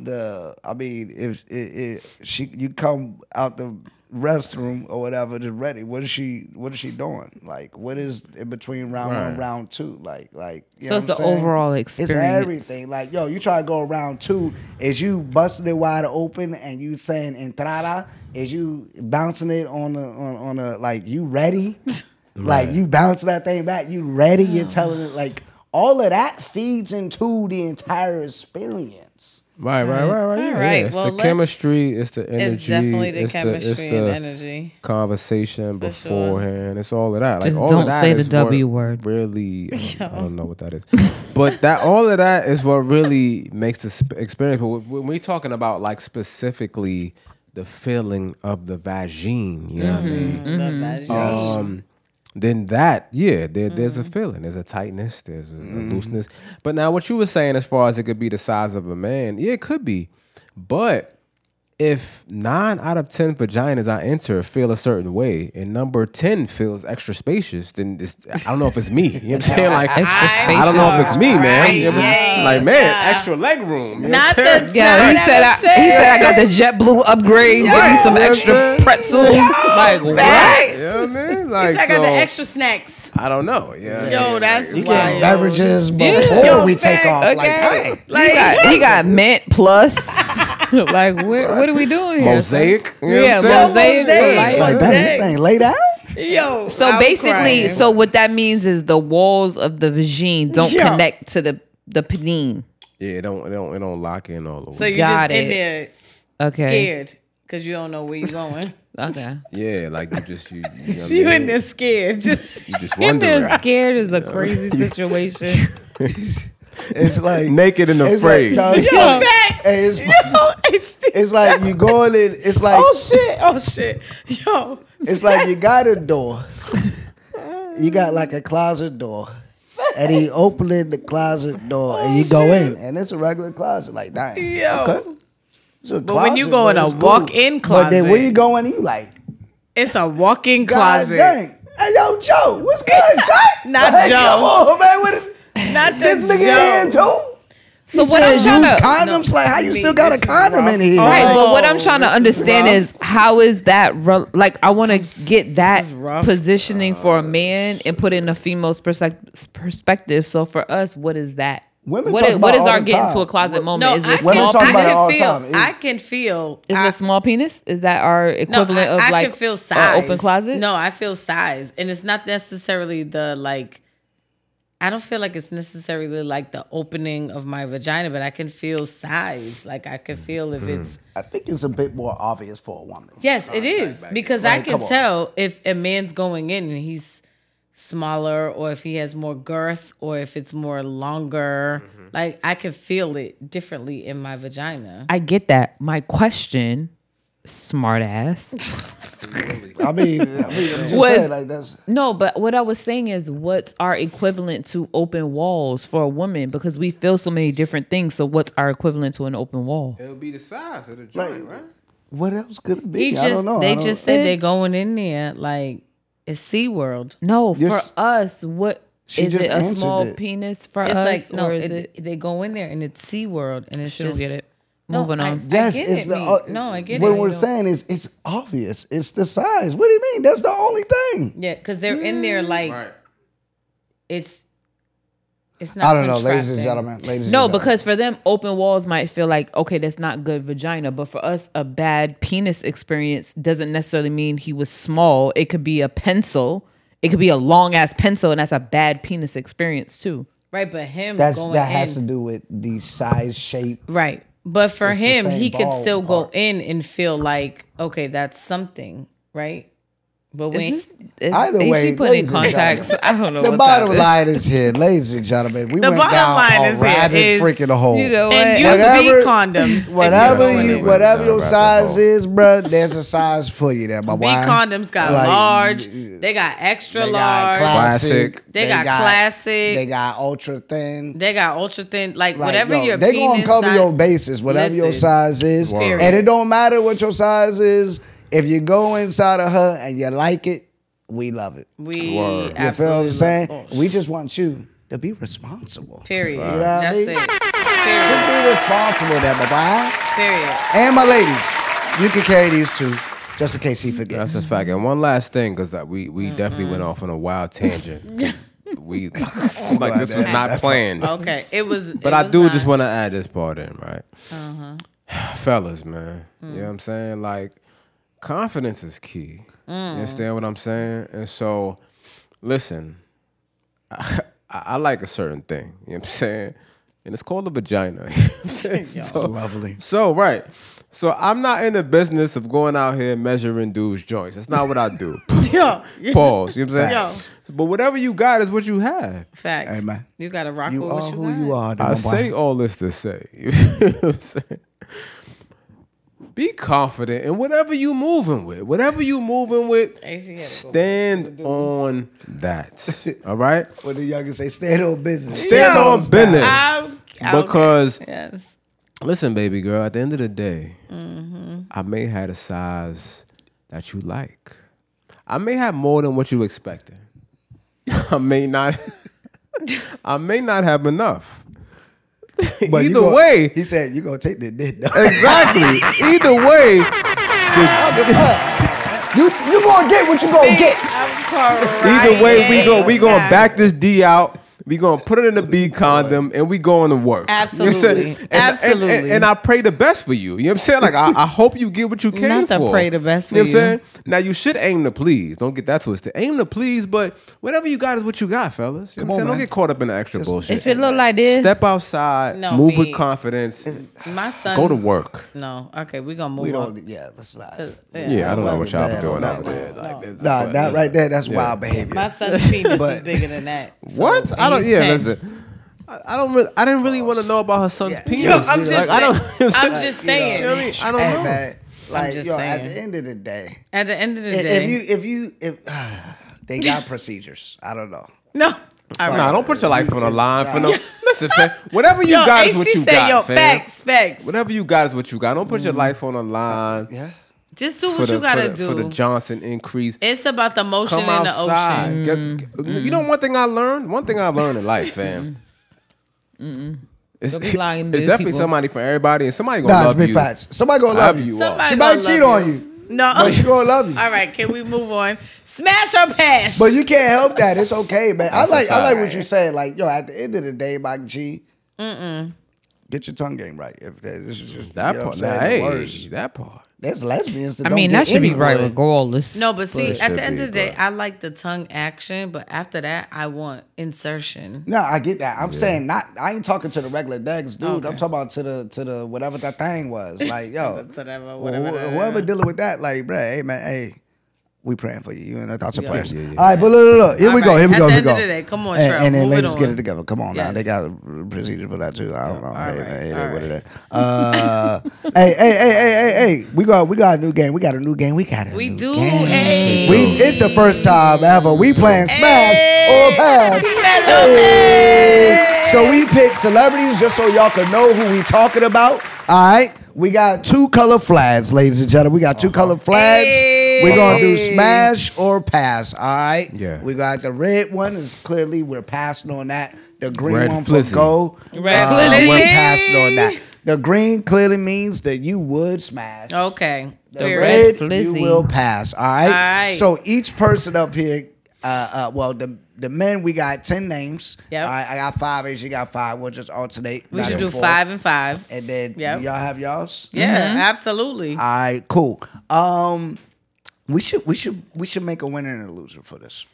S3: the? I mean, if it, it, she you come out the restroom or whatever, just ready. What is she? What is she doing? Like, what is in between round one, and
S2: Right.
S3: round two? Like, like. You
S4: So
S3: know
S4: it's
S3: what
S4: the
S3: I'm saying?
S4: overall
S3: It's
S4: experience.
S3: everything. Like, yo, you try to go around two, is you busting it wide open and you saying entrada? Is you bouncing it on the on, on a like you ready? Like you bounce that thing back, you ready, you're telling it like all of that feeds into the entire experience.
S2: Right, right, right, right. Yeah,
S5: All right,
S2: yeah. It's
S5: well,
S2: the
S5: let's-
S2: chemistry. It's the energy.
S5: It's definitely the
S2: it's
S5: chemistry
S2: it's
S5: and
S2: the
S5: energy.
S2: conversation
S5: For sure.
S2: beforehand. It's all of that. Like,
S4: Just
S2: all
S4: don't
S2: of that
S4: say the
S2: is what
S4: W word.
S2: Really, I don't, I don't know what that is, but that all of that is what really makes the sp- experience. But when we're talking about like specifically the feeling of the vagine, you know
S4: Mm-hmm.
S2: what I mean? Um, then that, yeah, there, there's
S5: Mm.
S2: a feeling. There's a tightness. There's a, a
S5: Mm-hmm.
S2: looseness. But now, what you were saying, as far as it could be the size of a man, yeah, it could be. But if nine out of ten vaginas I enter feel a certain way, and number ten feels extra spacious, then it's, I don't know if it's me. You know what I'm saying? Like,
S4: Extra
S2: I don't know if it's me, man. You know what I'm
S5: Right,
S2: saying? like, man, extra leg room. You know
S5: Not
S2: what I'm saying?
S5: the
S4: Yeah, he
S5: not
S4: said I,
S5: that
S4: he said I got the JetBlue upgrade. Give me some extra pretzels. Like what?
S5: Facts.
S2: You know what I mean? Like,
S5: I got
S2: so,
S5: the extra snacks.
S2: I don't know. Yeah.
S5: Yo, that's
S3: You
S5: wild.
S3: get beverages before we take off. Like,
S4: Okay.
S3: hey,
S4: he, got, he got mint plus. like what? What are we doing here? son?
S2: Mosaic. You know what
S4: Yeah,
S2: I'm saying?
S4: mosaic.
S5: Mosaic.
S4: for life.
S3: like dang, this thing lay down?
S5: Yo.
S4: So
S5: I'm
S4: basically,
S5: crying.
S4: so what that means is the walls of the vagine don't
S5: Yeah.
S4: connect to the the penine.
S2: Yeah, it don't it don't it don't lock in all the way.
S5: So you
S4: Got
S5: just in
S4: it.
S5: there
S4: Okay.
S5: scared because you don't know where you're going.
S4: Okay.
S2: yeah, like you just you you, know what I
S5: you in
S2: mean?
S5: there scared. Just
S2: You just wondering.
S4: scared is a crazy situation.
S3: It's like
S2: Naked and
S3: It's
S2: afraid.
S3: like, no, it's,
S5: yo,
S3: like,
S5: facts.
S3: hey, it's,
S5: Yo, HD.
S3: it's like you going in. It's like
S5: oh shit. Oh shit. Yo.
S3: It's like you got a door. You got like a closet door. And he opening the closet door and you go in. And it's a regular closet. Like, dang.
S5: Oh, Yo.
S3: Okay. It's a
S5: But when you
S3: closet,
S5: go in
S3: but
S5: a
S3: it's
S5: walk-in
S3: But then when
S5: closet.
S3: you go in, you like,
S5: It's a walk-in
S3: God
S5: closet.
S3: dang. Hey, yo, Joe, what's good, Shaq?
S5: Not
S3: hey,
S5: Joe.
S3: Come on, man. What is,
S5: Not
S3: this
S5: the
S3: nigga in
S5: joke.
S3: too?
S4: so what I'm trying
S3: Use
S4: to
S3: condoms? like, how you
S5: me,
S3: still got a
S5: this is
S3: condom
S5: rough.
S3: in here?
S5: All
S4: Right,
S3: Like,
S4: but what I'm
S5: Oh,
S4: trying to
S5: this is
S4: understand
S5: rough.
S4: is how is that re- like I want to get that
S5: is rough.
S4: positioning for a man and put it in a female's perspec- perspective. So for us, what is that?
S3: Women
S4: what
S3: talk
S4: is, what
S3: about
S4: is
S3: all
S4: our
S3: the
S4: getting
S3: time.
S4: to a closet moment?
S5: No,
S4: is
S5: I
S4: it
S5: can,
S4: small
S3: Women talk
S5: I
S4: penis?
S3: about it
S5: can
S3: all the
S5: feel.
S3: time.
S5: I can feel.
S4: Is it
S5: I-
S4: a small penis? Is that our
S5: no,
S4: equivalent
S5: I,
S4: of
S5: I
S4: like
S5: can feel
S4: a
S5: size.
S4: open closet?
S5: No, I feel size, and it's not necessarily the like I don't feel like it's necessarily like the opening of my vagina, but I can feel size. Like I can feel if it's
S3: I think it's a bit more obvious for a woman.
S5: yes, it is because I
S3: Like,
S5: can
S3: come on.
S5: tell if a man's going in and he's smaller, or if he has more girth, or if it's more longer.
S3: Mm-hmm.
S5: Like I can feel it differently in my vagina.
S4: I get that. My question, smart ass.
S3: I mean, I mean I'm just
S4: Was-
S3: saying like that's
S4: no, but what I was saying is what's our equivalent to open walls for a woman? Because we feel so many different things. So what's our equivalent to an open wall?
S2: It'll be the size of the
S3: Like-
S2: joint, right?
S3: what else could it
S5: He
S3: be?
S5: just
S3: I don't know. I
S5: they
S3: don't-
S5: just said they're going in there like it's SeaWorld.
S4: No, for
S3: Yes.
S4: us, what
S3: She
S4: is it
S3: just
S4: a
S3: answered
S4: small
S3: it.
S4: penis for
S5: It's
S4: us?
S5: like no,
S4: or is
S5: it-
S4: it,
S5: they go in there and it's SeaWorld and it's
S4: she don't
S5: just
S4: get it.
S5: No,
S4: Moving
S5: I-
S4: on.
S5: I
S3: That's
S5: get
S3: it's
S5: it,
S3: the
S5: me.
S3: uh,
S5: no, I get it.
S3: What
S5: I
S3: we're
S5: don't.
S3: saying is it's obvious. It's the size. What do you mean? That's the only thing.
S5: Yeah, because they're in there
S4: Mm.
S5: like
S2: Right.
S5: it's it's not.
S3: I don't know, ladies and
S5: contracting.
S3: gentlemen. Ladies
S4: No,
S3: and gentlemen.
S4: because for them, open walls might feel like, okay, that's not good vagina. But for us, a bad penis experience doesn't necessarily mean he was small. It could be a pencil, it could be a long ass pencil, and that's a bad penis experience too.
S5: Right, but him
S3: that's
S5: going
S3: that has to
S5: in.
S3: do with the size, shape.
S5: right, but for
S3: It's the
S5: him,
S3: same
S5: he could
S3: ball
S5: still go
S3: part.
S5: in and feel like okay, that's something, right? But when
S4: Is this- is-
S3: Either
S4: is she
S3: way,
S4: putting in
S3: ladies and
S4: contacts. I don't know.
S3: The
S4: what's
S3: bottom
S4: happening.
S3: line is here, ladies and gentlemen. We
S5: The
S3: went
S5: bottom
S3: down
S5: line
S3: a
S5: is here
S3: rabbit
S5: is,
S3: freaking hole.
S4: you know what?
S5: and use
S3: Whatever-
S5: B condoms. if
S3: Whatever
S5: you're going
S3: you,
S5: in.
S2: it.
S3: whatever your
S2: Wrap it
S3: size
S2: up.
S3: is, bro, there's a size for you there, my
S5: B
S3: boy.
S5: condoms got
S3: Like,
S5: large. They got extra
S3: They got
S5: large.
S3: classic.
S5: They got classic.
S3: They got ultra thin.
S5: They got ultra thin, like,
S3: Like,
S5: whatever
S3: yo,
S5: your
S3: they gonna
S5: penis
S3: cover
S5: size-
S3: your bases, whatever your
S5: Listen.
S3: size is,
S5: Period.
S3: and it don't matter what your size is. If you go inside of her and you like it, we love it. You
S5: We
S2: Word. You feel
S5: absolutely
S3: feel what I'm
S5: love
S3: saying?
S5: bullshit.
S3: We just want you to be responsible.
S5: Period.
S3: know what I
S5: That's
S3: mean?
S5: it.
S3: Just
S5: Period.
S3: be responsible, there, my boy.
S5: Period.
S3: And my ladies, you can carry these two, just in case he forgets.
S2: That's a fact. And one last thing, because we we definitely went off on a wild tangent. 'cause we like this was not planned.
S5: Okay. It was.
S2: But
S5: it
S2: I
S5: was
S2: do
S5: not- Uh-huh.
S2: just want to add this part in, right? Fellas, man.
S5: Mm.
S2: You know what I'm saying? Like, confidence is key. You
S5: Mm.
S2: understand what I'm saying? And so, listen, I, I like a certain thing. You know what I'm saying? And it's called a vagina. You know what I'm saying? so,
S3: Lovely.
S2: so, right. So, I'm not in the business of going out here measuring dudes' joints. That's not what I do.
S5: Yo,
S2: Pause. You know what I'm
S5: Facts.
S2: saying? But whatever you got is what you have.
S5: facts.
S3: Hey, man.
S5: You gotta rock
S3: You
S5: with
S3: are
S5: what you
S3: who
S5: got.
S3: you are, there,
S2: I
S3: my
S2: say
S3: boy.
S2: all this to say, you know what I'm saying? Be confident in whatever you moving with. Whatever you moving with,
S5: Actually, yeah, go
S2: stand on that. All right?
S3: What the youngest say? Stand on business.
S2: Stand
S3: Your
S2: on
S3: toes down.
S2: business.
S5: I'm- okay.
S2: Because
S5: Yes.
S2: listen, baby girl, at the end of the day, I may have a size that you like. I may have more than what you expected. I may not I may not have enough.
S3: But you
S2: Either
S3: gonna-
S2: way,
S3: he said you gonna take the dick. though."
S2: Exactly. Either way,
S3: You you gonna get what you gonna get.
S2: either way, we go we gonna back this D out. We gonna put it in the B condom and we going to work. You know what I'm saying?
S5: Absolutely. Absolutely.
S2: And, and, and I pray the best for you. You know what I'm saying? Like I, I hope you get what you came
S5: Not to
S2: for.
S5: pray the best
S2: You know
S5: for
S2: what
S5: you.
S2: I'm saying? Now you should aim to please. Don't get that twisted. Aim to please, but whatever you got is what you got, fellas. You know what I'm
S3: Come
S2: saying?
S3: on,
S2: Don't
S3: man.
S2: get caught up in the extra bullshit.
S4: If it look like this,
S2: Step outside,
S5: No,
S2: move
S5: me-
S2: with confidence,
S5: My son.
S2: go to work.
S5: No. Okay. We gonna move
S3: We
S5: on.
S3: don't. Yeah, let's
S5: Uh,
S3: not.
S5: Yeah.
S2: Yeah, I don't know what y'all be
S3: bad on
S2: doing
S3: that
S2: over
S3: one.
S2: there. Like, this-
S3: Nah, that right there, that's wild behavior.
S5: My son's penis is
S3: But-
S5: bigger than that. So,
S2: What?
S5: and
S2: I don't.
S5: he's
S2: Yeah,
S5: 10.
S2: listen. I, I don't. Really, I didn't really want to know about her son's
S3: Yeah.
S2: penis.
S3: Yo, I'm
S5: just
S2: like, I don't.
S5: saying- I'm just saying.
S2: You know what I mean? I don't
S3: Hey,
S2: know.
S3: man, like
S5: just
S3: yo, at
S5: saying.
S3: the end of the day,
S5: At the end of the
S3: i-
S5: day,
S3: if you if you if they got procedures, I don't know.
S5: no. All
S2: Nah, don't put your life on the line for no. Listen, fam, whatever you
S5: Yo,
S2: got
S5: and
S2: is what
S5: she
S2: you
S5: said,
S2: got,
S5: yo,
S2: fam.
S5: facts, facts.
S2: Whatever you got is what you got. Don't put your life on the line
S3: Yeah,
S5: Just do
S2: for
S5: what
S2: the,
S5: you gotta
S2: for, the,
S5: do.
S2: for the Johnson increase.
S5: It's about the motion
S2: Come
S5: in the
S2: outside.
S5: ocean. Mm.
S2: Get- get- You know one thing I learned. One thing I learned in life, fam. It's,
S4: Don't be lying to
S2: it's
S4: these
S2: definitely
S4: people.
S2: somebody for everybody, and somebody gonna
S3: nah, it's
S2: love
S3: big
S2: you.
S3: facts. Somebody gonna love
S2: Love
S3: you.
S2: you all.
S5: Somebody
S3: She might
S5: gonna
S3: cheat
S5: love
S3: on you,
S5: No.
S3: but she gonna love you.
S5: All right, can we move on? Smash or pass?
S3: But you can't help that. It's okay, man. I
S2: That's a
S3: like I
S2: fact.
S3: like what you said. Like yo, at the end of the day, Mike G. Get your tongue game right. If that, this is just
S2: That
S3: you know
S2: part,
S3: what I'm
S2: nah,
S3: saying,
S2: hey,
S3: the worst.
S2: that part.
S3: There's lesbians that
S7: I
S3: don't
S7: mean,
S3: get
S7: that should be
S3: any
S7: right
S3: wood.
S7: regardless.
S5: No, but see,
S2: it
S5: at
S2: should
S5: the end
S2: be,
S5: of the day,
S2: but-
S5: I like the tongue action, but after that, I want insertion.
S3: No, I get that. I'm saying not. I ain't talking to the regular dags, dude. I'm talking about to the to the whatever that thing was. Like, yo,
S5: Whatever,
S3: wh-
S5: whatever that-
S3: whoever dealing with that, like, bruh, hey man, hey, we praying for you. You and the thoughts and prayers.
S2: yeah, yeah.
S3: All right, but look, look, look. here we
S5: All
S3: go.
S5: right.
S3: Here we
S5: At
S3: go.
S5: the
S3: here
S5: end
S3: we go.
S5: of the day, come on,
S3: and,
S5: Trel,
S3: and then
S5: move it
S3: ladies get
S5: on.
S3: it together. Come on now, they got a procedure for that too. I don't know. Hey,
S5: right,
S3: man, it is
S5: all
S3: what it
S5: right.
S3: is. Uh, hey, hey, hey, hey, hey, hey. We got we got a new game. We got a new game. We got a
S5: We
S3: new
S5: do.
S3: game.
S5: Hey.
S3: We it's the first time ever we playing smash or pass. Hey. So we pick celebrities just so y'all can know who we talking about. All right, we got two color flags, ladies and gentlemen. We got 2 color flags. We're gonna do smash or pass. All right.
S2: Yeah.
S3: We got the red one is clearly we're passing on that. The green
S2: Red
S3: one
S2: flizzy.
S3: for go.
S4: Red
S3: uh,
S5: flizzy.
S3: We're passing on that. The green clearly means that you would
S5: Oh,
S3: smash.
S5: Okay.
S3: The
S5: Period.
S3: red, you
S7: flizzy.
S3: will pass. All right.
S5: Alright.
S3: So each person up here, uh, uh, well, the the men we got ten names.
S5: Yep.
S3: All right, I got five. As you got five, we'll just alternate.
S5: we
S3: back
S5: should
S3: and
S5: do
S3: forth. Mm-hmm.
S5: five and five.
S3: And then
S5: Yep.
S3: y'all have y'all's.
S5: Yeah, absolutely.
S3: All right, cool. Um, we should we should we should make a winner and a loser for this.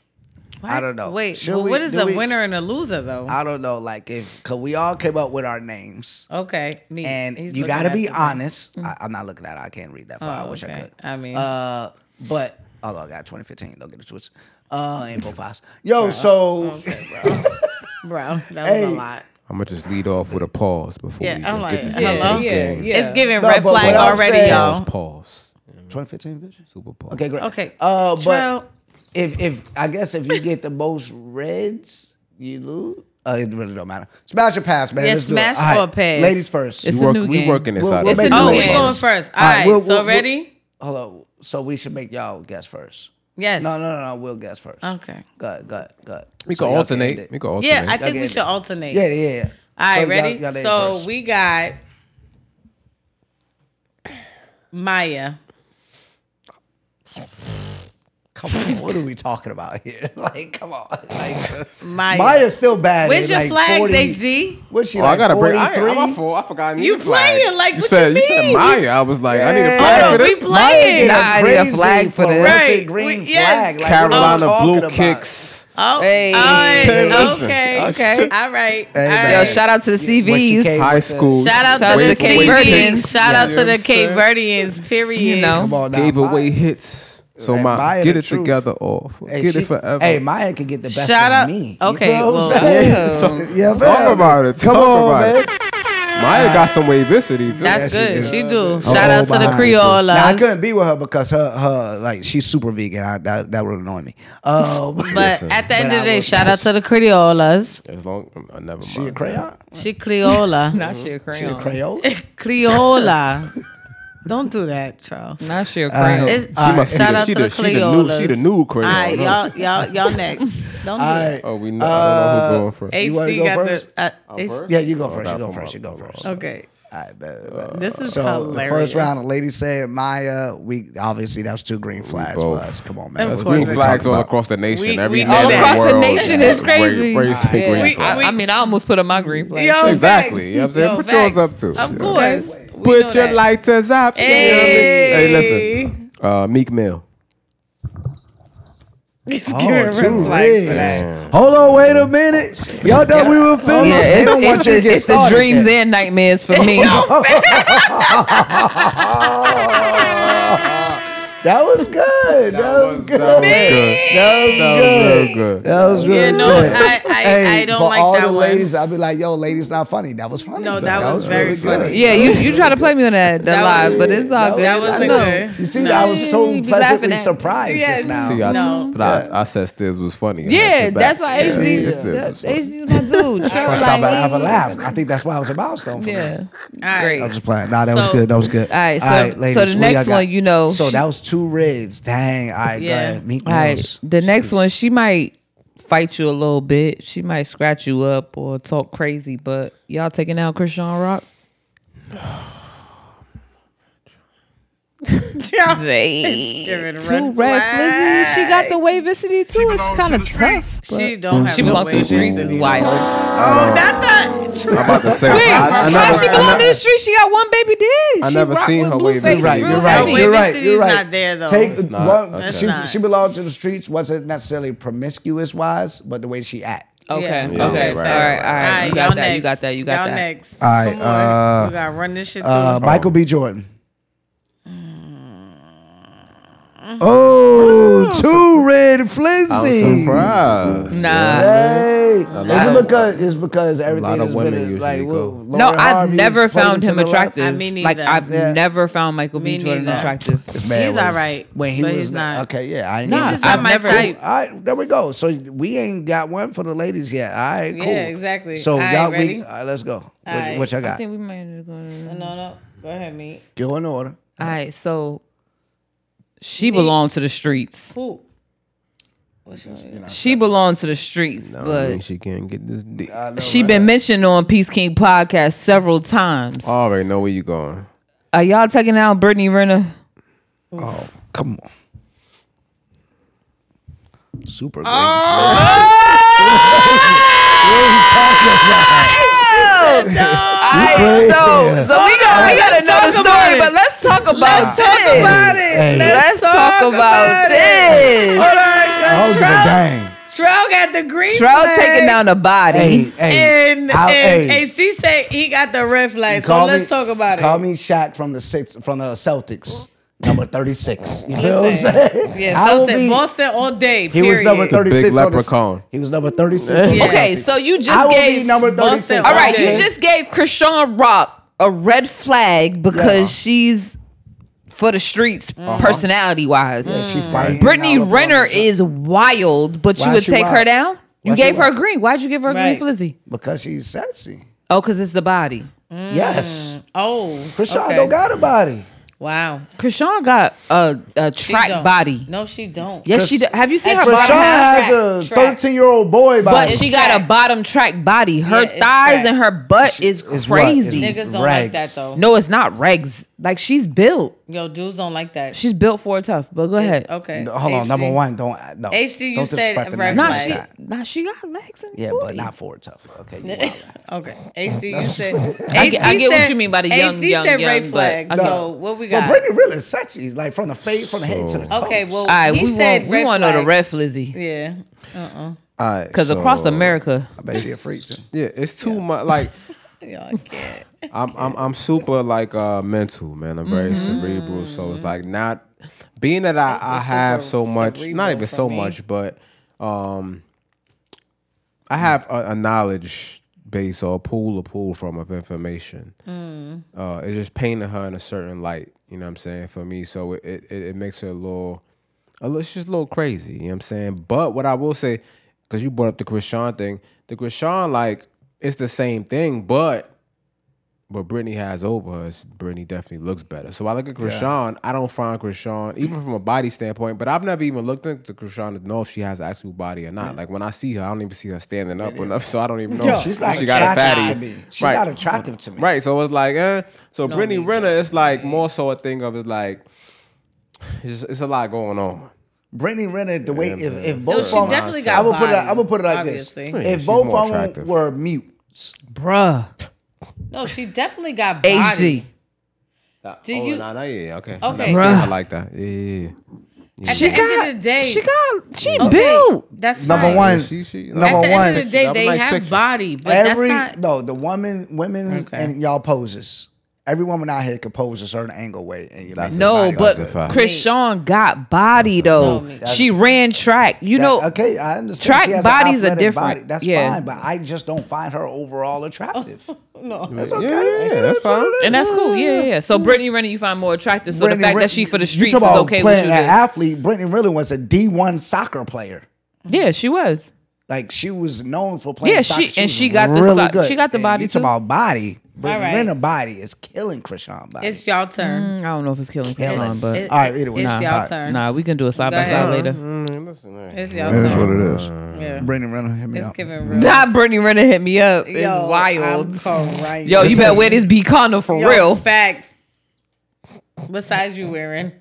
S3: I don't know.
S5: Wait,
S3: Should
S5: well,
S3: we-
S5: what is
S3: do
S5: a
S3: we-
S5: winner and a loser though?
S3: I don't know, like if cause we all came up with our names,
S5: okay, me.
S3: and
S5: He's
S3: you
S5: looking
S3: gotta
S5: at
S3: be
S5: the thing. Mm.
S3: honest. I, I'm not looking at it. I can't read that far. I
S5: Oh,
S3: wish I
S5: okay.
S3: could.
S5: I mean,
S3: Uh, but although I got 2015, don't get it twisted. Uh, ain't Popeyes. Yo, so
S5: bro, that was
S3: hey,
S5: a lot.
S2: I'm gonna just lead off with a pause before
S5: Yeah,
S2: we
S5: I'm
S2: just
S5: like,
S2: get, this,
S5: hello?
S2: get to this
S4: Yeah,
S2: game.
S4: yeah.
S5: It's giving
S3: No,
S5: red
S3: but
S5: flag
S3: what I'm
S5: already,
S3: saying-
S5: y'all.
S2: Pause, pause,
S3: 2015 vision.
S2: super pause.
S3: Okay, great.
S5: Okay,
S3: Uh, but
S5: Terrell.
S3: if if I guess if you get the most reds, you lose. Uh, it really don't matter. Smash or pass, man.
S5: Yeah,
S3: Let's do it.
S5: smash
S3: All right,
S5: or pass.
S3: Ladies first.
S2: We
S4: It's a
S2: work,
S4: new
S2: we
S4: game.
S2: working this
S3: We'll-
S2: out.
S3: we'll
S2: It's a
S3: make
S2: new
S5: Oh,
S3: it
S2: game.
S5: we
S3: Yeah.
S5: going first. All
S3: All right,
S5: right,
S3: we'll-
S5: so
S3: we'll- we'll-
S5: ready?
S3: Hello. So we should make y'all guess first.
S5: Yes.
S3: No, no, no, no. We'll guess first.
S5: Okay.
S3: Go ahead, go ahead, go ahead.
S2: We
S3: So
S2: can
S3: y'all
S2: alternate.
S3: get
S2: We
S3: it.
S2: can alternate.
S5: Yeah, I
S3: get
S5: think we
S3: it.
S5: should alternate.
S3: Yeah, yeah, yeah.
S5: All right,
S3: So y'all-
S5: ready?
S3: y'all ladies
S5: so
S3: first.
S5: we got Maya.
S3: Come on, what are we talking about here? Like, come on. Like,
S5: Maya.
S3: Maya's still bad.
S5: Where's
S3: at,
S5: your
S3: like
S5: flags,
S3: 40
S5: HG?
S3: What's she
S2: Oh,
S3: like?
S2: I gotta bring. I,
S3: 43?
S2: I'm a fool. I forgot. I
S5: You
S2: need a flag.
S5: playing, like,
S2: you
S5: what
S2: said.
S5: you
S2: said
S5: mean?
S2: Maya. I was like, I need a
S3: Yeah.
S2: flag
S3: No,
S2: for
S3: we
S2: this.
S5: Oh, playing.
S3: Maya did
S7: Nah, I
S3: a
S7: need a
S3: crazy
S7: flag for this.
S3: fluorescent
S5: Right.
S3: green
S5: We- yes.
S3: flag. Like,
S2: Carolina
S3: what are we
S2: blue
S3: talking about?
S2: kicks.
S5: Oh,
S7: Hey.
S5: all right.
S2: Hey, listen.
S5: okay.
S7: Okay.
S5: All right.
S3: Hey,
S5: all
S3: man.
S7: Yo,
S5: right.
S7: shout out to the
S3: When she
S7: CVs.
S3: came
S2: High
S3: with
S2: school.
S5: Shout
S7: Shout
S5: out to
S7: out to
S5: the
S7: Cape
S5: Cape
S7: Verdeans.
S5: Verdeans. Shout out
S2: Yeah.
S5: to
S2: You know what
S5: the
S2: I'm
S5: Cape
S2: saying?
S5: Verdeans. Period.
S7: know.
S3: Come on, now,
S2: Gave
S3: Maya.
S2: away hits. So
S3: That
S2: my
S3: Maya
S2: get
S3: the
S2: it
S3: truth.
S2: together off.
S3: Hey,
S2: Get
S3: she-
S2: it forever.
S3: Hey, Maya could get the best
S5: Shout
S3: of
S5: out-
S3: me.
S5: okay,
S3: You feel
S5: well,
S3: what I'm saying?
S7: Yo.
S3: Yeah,
S2: Talk
S3: man.
S2: about it.
S3: Come
S2: Talk
S3: on,
S2: about
S3: man.
S2: it. Maya got some wavicity too.
S5: That's
S3: Yeah, she
S5: good.
S3: do.
S5: She do. Shout out to
S3: Oh,
S5: the
S3: behind you.
S5: Creolas.
S3: Now, I couldn't be with her because her, her like she's super vegan. I, that that would annoy me. Uh,
S5: But at the end
S3: But
S5: of
S3: I
S5: the day,
S3: was-
S5: shout out to the Creolas.
S2: As long, uh, never mind.
S3: she a crayon.
S5: She Creola.
S7: Not shit,
S3: She a
S7: crayon.
S3: Crayola.
S5: Creola. Don't do that, Charles.
S7: Not shit,
S3: Uh,
S7: crayon.
S5: It's,
S2: She must
S5: shout
S2: be the- she
S5: out to
S2: the,
S5: the
S2: she the new,
S5: Creolas.
S2: she the new
S5: All
S2: crayon.
S5: right,
S2: huh?
S5: y'all, y'all, y'all next. Don't do
S3: All
S5: that.
S3: right.
S2: Oh, we know. I don't know who's going first.
S3: You wanna
S5: HD
S3: go
S5: got
S3: first?
S5: the. Uh, H-
S2: first?
S3: Yeah, you go
S2: Oh,
S3: first. You
S2: nah,
S3: go
S2: come
S3: first.
S2: on,
S3: You go
S2: come on.
S3: first.
S5: Okay,
S3: All right, bet, bet.
S5: this is
S3: so
S5: hilarious.
S3: the first round, the lady said Maya. We obviously that's two green flags for
S2: both.
S3: us. Come on, man.
S5: Of
S3: That's
S5: course.
S2: Green
S5: We're
S2: flags all
S3: about.
S2: across the nation.
S5: We-
S2: Every
S5: we
S2: nation
S5: all
S2: in
S5: across the
S2: world
S7: nation is
S2: ra-
S7: crazy.
S2: raising
S7: Yeah.
S2: green
S5: We-
S2: flags.
S7: I, I mean, I almost put up my green flag.
S5: Yo,
S2: Exactly. You know what I'm saying?
S5: Yo,
S2: Put yours up,
S5: facts.
S2: too.
S5: Of
S2: Yeah.
S5: course. We know
S2: Put your
S5: that.
S2: lighters up. you know what I mean?
S5: Hey.
S2: Hey, listen. Uh, Meek Mill.
S5: It's
S3: Oh,
S5: giving
S3: two
S5: red flags.
S3: reds. Hold on, wait a minute. Y'all thought we
S5: Oh,
S3: were
S7: Yeah,
S3: finished. they
S7: it's,
S3: don't want
S7: it's
S3: you to
S7: the,
S3: get
S7: it's the
S3: started
S7: dreams
S3: then.
S7: and nightmares for me.
S3: That was good. That, was,
S2: That was
S3: good.
S2: good.
S3: That was
S2: That was
S3: good.
S2: good.
S3: That was really
S5: Yeah, no,
S3: good.
S5: I- I- I don't
S3: for
S5: like
S3: all
S5: that
S3: the
S5: one.
S3: ladies, I'd be like, "Yo, ladies, not funny." That was funny.
S5: No, that was very funny.
S7: yeah, you, you try to play me on that, that,
S5: That
S7: live,
S5: was-
S7: but it's all
S3: that
S7: good.
S5: That
S7: I
S5: wasn't
S7: know.
S5: good.
S3: You see, I was so
S7: You be laughing
S3: pleasantly
S7: at-
S3: surprised
S5: Yes.
S3: just now.
S2: See, I,
S5: No.
S2: but I, I said Stiz was funny. I had
S7: Yeah,
S2: your back.
S7: that's why
S2: Yeah,
S7: HD,
S2: yeah, Stiz
S7: that-
S2: was funny.
S7: HD was my dude. Trey
S3: First
S7: was
S3: time I
S7: like,
S3: ever laughed. I think that's why I was a milestone for me.
S7: Yeah.
S5: All
S3: I
S5: right.
S3: was just playing. Nah, that was
S5: So-
S3: good. That was good.
S7: All right, so- so the
S3: what y'all
S7: next
S3: got?
S7: one, you know,
S3: So
S7: she-
S3: that was two reds. Dang. All right,
S5: Yeah.
S3: go ahead. Meek
S7: All right.
S3: Mills.
S7: The next one, she might fight you a little bit. She might scratch you up or talk crazy, but y'all taking out Christian Rock?
S5: Giving
S7: Two
S5: red
S7: red
S5: flags.
S7: flizzy. She got the wavicity too. It's kind of tough.
S5: She don't have
S7: She
S5: no
S7: belongs to the
S5: wages.
S7: streets. Is wild.
S5: Oh, not the
S2: I'm about to say.
S4: Wait,
S2: I, I
S4: why
S2: never,
S4: she
S2: I
S4: belong
S2: never-
S4: to the street? She got one baby daddy.
S2: I
S4: She
S2: never
S4: rock
S2: seen
S4: with
S2: her
S4: Blueface.
S2: wavy
S4: It's
S3: Right,
S4: real
S3: you're right,
S4: heavy.
S3: you're
S5: Wavy
S3: right, you're
S5: City's
S3: right.
S5: not there, though.
S3: Take
S2: It's not,
S3: one.
S2: okay.
S3: She,
S5: It's not.
S3: she belonged to the streets. Wasn't necessarily promiscuous wise, but the way she act.
S4: Okay,
S5: Yeah,
S4: okay,
S2: right,
S4: all right, all right.
S5: All right,
S4: You
S5: y'all
S4: got that. You
S5: next.
S4: got that. You got
S5: Y'all
S4: that.
S5: Next.
S3: All right,
S5: Come on.
S3: uh,
S5: we gotta run this shit through.
S3: Uh, Michael B. Jordan.
S7: Mm.
S3: Oh, two red
S2: I'm
S3: flinsies.
S2: surprised.
S4: Nah.
S3: Hey,
S2: of-
S3: it's because it's because everything
S2: of
S3: has
S2: women
S3: been
S2: usually
S3: like.
S2: go.
S3: well,
S4: No,
S3: Lauren
S4: I've
S3: Harvey
S4: never
S3: is floating
S4: found
S3: to
S4: him
S3: the left.
S4: attractive.
S5: I mean,
S4: like
S5: neither.
S4: I've
S3: Yeah.
S4: never found Michael B.
S5: Me
S4: Jordan
S5: neither.
S4: attractive.
S3: This man
S5: He's
S3: was-
S5: alright,
S3: when he
S5: but
S3: was
S5: he's not.
S3: Okay, yeah, I ain't.
S4: Nah,
S5: He's
S3: gonna-
S5: just not
S4: I've
S5: my
S4: never-
S5: type.
S3: All right, there we go. So we ain't got one for the ladies yet. All right,
S5: Yeah,
S3: cool.
S5: exactly.
S3: So
S5: All right,
S3: y'all,
S5: ready?
S3: we all right, let's go. What,
S5: right.
S3: what y'all
S4: I
S3: got?
S4: think we might have gone.
S5: No, no. Go ahead, me.
S3: Go in order.
S4: All right, so she belonged to the streets.
S5: Who?
S4: She belonged to the streets,
S2: I mean,
S4: but
S2: she can't get this deep. I
S4: she been mentioned on Peace King podcast several times.
S2: already know where you going.
S4: Are y'all taking out Brittany Renner?
S3: Oh, Come on. Super great.
S5: Oh!
S4: Alright, so so we got we got to know the
S5: talk about
S4: story,
S5: it.
S4: but let's talk about this.
S3: Hey,
S4: Let's talk about this.
S5: All right,
S3: hold
S5: because
S3: the
S5: Trout,
S3: dang.
S5: Trout got the green
S4: Trout
S5: flag.
S4: taking down the body.
S3: Hey, hey.
S5: And,
S3: I'll-
S5: and
S3: hey.
S5: AC say he got the red flag. So
S3: Call
S5: let's
S3: me-
S5: talk about
S3: Call
S5: it.
S3: me Shaq from the six, from the Celtics, number thirty six. You feel what I'm
S5: Listen.
S3: saying?
S5: Yeah,
S3: I will
S5: Celtic,
S3: be-
S5: Boston all day.
S3: He
S5: Period.
S3: was number
S2: big
S3: thirty six.
S2: leprechaun.
S3: he was number thirty six.
S5: Yeah.
S4: Okay, so you just
S3: I will
S4: gave
S3: be number thirty
S5: Boston
S3: six.
S4: All right,
S5: Okay.
S4: you just gave Krishan Rock a red flag because
S3: Yeah. Uh-huh. Mm.
S4: she's for the streets personality wise.
S3: She fighting
S4: Mm. Brittany
S3: all of
S4: Renner
S3: them.
S4: is wild, but you
S3: Why
S4: would
S3: she
S4: take her
S3: wild?
S4: down? You
S3: Why she
S4: gave her
S3: wild?
S4: a green. Why'd you give her a
S5: Right.
S4: green flizzy?
S3: because she's sexy.
S4: Oh, because it's the body.
S3: Yes,
S5: Oh,
S3: Krishan
S5: okay.
S3: don't got a body.
S5: Wow,
S4: Krishan got a, a
S5: She
S4: track
S5: don't.
S4: body.
S5: No, she don't.
S4: Yes, she. Do. Have you seen her
S5: and
S3: Krishan
S4: bottom half?
S5: half
S3: has a
S5: track, track.
S3: thirteen year old boy
S4: But
S3: body.
S4: she
S5: track.
S4: got a bottom track body. Her
S5: Yeah, it's
S4: thighs
S5: track.
S4: and her butt is
S3: it's what? It's
S4: crazy.
S5: Niggas don't
S3: Rags.
S5: like that though.
S4: no, it's not regs. Like she's built.
S5: Yo, dudes don't like that.
S4: She's built for a tough. But go ahead.
S5: okay.
S3: Hold on,
S5: HC.
S3: number one, don't no.
S5: HC, you
S3: don't
S5: said
S3: disrespect the man
S5: red
S4: Nah,
S5: Right.
S3: like
S4: she,
S3: that.
S4: nah, she got legs and
S3: Yeah, but
S4: booty.
S3: not for a tough. Okay, you wild.
S5: Okay. HD, you said.
S4: I get- I
S5: HD
S4: get what
S5: said-
S4: you mean by the
S5: HD
S4: young, young,
S5: said
S4: young,
S5: red
S4: but-
S5: flag.
S4: No.
S5: So what we
S3: Well,
S5: got?
S3: Brittany really is sexy, like from the face, from the head to the toe.
S5: okay. Well,
S4: All right,
S5: he
S4: we
S5: said
S4: want
S5: red
S4: we want to
S5: flag.
S4: know the red flizzy
S5: Yeah.
S2: All right,
S4: because
S2: so-
S4: across America,
S3: I bet she a freak too.
S2: yeah, it's too much. Like
S5: Y'all can't.
S2: I'm, I'm, I'm super like uh mental, man. I'm very
S4: Mm-hmm.
S2: cerebral, so it's like not being that I, I have so
S5: cerebral-
S2: much, not
S5: cerebral
S2: even
S5: for
S2: so
S5: me.
S2: much, but um, I have a, a knowledge base or a pool, a pool from of information. Uh, it just painted her in a certain light. You know what I'm saying? For me, so it it, it it makes her a little, a little, she's a little crazy. You know what I'm saying? But what I will say, because you brought up the Krishan thing, the Krishan like it's the same thing, but what Brittany has over her is Brittany definitely looks better. So I look at Krishan, I don't find Krishan, even from a body standpoint, but I've never even looked into Krishan to know if she has an actual body or not. Like when I see her, I don't even see her standing up enough, so I don't even know if
S3: She's not
S2: she got a
S3: attractive
S2: fatty.
S3: to me. She's
S2: right.
S3: not attractive to me.
S2: Right. So it's like, eh. So Brittany Renner, it's like more so a thing of it's like, it's, just- it's a lot going on.
S3: Brittany Renner, the way if, if
S5: No,
S3: both
S5: she
S3: of them,
S5: definitely got
S3: I would put it,
S5: body,
S3: I would put it like this:
S5: obviously. Yeah,
S2: she's
S3: if both
S2: more
S3: of them
S2: attractive.
S3: were mutes,
S4: bruh.
S5: No, she definitely got body.
S4: HG.
S5: Do
S2: oh,
S5: you-
S2: nah, nah, yeah, okay.
S5: Okay.
S2: Okay. I
S4: Bruh.
S2: like that. Yeah, yeah,
S5: At the end of the day,
S4: She got she
S5: Okay,
S4: built.
S5: That's
S3: Number
S5: fine.
S2: yeah.
S3: one.
S2: Yeah, she, she,
S5: At
S3: Number
S5: the
S3: one.
S5: end of the day,
S2: That was a
S5: they
S2: nice
S5: have
S2: picture.
S5: body, but
S3: every
S5: that's not.
S3: no, the woman, women,
S5: Okay.
S3: and y'all poses. Every woman out here could pose a certain angle way, and you
S2: That's
S3: that's
S2: it.
S4: No,
S2: Body
S4: but
S2: was a fact.
S4: Chris Sean got body though. She ran track. You know,
S3: okay, I understand.
S4: track
S3: She has an
S4: bodies are
S3: athletic
S4: different.
S3: body. That's
S4: Yeah.
S3: fine, but I just don't find her overall attractive.
S5: No.
S2: Yeah, yeah, yeah, that's fine.
S4: and that's cool. Yeah, yeah. yeah. So Brittany Renner, you find more attractive. So
S3: Brittany
S4: the fact
S3: Renner-
S4: that she for the
S3: you
S4: streets
S3: talk
S4: is
S3: about
S4: okay with
S3: playing
S4: you.
S3: an
S4: then.
S3: athlete. Brittany Renner was a D one soccer player.
S4: Yeah, she was.
S3: Like she was known for playing.
S4: Yeah,
S3: soccer.
S4: she- and
S3: was
S4: she got the
S3: really
S4: soc-
S3: good.
S4: she got the
S3: And
S4: body,
S3: You talk
S4: too.
S3: about body, but
S5: All right.
S3: Renner body is killing Krishan body.
S5: It's y'all turn.
S4: I don't know if it's killing Chris
S3: Killing.
S4: Sean, but
S5: It-
S3: All right, either way.
S5: It's
S3: Nah.
S5: y'all
S3: All right.
S5: turn.
S4: Mm. nah, we can do a side
S5: Go
S4: by side
S5: ahead. Mm-hmm.
S4: later.
S2: Mm, listen, man.
S5: It's y'all turn.
S3: is.
S5: Yeah.
S3: Brittany Renner, hit me
S5: It's
S3: up.
S5: giving real.
S4: That Brittany Renner hit me up. It's
S5: Yo,
S4: wild.
S5: I'm crying.
S4: Yo, you
S3: This
S4: better
S3: is-
S4: wear this B condom for
S5: Yo,
S4: real.
S5: Facts. What size you wearing?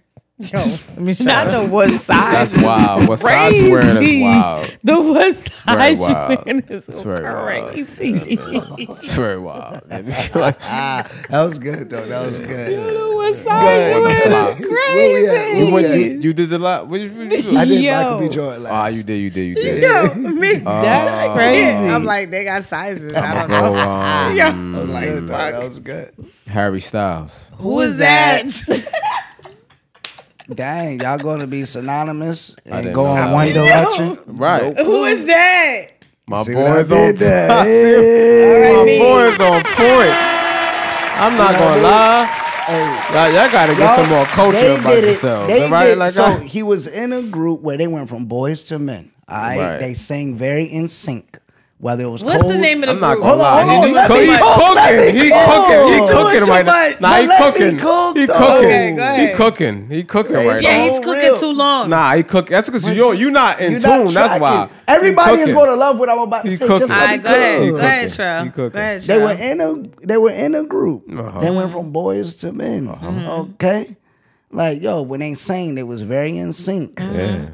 S5: Not the what size.
S2: That's wild. What size you wearing is wild.
S5: The what size you
S2: wild.
S5: wearing is
S2: It's very wild.
S5: crazy.
S2: It's very wild. like,
S3: Ah, that was good though. That was good.
S5: what
S3: Good.
S5: size you wearing
S2: Wow.
S5: is
S3: Where we at?
S2: you,
S3: Where we
S2: went-
S3: at?
S2: you, you did a lot. What did you, what did you do?
S3: I did
S5: Yo.
S3: Michael B. Jordan
S2: Ah,
S3: last.
S2: you did. You did. You did.
S5: That's
S2: Oh.
S5: crazy. I'm like, they got sizes. I don't know.
S2: Bro, um,
S5: Yo,
S3: That was good, though. That was good.
S2: Harry Styles.
S5: who is that?
S3: Dang, y'all going to be synonymous and
S2: didn't
S3: go
S2: know
S3: in
S2: that.
S3: one direction.
S2: Right.
S5: who is that?
S2: My
S3: See
S2: boy
S3: what I
S2: is on
S3: did there?
S2: I
S3: Hey.
S2: My
S5: Hey.
S2: boy is on point. I'm not
S3: You know what I
S2: gonna
S3: mean?
S2: lie.
S3: Hey.
S2: Y'all, y'all gotta get some more culture
S3: they
S2: about
S3: did it.
S2: yourselves.
S3: They
S2: right?
S3: did.
S2: Like
S3: so
S2: I,
S3: he was in a group where they went from boys to men. All right?
S2: Right.
S3: They sang very in sync. Whether it was
S5: What's
S3: cold,
S5: the name of the
S2: I'm not
S5: group?
S2: gonna lie.
S3: hold on,
S2: He- he
S3: let
S2: cook-
S3: me
S2: he
S3: cook, let
S2: cooking.
S3: me
S2: He
S3: cook.
S2: cooking. He
S3: You're
S5: doing
S2: cooking
S5: too
S2: right now.
S5: much.
S2: Nah, he
S3: Now let me
S2: cooking.
S3: cook,
S2: He
S3: though.
S5: Okay, go
S2: cooking. He
S5: ahead.
S2: cooking. He cooking
S3: Hey,
S2: right
S3: so-
S5: Yeah,
S2: now.
S5: he's
S3: Oh,
S5: cooking
S3: real.
S5: too long.
S2: Nah, he cook. That's because you're you're not in
S3: You're not
S2: tune. That's why.
S3: tracking.
S2: He
S3: Everybody is
S2: cooking.
S3: going to love what I'm about to
S2: He
S3: say.
S2: cooking.
S3: Just
S5: All
S3: let me
S5: right, go ahead.
S2: He
S3: cook.
S5: Go
S2: cooking.
S5: ahead,
S2: He
S5: Trell.
S2: cooking.
S5: Go ahead, Trell.
S3: They were in a they were in a group.
S2: Uh-huh.
S3: They went from boys to men.
S5: Mm-hmm.
S3: Okay. Like yo, when they sang, they was very in sync.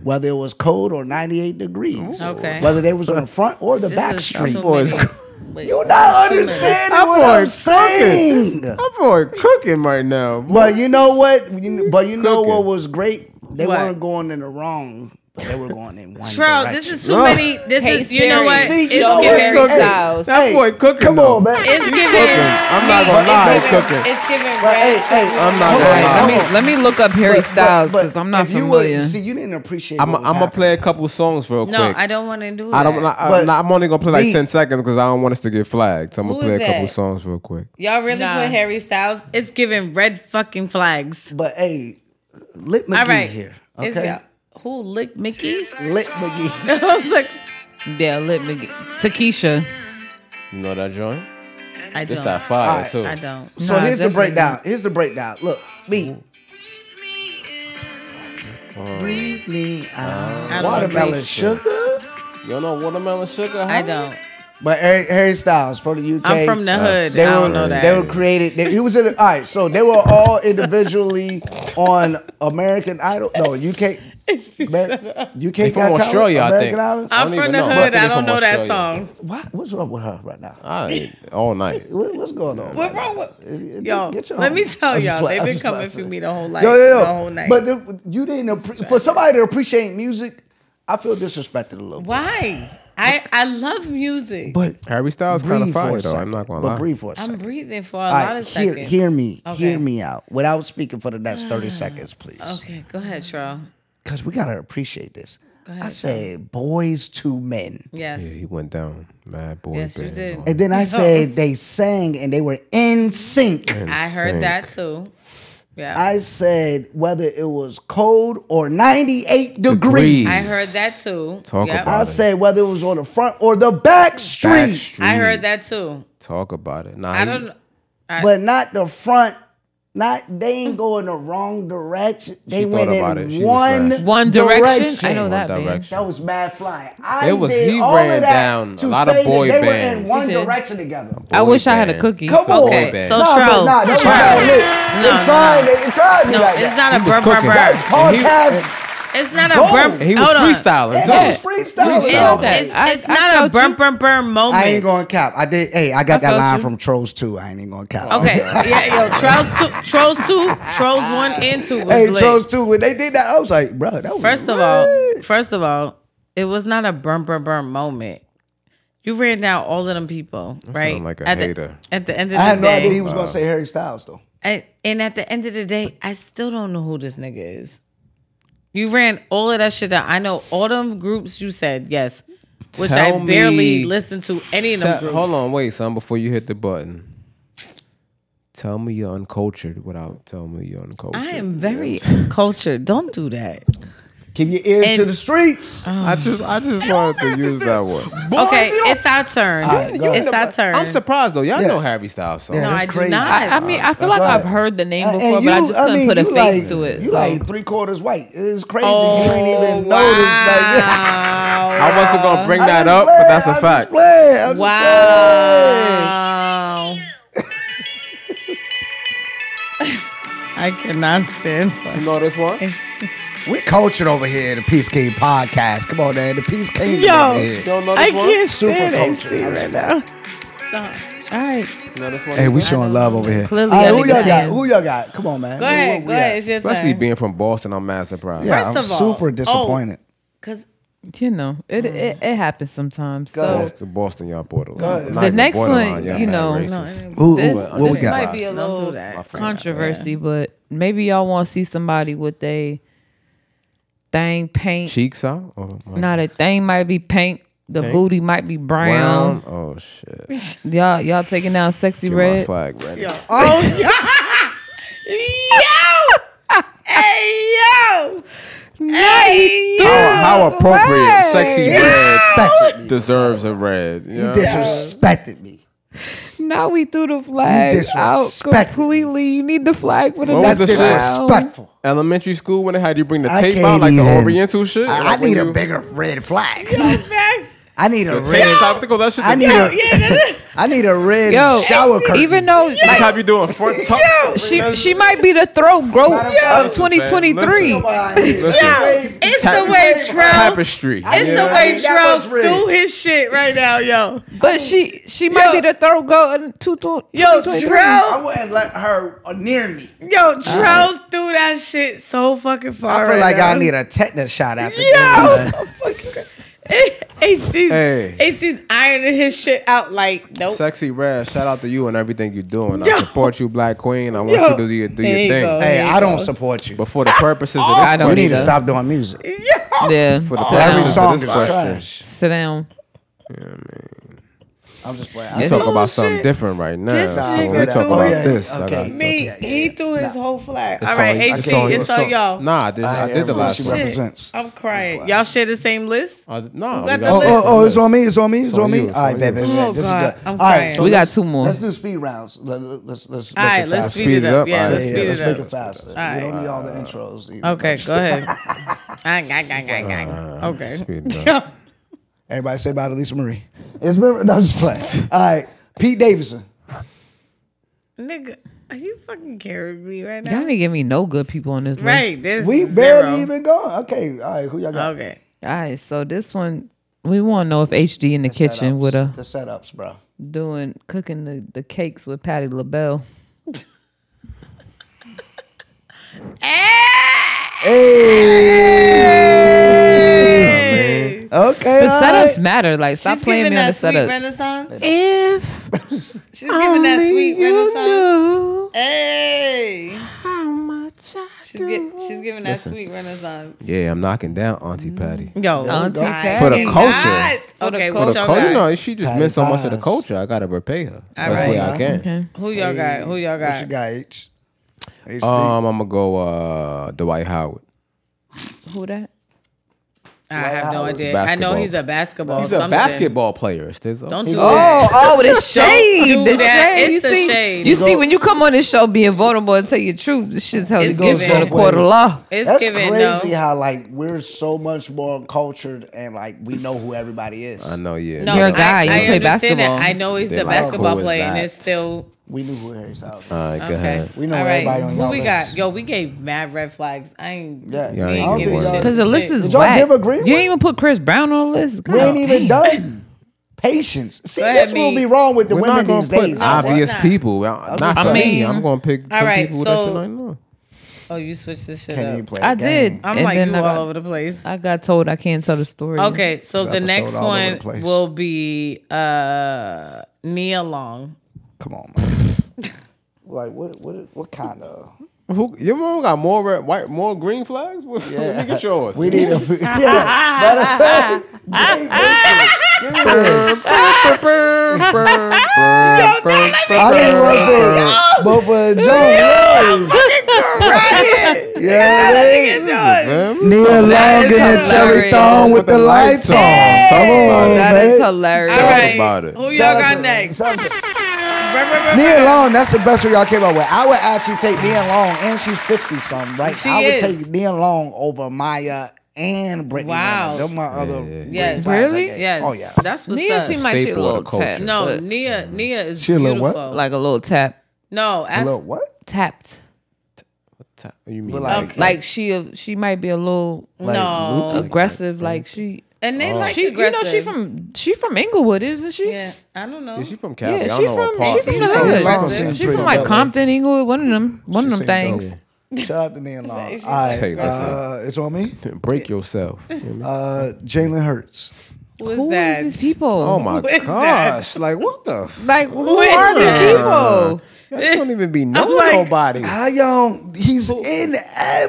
S3: Whether it was cold or ninety eight degrees.
S5: Mm-hmm. Okay.
S3: Whether they was on the front or the back
S5: is
S3: street.
S5: so many.
S3: You not understanding
S2: That
S3: what
S2: boy
S3: I'm
S2: is cooking.
S3: saying.
S2: My boy cooking right now. boy.
S3: But you know what? You kn- But you know
S2: Cooking.
S3: what was great? They
S5: What?
S3: weren't going in the wrong, but they were going in one
S5: Trell,
S3: direction.
S5: this is too many. This is, you know what?
S3: See,
S5: It's
S3: you know
S5: giving.
S3: what?
S2: Cooking.
S7: Styles.
S2: That boy cooking.
S3: Come
S2: though.
S3: on, man.
S5: It's
S2: He
S5: giving.
S2: cooking. I'm not gonna lie. He
S5: It's giving-
S2: cooking.
S5: It's giving.
S3: But, hey,
S5: red.
S3: hey,
S2: I'm not
S3: hold
S2: gonna
S3: on,
S2: lie.
S7: Let
S3: hold
S7: me
S3: on.
S7: let me look up Harry
S3: But- but-
S7: Styles
S3: but
S7: because I'm not
S3: if you were-
S7: familiar.
S3: see, you didn't appreciate.
S2: I'm
S3: what was
S2: I'm gonna
S3: happening.
S2: play a couple songs real
S5: No,
S2: quick.
S5: I don't want to do that.
S2: I don't. I,
S3: But-
S2: I'm, not, I'm only gonna play like
S3: Me-
S2: ten seconds because I don't want us to get flagged. So I'm gonna
S5: Who
S2: play a
S5: is
S2: couple
S5: that?
S2: songs real quick.
S5: Y'all really
S7: Nah.
S5: put Harry Styles? It's giving red fucking flags.
S3: But hey, Lit McGee
S5: All right.
S3: here.
S5: It's
S3: Okay,
S5: y'all- Who licked Mickey?
S3: Lit McGee.
S5: I was like,
S7: yeah, let me get Takesha.
S2: You know that joint?
S5: I don't.
S2: fire
S3: Alright. too.
S5: I don't.
S3: So
S7: Nah,
S3: here's the
S7: definitely
S3: breakdown. Here's the breakdown. Look, me. Breathe me out.
S5: don't know.
S3: Watermelon sugar.
S2: You don't know watermelon sugar?
S5: I don't.
S3: But Harry, Harry Styles for the UK.
S5: I'm from the hood.
S3: They
S5: I
S3: were,
S5: don't know that.
S3: They were created. They, he was in. All right, so they were all individually on American Idol. No, UK. Amer, UK
S2: They from
S3: Got Talent,
S2: Australia, I think.
S3: American Idol.
S2: I
S5: I'm
S2: don't
S5: from
S2: even
S5: the
S2: know.
S5: hood.
S2: Lucky
S5: I
S2: they
S5: don't
S2: from
S5: know that
S2: Australia.
S5: song.
S3: What, what's wrong with her right now?
S2: I ain't all night.
S3: What, what's going on?
S5: What's
S3: right
S5: wrong with
S3: now?
S5: yo?
S3: Get your
S5: Let me
S3: home.
S5: tell
S3: I'm just
S5: y'all,
S3: play-
S5: they've
S3: I'm
S5: been
S3: just
S5: coming
S3: messing.
S5: for me the whole night,
S3: Yo, yo, yo.
S5: the whole night.
S3: But the, you didn't appre- for somebody to appreciate music. I feel disrespected a little. bit.
S5: why? I I love music.
S3: But
S2: Harry Styles kind of
S3: breathe for
S2: fire
S3: a
S2: though.
S3: second.
S2: I'm not gonna
S3: But
S2: lie.
S3: breathe for a second.
S5: I'm breathing for a
S3: All
S5: lot
S3: right,
S5: of
S3: hear,
S5: seconds.
S3: hear me,
S5: Okay.
S3: hear me out without speaking for the next thirty seconds, please,
S5: Okay, go ahead, Trell.
S3: because we gotta appreciate this. I
S5: ahead,
S3: said boys to men,
S5: Yes.
S2: Yeah, he went down. Mad boy.
S5: Yes, you
S2: band.
S5: did.
S3: and then I said they sang and they were in sync.
S5: I heard
S2: Insane.
S5: that too. Yeah.
S3: I said whether it was cold or ninety-eight degrees.
S2: Degrees.
S5: I, heard that too.
S2: Talk
S5: Yep.
S2: about
S3: I said whether it was on the front or the back street,
S2: Back street.
S5: I heard that too.
S2: Talk about it. Nah,
S5: I
S2: he-
S5: don't
S3: but not the front. Not they ain't going the wrong direction. They
S2: thought
S3: went
S2: about
S3: in
S2: it. She was
S3: one
S2: trash.
S7: One Direction. I know
S2: One
S7: that band.
S2: Direction.
S3: That was mad flying. I
S2: It was-
S3: did
S2: he
S3: all
S2: ran
S3: of that
S2: down a
S3: to
S2: lot of
S3: say that
S2: boy
S3: they were in
S2: bands.
S3: one
S7: He did.
S3: direction together.
S7: I
S2: Boy
S7: wiys I had a
S2: band.
S7: cookie.
S3: Come
S2: Boy
S3: on,
S5: Okay,
S2: band.
S5: so-
S3: nah, but
S5: Trout.
S3: nah, they
S5: Trout.
S3: tried it.
S5: No,
S3: They
S5: no,
S3: tried
S5: no.
S3: it. They tried me
S5: No,
S3: like
S5: it's
S3: that.
S5: not a
S2: was
S5: bruh bruh
S2: cooking.
S3: That's
S2: And
S5: bruh.
S2: he-
S3: podcast.
S5: It's not a
S3: Go.
S5: bruh.
S2: He was
S5: hold on.
S2: freestyling.
S3: And
S2: too.
S3: that was freestyle.
S2: Freestyle.
S3: though.
S7: Okay.
S5: It's,
S7: I-
S5: it's
S7: I
S5: not a
S7: felt you.
S5: bruh bruh bruh moment.
S3: I ain't gonna cap. I did. Hey, I got
S7: I
S3: that
S7: felt
S3: line
S7: you.
S3: from Trolls too. I ain't even gonna cap.
S5: Okay, yeah, yo, trolls two, trolls two, trolls one and two was
S3: Hey,
S5: lit.
S3: Trolls too. When they did that, I was like, bro, that was
S5: First of
S3: lit.
S5: all, first of all, it was not a burn burn burn moment. You ran down all of them people, right?
S2: sound like a
S5: at
S2: hater.
S5: The, at the end of
S3: I had
S5: the
S3: no
S5: day,
S3: idea he was gonna say Harry Styles though.
S5: and, and at the end of the day, I still don't know who this nigga is. You ran all of that shit down. I know all them groups you said yes, which
S2: Tell
S5: I barely
S2: me-
S5: listened to any of them
S2: Tell-
S5: groups.
S2: hold on, wait, son, before you hit the button. Tell me you're uncultured without telling me you're uncultured.
S5: I am very cultured. Don't do that.
S3: Keep your ears to
S5: And- Uh-huh.
S3: the streets.
S2: I just I just wanted to use that one.
S5: okay, it's our turn.
S3: right, go
S5: it's
S3: ahead.
S5: our turn.
S2: I'm surprised though. Y'all
S3: Yeah.
S2: know Harry Styles songs.
S5: No,
S3: That's
S5: I do
S3: crazy.
S5: not.
S7: I, I mean, I feel like
S3: Go ahead.
S7: I've heard the name
S3: And-
S7: before,
S3: and
S7: but I
S3: you-
S7: just couldn't
S3: mean,
S7: put a
S3: you
S7: face
S3: like-
S7: to it.
S3: You
S7: so.
S3: like three quarters white. It's crazy.
S5: Oh,
S3: you ain't even
S5: wow.
S3: notice. Like,
S2: I wasn't gonna bring
S3: I
S2: that
S3: just
S2: up, but
S3: played,
S2: that's a
S3: I just
S2: fact.
S3: played, I just played.
S5: Wow. I cannot stand.
S2: You know this one?
S3: We cultured over here in the Peace King podcast. Come on, man. The Peace King.
S5: Yo.
S3: over here.
S2: Don't know this
S5: I
S2: one?
S5: can't
S3: Super
S5: stand
S3: culture.
S5: HD right now.
S8: All right.
S2: Know this one?
S3: Hey, we showing love over here.
S4: Clearly
S3: All right,
S4: y'all
S3: who
S4: niggas
S3: y'all got?
S4: saying-
S3: Who y'all got? Come on, man.
S5: Go ahead, go ahead. It's your
S2: Especially
S5: turn.
S2: being from Boston, I'm mad surprised.
S3: Yeah,
S5: First
S3: I'm
S5: of all-
S3: super disappointed.
S5: Cause
S4: You know, it it, it happens sometimes.
S3: Go
S4: so
S3: ahead.
S2: Boston, Boston, y'all border.
S4: The next one, you know,
S3: Who, who,
S4: this,
S3: what we
S4: this
S3: got?
S4: might be a
S5: Don't do
S4: little
S5: that. My
S2: friend.
S4: controversy, but maybe y'all want to see somebody with they thing paint.
S2: cheeks out. Oh, my
S4: Now the thing might be pink. The booty might be brown.
S2: brown. Oh shit.
S4: Y'all y'all taking down sexy
S2: Get my
S4: red.
S2: flag ready.
S5: yo, hey yo, hey yo.
S2: How, how appropriate sexy red deserves a red. You know?
S3: Disrespected me.
S4: Now we threw the flag out
S3: disrespected me.
S4: completely. You need the flag for the
S2: What was
S3: That's
S4: next
S2: the shit?
S4: round.
S3: disrespectful.
S2: Elementary school when they had you bring the
S3: I
S2: tape
S3: can't
S2: out like the
S3: even-
S2: Oriental shit.
S3: I, I
S2: Like when
S3: need a
S2: you-
S3: bigger red flag.
S5: Max.
S3: I need a
S2: Tape
S3: red.
S2: top, think of that shit.
S3: I
S2: the
S3: need
S2: top.
S3: a. I need a red
S4: Yo,
S3: shower curtain.
S4: Even though
S2: Just
S4: like,
S2: have you doing front top.
S4: she she might be the throat growth of 2023.
S2: Listen,
S3: Yo,
S2: listen.
S5: It's
S2: Tap-
S5: the way Trell.
S2: tapestry.
S5: It's the
S3: Yeah, I
S5: way
S3: need that
S5: Trell
S3: much red.
S5: threw his shit right now, yo.
S4: But she she might be
S5: Yo.
S4: the throat goat in two, two,
S5: Yo,
S4: 2023.
S3: I
S5: Trell,
S3: wouldn't let her near me.
S5: yo, Trell threw that shit so fucking far.
S3: I feel
S5: right
S3: like
S5: now.
S3: I need a tetanus shot after
S5: Yo,
S3: this.
S5: HG's,
S2: Hey.
S5: HG's ironing his shit out like, nope.
S2: Sexy Red, shout out to you and everything you're doing.
S5: Yo.
S2: I support you, Black Queen. I want
S5: Yo.
S2: you to do your, do your
S5: There you
S2: thing.
S5: go.
S3: Hey,
S5: There you
S3: I don't
S5: go.
S3: support you.
S2: But for the purposes
S5: Oh,
S2: of
S4: I
S2: this,
S4: don't
S3: We need to
S4: either.
S3: stop doing music.
S4: Yeah,
S2: for the
S4: sit down.
S3: Every
S2: purposes
S3: song
S2: of
S3: is
S2: this question,
S3: trash.
S4: Sit down.
S3: I'm just playing.
S2: we
S3: I
S2: talk
S5: Oh,
S2: about something
S5: shit.
S2: different right now.
S5: This
S2: so
S5: nigga
S2: when we talk
S5: doing-
S2: about
S3: Oh, yeah,
S2: this. I
S3: okay.
S2: got-
S5: Me,
S3: Okay,
S5: he threw his whole flag. All right,
S2: it's
S5: HG,
S2: on-
S5: it's on y'all.
S2: Nah, I did, I
S3: I
S2: did the
S3: am
S2: last
S3: she
S2: one.
S5: Shit,
S3: represents.
S5: I'm crying. Y'all share the same list?
S2: I, nah,
S5: You
S2: we
S5: got
S2: got
S5: the
S3: Oh,
S2: this
S3: oh,
S5: list?
S2: one.
S3: oh, it's on me. It's on me. It's
S2: on
S3: on me.
S2: you,
S3: All
S2: it's
S3: right,
S2: on you.
S3: baby. yeah,
S5: Oh,
S3: This
S5: God,
S3: is good.
S5: I'm
S3: All right,
S5: crying.
S3: so
S4: We got
S3: let's-
S4: two more.
S3: Let's do speed rounds. Let, let- let's let's
S5: All
S3: make
S5: right,
S3: it
S5: let's
S3: faster.
S5: speed it up. Yeah,
S2: All right,
S5: let's
S3: yeah,
S5: speed
S3: let's
S5: it
S3: make
S5: up.
S3: it faster.
S5: right.
S3: We don't need all the intros. Either.
S5: Okay, go ahead. Ah, gah, gah, gah, gah, gah. Okay.
S2: Speed it
S5: Yo,
S3: Everybody say bye to Lisa Marie. It's been no, I'm just playing. All right, Pete Davidson.
S5: Nigga, are you fucking carrying me right
S4: Y'all
S5: now?
S4: didn't give me no good people on this
S5: Right, this
S3: We
S5: is
S3: barely
S5: zero.
S3: even gone. Okay, all right, who y'all got?
S5: Okay.
S4: list. All right, so this one we want to know if HD in the kitchen
S3: Setups.
S4: with a
S3: the setups, bro.
S4: doing cooking the, the cakes with Patty LaBelle.
S3: Hey. Okay.
S4: The
S3: all
S4: setups
S3: right.
S4: matter. Like stop
S5: She's
S4: playing
S5: giving
S4: me on
S5: that
S4: the
S5: sweet
S4: setup.
S5: renaissance. If she's giving that sweet renaissance. Hey. How much she's, get, she's giving that
S2: Listen.
S5: sweet renaissance.
S2: Yeah, I'm knocking down Auntie Patty.
S5: Yo,
S4: Auntie Patty.
S2: For the
S5: Not.
S2: culture.
S5: Okay,
S4: For
S2: For
S5: what
S2: the
S5: y'all
S2: culture, you
S5: got?
S2: know, she just
S3: Patty
S2: meant so much to the
S3: Pies.
S2: culture. I gotta repay her. That's
S5: right.
S2: way I can. Um,
S4: Okay.
S5: Who y'all got? Who y'all
S3: What you
S5: got?
S3: got, H? HD.
S2: Um, I'm gonna go uh, Dwight Howard.
S4: Who that?
S5: I have no idea. I
S2: Basketball.
S5: know he's a bastirball.
S2: He's a
S5: something.
S2: basketball player. Stizzle.
S5: Don't do
S4: Oh,
S5: that.
S4: oh, the shade,
S5: Don't do
S4: the
S5: that.
S4: shade.
S5: It's
S4: you
S5: the
S4: see,
S5: shade.
S4: you see, when you come on this show being vulnerable and tell your truth, this shit's held
S5: It's
S4: against you in
S5: given.
S4: a court of law.
S5: It's
S3: That's
S5: given
S3: crazy
S5: no.
S3: how like we're so much more cultured and like we know who everybody is.
S2: I know, yeah.
S5: No,
S4: You're a guy.
S5: I,
S4: You
S5: I
S4: play
S5: understand
S4: basketball.
S5: That. I know he's
S2: They're
S5: a
S2: like,
S5: basketball
S2: who is
S5: player, and
S2: that?
S5: it's still
S3: we knew who Harry's out.
S2: All right, go
S5: okay.
S2: ahead.
S3: We know
S5: All
S3: everybody on
S5: Who
S3: y'all
S5: we
S3: list.
S5: got? Yo, we gave mad red flags. I ain't.
S3: Yeah.
S5: we
S2: Yeah, I ain't give
S5: ain't giving
S2: one.
S5: shit.
S4: Because the list is
S3: Did y'all
S4: whack.
S3: give a green
S4: You
S3: one?
S4: ain't even put Chris Brown on the list.
S3: we ain't
S4: God
S3: even
S4: damn.
S3: done. Patience. See,
S5: ahead,
S3: this will
S5: B.
S3: be wrong with the
S2: We're
S3: women
S2: not gonna
S3: these
S2: put
S3: days. bro.
S2: obvious
S5: not.
S2: people. Uh, Not
S3: I
S2: for me.
S4: mean-
S2: I'm gonna pick some
S5: All right,
S2: people that
S5: so-
S2: should I know.
S5: Oh, you switched this shit
S3: Can't
S5: up.
S3: even play
S4: I
S3: the
S4: did.
S3: game.
S5: I'm
S4: And
S5: like
S4: then
S5: you
S4: I
S5: all
S4: got-
S5: over the place.
S4: I got told I can't tell the story.
S5: Okay, so the
S3: episode
S5: next
S3: all over the
S5: one
S3: place.
S5: will be uh Nia Long.
S3: Come on, man. Oh like what? What? What kind of?
S2: Who your mom got more red, white, more green flags? Where you get yours?
S3: We need a. yeah. Matter of fact, give me this. I didn't want this. But for Jones, yeah, Neil Long in the cherry
S4: hilarious.
S3: thong with the lights on. Come on,
S4: That is
S3: man.
S4: hilarious.
S5: All right,
S2: about it.
S5: who y'all got next?
S3: Nia Long, that's the best one y'all came up with. I would actually take Nia Long, and she's 50 something, right?
S5: She
S3: I would
S5: is.
S3: take Nia Long over Maya and Brittany.
S5: Wow.
S3: Wow. They're my other. green
S5: Yes.
S3: flags I
S4: Really?
S3: gave.
S5: Yes.
S3: Oh, yeah.
S5: That's what's
S4: Nia
S5: up.
S4: seemed like she a
S2: Staple of
S4: little
S2: the culture.
S4: tap.
S5: no,
S4: but-
S5: Nia. Nia is
S3: She a little
S5: beautiful.
S3: what?
S5: Like
S4: like a little tap.
S5: no, abs-
S3: Look, what?
S4: Tapped.
S2: T- You mean
S3: But
S2: like,
S5: Mm.
S3: like,
S7: Like she,
S4: uh,
S7: a- she might be a little
S3: like
S5: No.
S3: Luke,
S7: aggressive. Like she,
S5: and they Mm. like
S7: she,
S5: aggressive.
S7: you know, she from she from Inglewood, isn't she?
S5: Yeah, I don't know.
S2: is she from Cali?
S7: Yeah,
S2: I
S7: she
S2: don't know what
S7: from
S2: part.
S7: she's from the
S3: from Long
S7: hood.
S3: Island.
S7: She from
S3: Yeah.
S7: like Compton, Inglewood, one of them, one of them
S3: She seemed
S7: things.
S3: dope. Shout out to Neil Long. All
S2: Hey,
S3: right,
S2: listen.
S3: uh, it's on me.
S2: Break yourself. You know what I mean?
S3: Uh, Jalen Hurts.
S5: Who is
S7: Who
S5: that?
S7: is these people?
S2: oh my
S5: is that?
S2: gosh! Like what the? F-
S7: Like who
S5: is
S7: are these
S2: that?
S7: people?
S2: I just don't even be knowing
S5: like-
S2: nobody.
S3: How young? He's in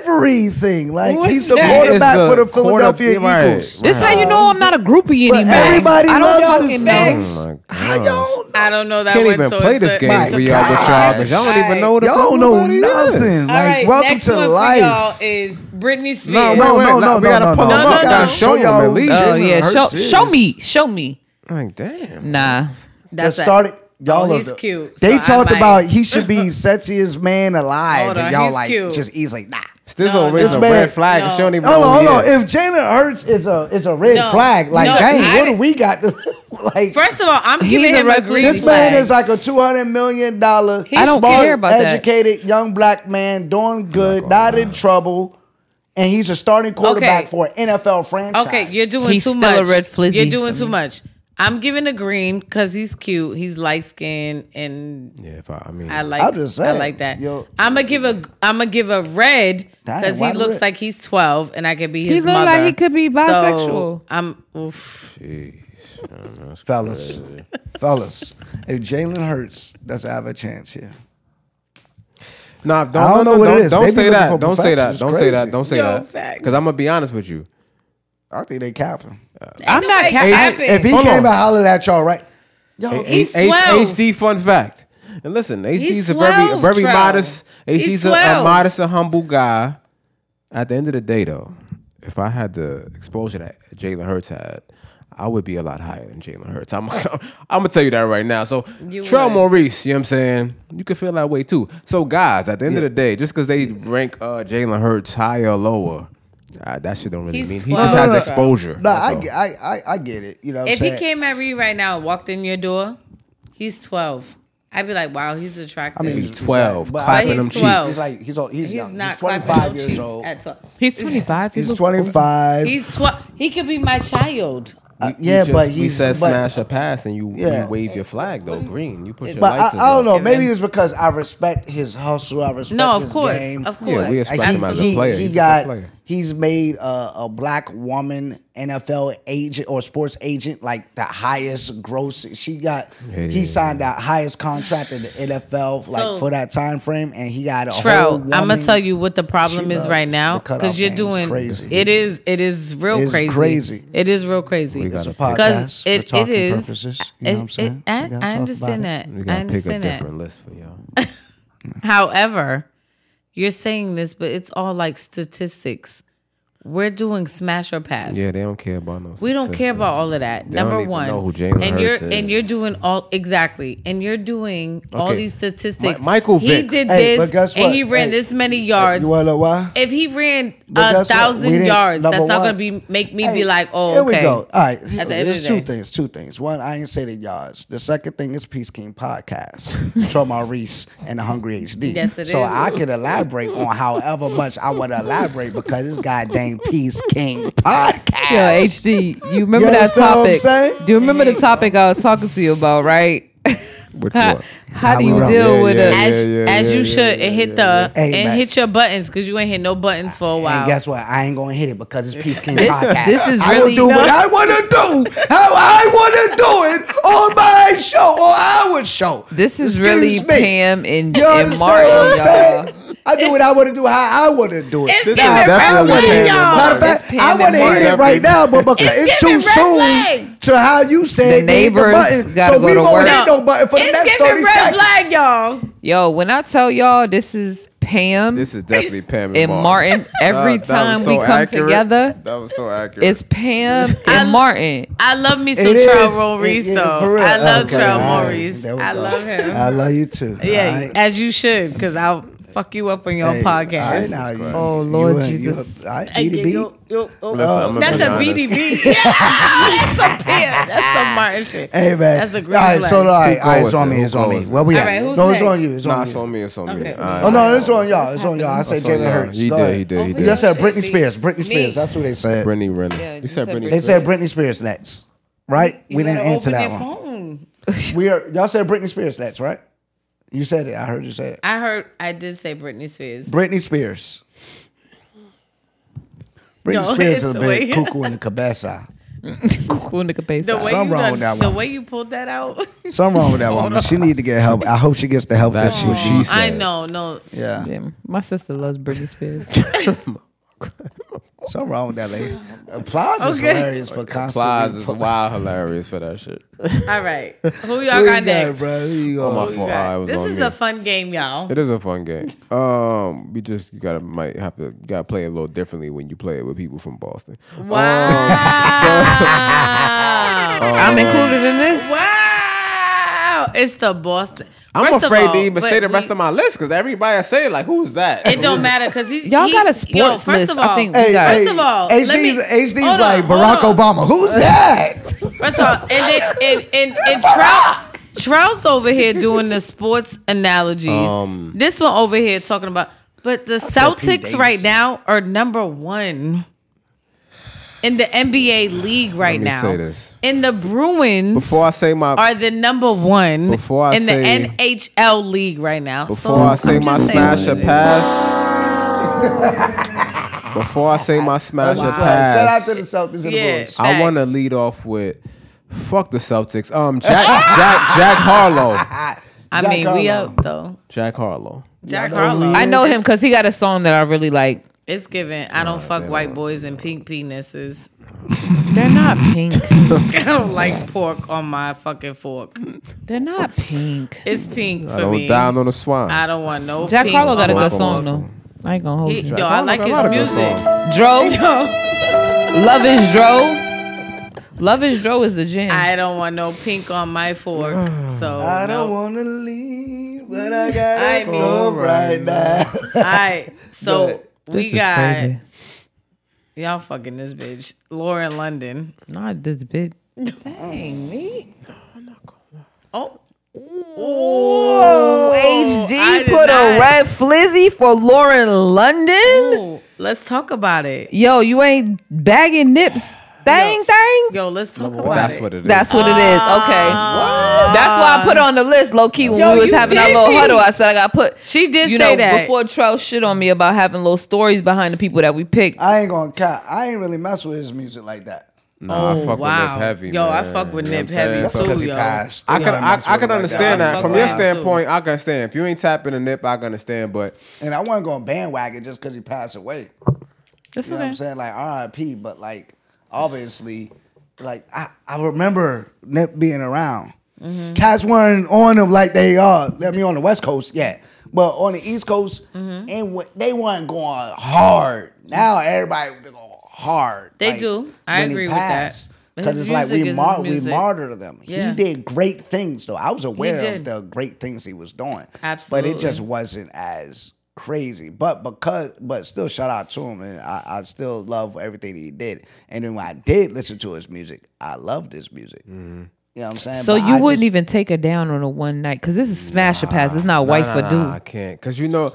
S3: everything. Like
S5: Who is
S3: he's the
S5: that?
S3: quarterback
S2: It's
S3: for the Philadelphia
S2: quarterback-
S3: Eagles.
S2: Right,
S7: This
S2: right.
S7: how you know I'm not a groupie
S3: But
S7: anymore.
S3: everybody
S7: I don't
S3: loves
S7: fucking
S3: his
S7: know.
S3: name.
S2: Oh my gosh.
S3: How y'all?
S5: I don't know that
S2: can't
S5: one.
S2: even
S5: so
S2: play
S5: it's
S2: this
S5: a-
S2: game for
S3: My
S2: y'all with y'all
S3: gosh.
S2: because y'all don't even know what the
S3: Y'all
S2: fuck
S3: don't know
S2: nobody is.
S3: nothing.
S5: All
S3: Like
S5: right,
S3: welcome
S5: next
S3: to
S5: one
S3: life.
S5: For y'all is Britney Spears.
S2: No,
S3: No,
S2: no,
S3: no,
S2: no,
S3: no,
S2: We gotta
S3: no,
S2: pull
S3: no,
S2: them
S5: no,
S2: up.
S5: no.
S2: Gotta show
S3: Show
S2: y'all
S3: y'all
S2: at least.
S7: Oh
S2: Jalen
S7: yeah,
S2: Hurts
S7: show
S2: is-
S7: show me, show me.
S2: Like damn.
S7: Nah,
S5: that's
S3: that
S5: it.
S3: started. Y'all
S5: Oh,
S3: are
S5: he's
S3: the-
S5: cute,
S3: They
S5: so I
S3: talked
S5: might.
S3: about he should be sexiest man alive,
S5: Hold on,
S3: and y'all
S5: he's
S3: like
S5: cute.
S3: just easily nah.
S2: This over
S3: this
S2: is a
S3: man-
S2: red flag. and She don't even
S3: Hold
S2: know.
S3: on,
S2: who
S3: hold on.
S2: he is.
S3: If Jalen Hurts is a is a red
S5: No,
S3: flag, like
S5: no,
S3: dang,
S5: I
S3: what do
S5: didn't-
S3: we got to like?
S5: First of all, I'm
S7: He's
S5: giving
S7: a
S5: him a
S7: red
S5: green
S3: this
S5: flag.
S3: man is like a two hundred million dollar.
S7: I don't care about that.
S3: educated young black man doing good, not in trouble, and he's a starting quarterback
S5: Okay.
S3: for an NFL franchise.
S5: Okay, you're doing
S7: He's
S5: too
S7: still a
S5: much.
S7: red flizzy
S5: you're doing
S7: for
S5: too
S7: me.
S5: much. I'm giving a green because he's cute. He's light skinned and
S2: Yeah, if I, I mean,
S5: I like.
S3: I'm just
S5: I
S3: saying,
S5: like that.
S3: yo-
S5: I'm gonna give a. I'm gonna give a red
S3: Dang,
S5: because
S3: why
S5: he looks
S3: red?
S5: like he's 12 and I could be his
S7: look like
S5: mother.
S7: he could be
S5: So,
S7: bisexual.
S5: I'm. Oof.
S3: fellas, fellas. If Jalen Hurts doesn't have a chance here,
S2: nah, don't,
S3: I don't
S2: no,
S3: know
S2: no,
S3: what it
S2: don't,
S3: is.
S2: don't
S3: They be
S2: say
S3: looking
S2: that.
S3: for
S2: Don't say
S3: perfection.
S2: that.
S3: It's
S2: Don't say that.
S3: crazy.
S2: Don't say
S5: Yo,
S2: that.
S5: facts.
S2: Because I'm gonna be honest with you.
S3: I think they capping.
S7: I'm not.
S5: nobody
S7: Ca-
S5: capping.
S3: If he
S2: Hold
S3: came
S2: on.
S3: and hollered at y'all, right? Y'all,
S5: Oh, He's
S2: H-
S5: 12.
S2: HD fun fact. And listen, HD's a very, a
S5: 12,
S2: very
S5: Trell.
S2: modest.
S5: He's
S2: HD's a, a
S5: 12.
S2: modest and humble guy. At the end of the day, though, if I had the exposure that Jalen Hurts had, I would be a lot higher than Jalen Hurts. I'm, I'm gonna tell you that right now. So, Trell
S5: would.
S2: Maurice, you know what I'm saying? You could feel that way too. So, guys, at the end of the day, just because they rank uh, Jalen Hurts higher or lower, uh, that shit don't really
S5: He's
S2: mean he just
S5: 12,
S2: has
S5: bro.
S2: exposure.
S3: No, I,
S2: That's all.
S3: I, I, I get it. You know, what
S5: If
S3: I'm
S5: he
S3: saying?
S5: came at me right now and walked in your door, he's 12. I'd be like, wow, he's attractive.
S3: I mean,
S2: He's 12,
S3: but I-
S2: clapping
S5: But he's
S2: them cheeks.
S5: 12.
S3: He's like he's old, he's,
S5: he's
S3: young.
S5: not
S3: he's
S5: clapping
S3: 25
S5: no
S3: years
S5: cheeks
S3: old.
S5: At 12.
S7: he's 25. He
S3: He's
S7: looks-
S3: 25.
S5: He's 12. He could be my child.
S3: Uh, yeah,
S2: just-
S3: but
S2: we
S3: he's
S2: said
S3: but,
S2: smash a pass and you,
S3: Yeah.
S2: you wave your flag though green. You put your
S3: But I,
S2: license.
S3: I don't know.
S2: up.
S3: Maybe it's because I respect his hustle. I respect
S5: No, of
S3: his
S5: course,
S3: game.
S5: of course.
S2: Yeah, we
S3: Like,
S2: expect him as a
S3: he,
S2: player.
S3: he
S2: He's a
S3: got
S2: player.
S3: he's made a, a black woman NFL agent or sports agent like the highest gross. She got he signed the highest contract in the NFL like
S5: So-
S3: for that time frame, and he got a whole.
S5: Trout, I'm gonna
S3: woman-
S5: tell you what the problem
S3: She
S5: is
S3: love
S5: right now
S3: the cutoff
S5: because you're
S3: game. It's
S5: doing
S3: crazy.
S5: it is it is real
S3: It's
S5: crazy.
S3: crazy.
S5: It is real crazy.
S3: It's a
S5: Because
S3: podcast for
S5: it, it
S3: talking
S5: is.
S3: purposes, you know
S5: it's-
S3: what I'm saying?
S5: it- I,
S3: We gotta
S5: I
S3: talk
S5: understand
S3: about
S5: that.
S2: we gotta
S5: I
S2: pick a
S5: understand that.
S2: different list for y'all.
S5: However, you're saying this, but it's all like statistics. We're doing smash or pass.
S2: Yeah, they don't care about no.
S5: We don't care about all of that.
S2: They don't
S5: Number
S2: even
S5: one,
S2: know who Jalen
S5: and
S2: Hurts
S5: you're and you're
S2: is.
S5: doing all exactly, and you're doing all
S2: Okay.
S5: these statistics.
S2: Mi- Michael
S5: he
S2: Vick.
S5: did
S3: Hey,
S5: this,
S3: but guess
S5: and
S3: what?
S5: he ran
S3: Hey,
S5: this many yards.
S3: You wanna know why?
S5: if he ran
S3: But
S5: a
S3: guess what? We
S5: thousand
S3: didn't-
S5: yards, that's
S3: number
S5: not
S3: one-
S5: gonna be make me
S3: Hey,
S5: be like, oh,
S3: here
S5: okay.
S3: we go. All right,
S5: At the end of
S3: there's
S5: the
S3: two
S5: day.
S3: things. Two things. One, I ain't say the yards. The second thing is Peace King podcast, Troy Maurice and the Hungry HD.
S5: Yes, it
S3: so
S5: is.
S3: I can elaborate on however much I want to elaborate because it's goddamn Peace King podcast.
S7: Yo, HD, you remember
S3: You
S7: that
S3: understand what I'm
S7: topic?
S3: saying?
S7: Do you remember the topic I was talking to you about? Right?
S2: Which
S7: How,
S2: one?
S7: how do
S3: we
S7: you
S3: roll.
S7: deal
S2: Yeah,
S7: with
S2: yeah,
S7: it?
S2: yeah.
S5: As, as you should, and hit the
S3: yeah. Hey,
S5: and
S3: Mac.
S5: hit your buttons because you ain't hit no buttons for a while.
S3: And guess what? I ain't gonna hit it because it's Peace King
S7: This-
S3: podcast.
S7: this is
S3: I
S7: really-
S3: will do what I want to do, how I want to do it on my show or our show.
S7: This is really
S3: Excuse me.
S7: Pam and,
S3: You
S7: and
S3: understand what I'm
S7: Martin, y'all.
S3: saying? I do what I want to do, how I want to do it.
S5: It's
S3: Now,
S5: giving
S3: if I
S5: red
S3: wanna
S5: flag,
S3: hit it-
S5: y'all.
S3: Matter of
S7: It's
S3: fact, I
S7: Pam
S3: want to
S7: and
S3: hit it
S2: Mark.
S3: right now, but because
S5: It's
S3: it's, too
S5: giving red
S3: soon
S5: flag.
S3: to how you said
S7: The
S3: they hit the
S7: neighbors
S3: button,
S7: gotta
S3: so
S7: go
S3: we
S7: to
S3: won't
S7: work.
S3: hit no button for the next
S5: it's
S3: thirty
S5: giving red
S3: seconds.
S5: flag, y'all.
S7: Yo, when I tell y'all this is Pam
S2: This is definitely Pam and,
S7: and Martin, every
S2: That- that
S7: time
S2: was
S7: we
S2: so
S7: come
S2: accurate.
S7: together,
S2: That was so accurate.
S7: it's Pam
S5: I-
S7: and Martin.
S5: I love me some
S3: It is.
S5: Trell Maurice
S3: It- it- for
S5: though.
S3: real.
S5: I love
S3: Okay,
S5: Trell
S3: all right.
S5: Maurice.
S3: There we
S5: I
S3: go.
S5: love him.
S3: I love you too.
S5: yeah,
S3: all right?
S5: as you should, because I fuck you up on your podcast.
S3: Now, you,
S7: Oh, Lord
S3: you-
S7: Jesus.
S3: You, I,
S5: Hey,
S3: BDB.
S5: yo, yo, oh,
S2: Listen, I'm gonna
S5: that's
S2: be
S5: a
S2: honest.
S5: BDB. Yeah, that's some pimp. That's some Martin shit.
S3: Hey man,
S5: that's a great.
S3: all right. So all right,
S2: Who
S3: all right, it's
S2: calls
S3: on
S2: it?
S3: me.
S2: Who
S3: It's on me.
S2: calls it?
S3: Where we
S5: All
S3: at?
S5: right, who's
S3: no, it's
S5: next?
S3: on you. It's on
S2: Nah,
S3: you.
S2: it's on me. It's on me.
S5: Okay.
S2: Alright,
S3: Oh no,
S2: alright,
S3: it's on y'all. It's on y'all. I said
S2: It's on
S3: Jalen
S2: y'all.
S3: Hurts.
S2: He
S3: Go
S2: did.
S3: ahead.
S2: He did. He
S3: You
S2: did.
S3: said Britney
S5: Me.
S3: Spears. Britney Spears. That's what they said.
S2: Britney Renner. you
S4: you
S2: said
S4: said
S2: Britney.
S3: They said Britney Spears next, right? we didn't
S5: gotta
S3: answer
S5: open
S3: that
S5: your
S3: one.
S5: phone.
S3: We are. Y'all said Britney Spears next, right? You said it. I heard you say it.
S5: I heard. I did say Britney Spears.
S3: Britney Spears. Britney
S5: No,
S3: Spears
S5: it's
S3: is a
S5: the
S3: big
S5: way-
S3: cuckoo in the cabeza.
S7: Cool nigga base.
S5: The way, you
S3: Something wrong
S5: done-
S3: with that
S5: the
S3: one.
S5: way you pulled that out.
S3: Something wrong with that woman. She need to get help. I hope she gets the help that
S2: That's
S3: she
S2: what she
S3: needs.
S2: said.
S5: I know, no.
S3: Yeah.
S7: Damn, my sister loves Britney Spears.
S3: Something wrong with that lady. Applause is
S5: Okay.
S3: hilarious for constantly.
S2: Plies is wild hilarious for that shit.
S5: All right, who
S3: Who
S5: y'all
S3: you
S5: got
S3: got,
S5: next?
S3: bro? Who you got?
S2: Oh, My fault. I was
S5: this
S2: on
S5: is
S2: me.
S5: a fun game, y'all.
S2: It is a fun game. Um, we just you gotta might have to gotta play it a little differently when you play it with people from Boston. Um,
S5: Wow!
S2: Oh. uh,
S7: I'm included in this.
S5: wow! It's the Boston.
S2: I'm
S5: First of
S2: afraid
S5: all,
S2: to even
S5: but
S2: say the
S5: we-
S2: rest of my list because everybody I say like, who's that?
S5: It don't matter because
S7: Y'all got a sports
S5: first
S7: list,
S5: Of
S7: I
S5: all,
S7: think.
S3: Hey,
S7: Guys.
S3: hey,
S5: First of all, let
S3: HD's,
S5: me-
S3: HD's
S5: hold
S3: like
S5: on,
S3: Barack
S5: hold
S3: Obama. Who's that?
S5: First of all, and then and and, and Trout Trout's over here doing the sports analogies.
S2: Um,
S5: this one over here talking about, but the
S3: Pete
S5: Celtics right
S3: Davidson.
S5: now are number one in the NBA league right
S2: me
S5: now.
S2: say this.
S5: And the Bruins
S2: Before I say my
S5: are the number one
S2: Before I
S5: in
S2: say-
S5: the NHL league right now.
S2: before
S5: so
S2: I say
S5: I'm
S2: my
S5: just
S2: smash
S5: saying
S2: or pass. before I say my smash or pass.
S3: Shout out to the Celtics and
S5: Yeah.
S3: the Bulls.
S2: I want to
S5: Facts.
S2: lead off with fuck the Celtics. Um, Jack Jack Jack Harlow.
S5: I
S3: Jack
S5: mean, we
S3: Harlow.
S5: up though.
S2: Jack Harlow.
S5: Jack Harlow.
S7: I know him because he got a song that I really like.
S5: It's given. I don't fuck white boys and pink penises.
S7: They're not pink.
S5: I don't like pork on my fucking fork.
S7: They're not pink.
S5: It's pink for
S2: Don't
S5: me.
S2: down on the swine.
S5: I don't want no
S7: Jack
S5: pink.
S7: Harlow got a
S5: on
S7: good
S2: Michael
S7: song
S2: Michael.
S7: though. I ain't gonna hold
S5: my-
S7: you.
S5: He- Yo, I like
S2: got a lot
S5: his
S2: of good
S5: music.
S2: songs.
S7: Dro, love is Dro. Love is Dro is the jam.
S5: I don't want no pink on my fork. So
S3: I don't
S5: no.
S3: want to leave, but I gotta
S5: I mean-
S3: go right now.
S5: All right. So
S7: this
S5: we
S7: is
S5: got
S7: crazy.
S5: y'all fucking this bitch, Lauren London.
S7: Not this big. Dang me.
S5: Oh, I
S9: HG
S5: did
S9: put a
S5: not.
S9: red flizzy for Lauren London.
S5: ooh, let's talk about it.
S7: Yo, you ain't bagging nips. Thing, thing.
S5: Yo, let's talk about
S2: That's
S5: it.
S2: what it is.
S7: That's what it is. Okay. That's why I put it on the list, low key. When we was
S5: Ah. you
S7: having our
S5: did
S7: little
S5: me.
S7: huddle, I said I got put.
S5: She did
S7: you
S5: say
S7: know,
S5: that.
S7: before Trout shit on me about having little stories behind the people that we picked.
S3: I ain't gonna cap. I ain't really mess with his music like that.
S2: Nah, I fuck with
S5: wow.
S2: Nip Heavy.
S5: Yo, I
S2: man.
S5: fuck with
S2: You know
S5: Nip
S2: what I'm saying?
S5: Heavy,
S2: So-
S3: That's
S5: too.
S3: because he
S5: yo.
S3: passed.
S2: I
S3: You
S2: can
S3: don't
S2: I,
S3: mess
S2: I
S3: with
S2: can
S3: him like
S2: understand
S5: that.
S2: that
S5: I
S2: from
S5: fuck
S2: your
S5: with him, too.
S2: standpoint. I can understand if you ain't tapping a nip. I can understand, but
S3: And I wasn't gonna bandwagon just because he passed away.
S7: That's
S3: You know what I'm saying? Like RIP, but like obviously, like I, I remember Nip being around.
S5: Mm-hmm.
S3: Cats weren't on them like they are. Let me on the West Coast, yeah. But on the East Coast,
S5: Mm-hmm.
S3: and what they weren't going hard. Now everybody they going hard.
S5: They do. I agree with that. But
S3: Because
S5: his
S3: it's like
S5: music
S3: we
S5: is
S3: mar-
S5: his
S3: we
S5: music.
S3: martyred them.
S5: Yeah.
S3: He did great things though. I was aware of
S5: did.
S3: the great things he was doing. But it
S5: Absolutely.
S3: just wasn't as crazy. But because but still shout out to him and I, I still love everything he did. And then when I did listen to his music, I loved his music.
S2: Mm-hmm.
S3: You know what I'm saying?
S7: So
S3: But
S7: you
S3: I
S7: wouldn't
S3: just-
S7: even take her down on a one night because this is smash or pass. It's not white for
S2: Nah, I
S7: dude.
S2: can't. Cause you know,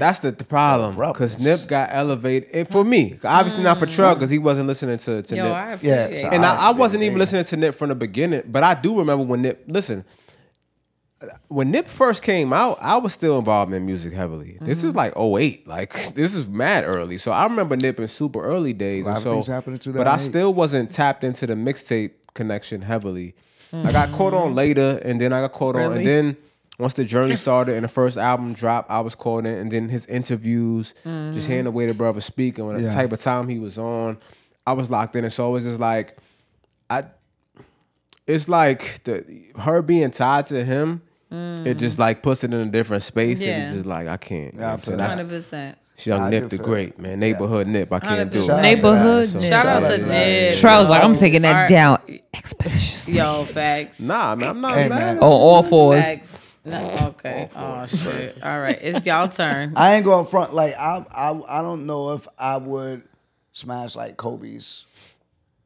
S2: that's the, the problem. Cause Nip got elevated. And for me, obviously not for Trug, cause he wasn't listening to, to
S5: Yo,
S2: Nip.
S5: I
S3: Yeah,
S5: appreciate
S3: so
S5: it.
S2: and I, I
S3: honestly,
S2: wasn't even
S3: yeah.
S2: listening to Nip from the beginning, but I do remember when Nip. Listen, when Nip first came out, I was still involved in music heavily. This
S3: Mm-hmm.
S2: is like 08. like this is mad early. So I remember Nip in super early days.
S3: lot
S2: and
S3: of
S2: so-
S3: things happened in
S2: but I
S3: 2008.
S2: still wasn't tapped into the mixtape connection heavily. I got caught on
S3: Mm.
S2: later, and then I got caught on, and then. Once the journey started and the first album dropped, I was caught in, and then his interviews, just
S3: Mm.
S2: hearing the way the brother speak and what the type of time he was on, I was locked in. It's always just like, I it's like the her being tied to him, it just like puts it in a different space. And
S5: Mm. Yeah.
S2: it's just like I can't. You know what I'm
S3: I
S2: saying?
S3: feel
S2: That's-
S5: Hundred percent.
S2: she young Nip the Great, man. Neighborhood Nip. I can't do it.
S5: 100%.
S7: Neighborhood.
S2: So-
S7: nigga.
S5: Shout out to
S3: to
S5: Nip.
S7: Trout's like, I'm taking that
S5: Alright.
S7: down expeditiously.
S5: Yo, facts.
S2: Nah, man, I'm not
S3: Hey,
S2: mad.
S3: man.
S7: On Oh, all fours.
S5: Facts. No, okay. Oh shit. All right. It's y'all turn.
S3: I ain't going front. Like I, I, I don't know if I would smash like Kobe's.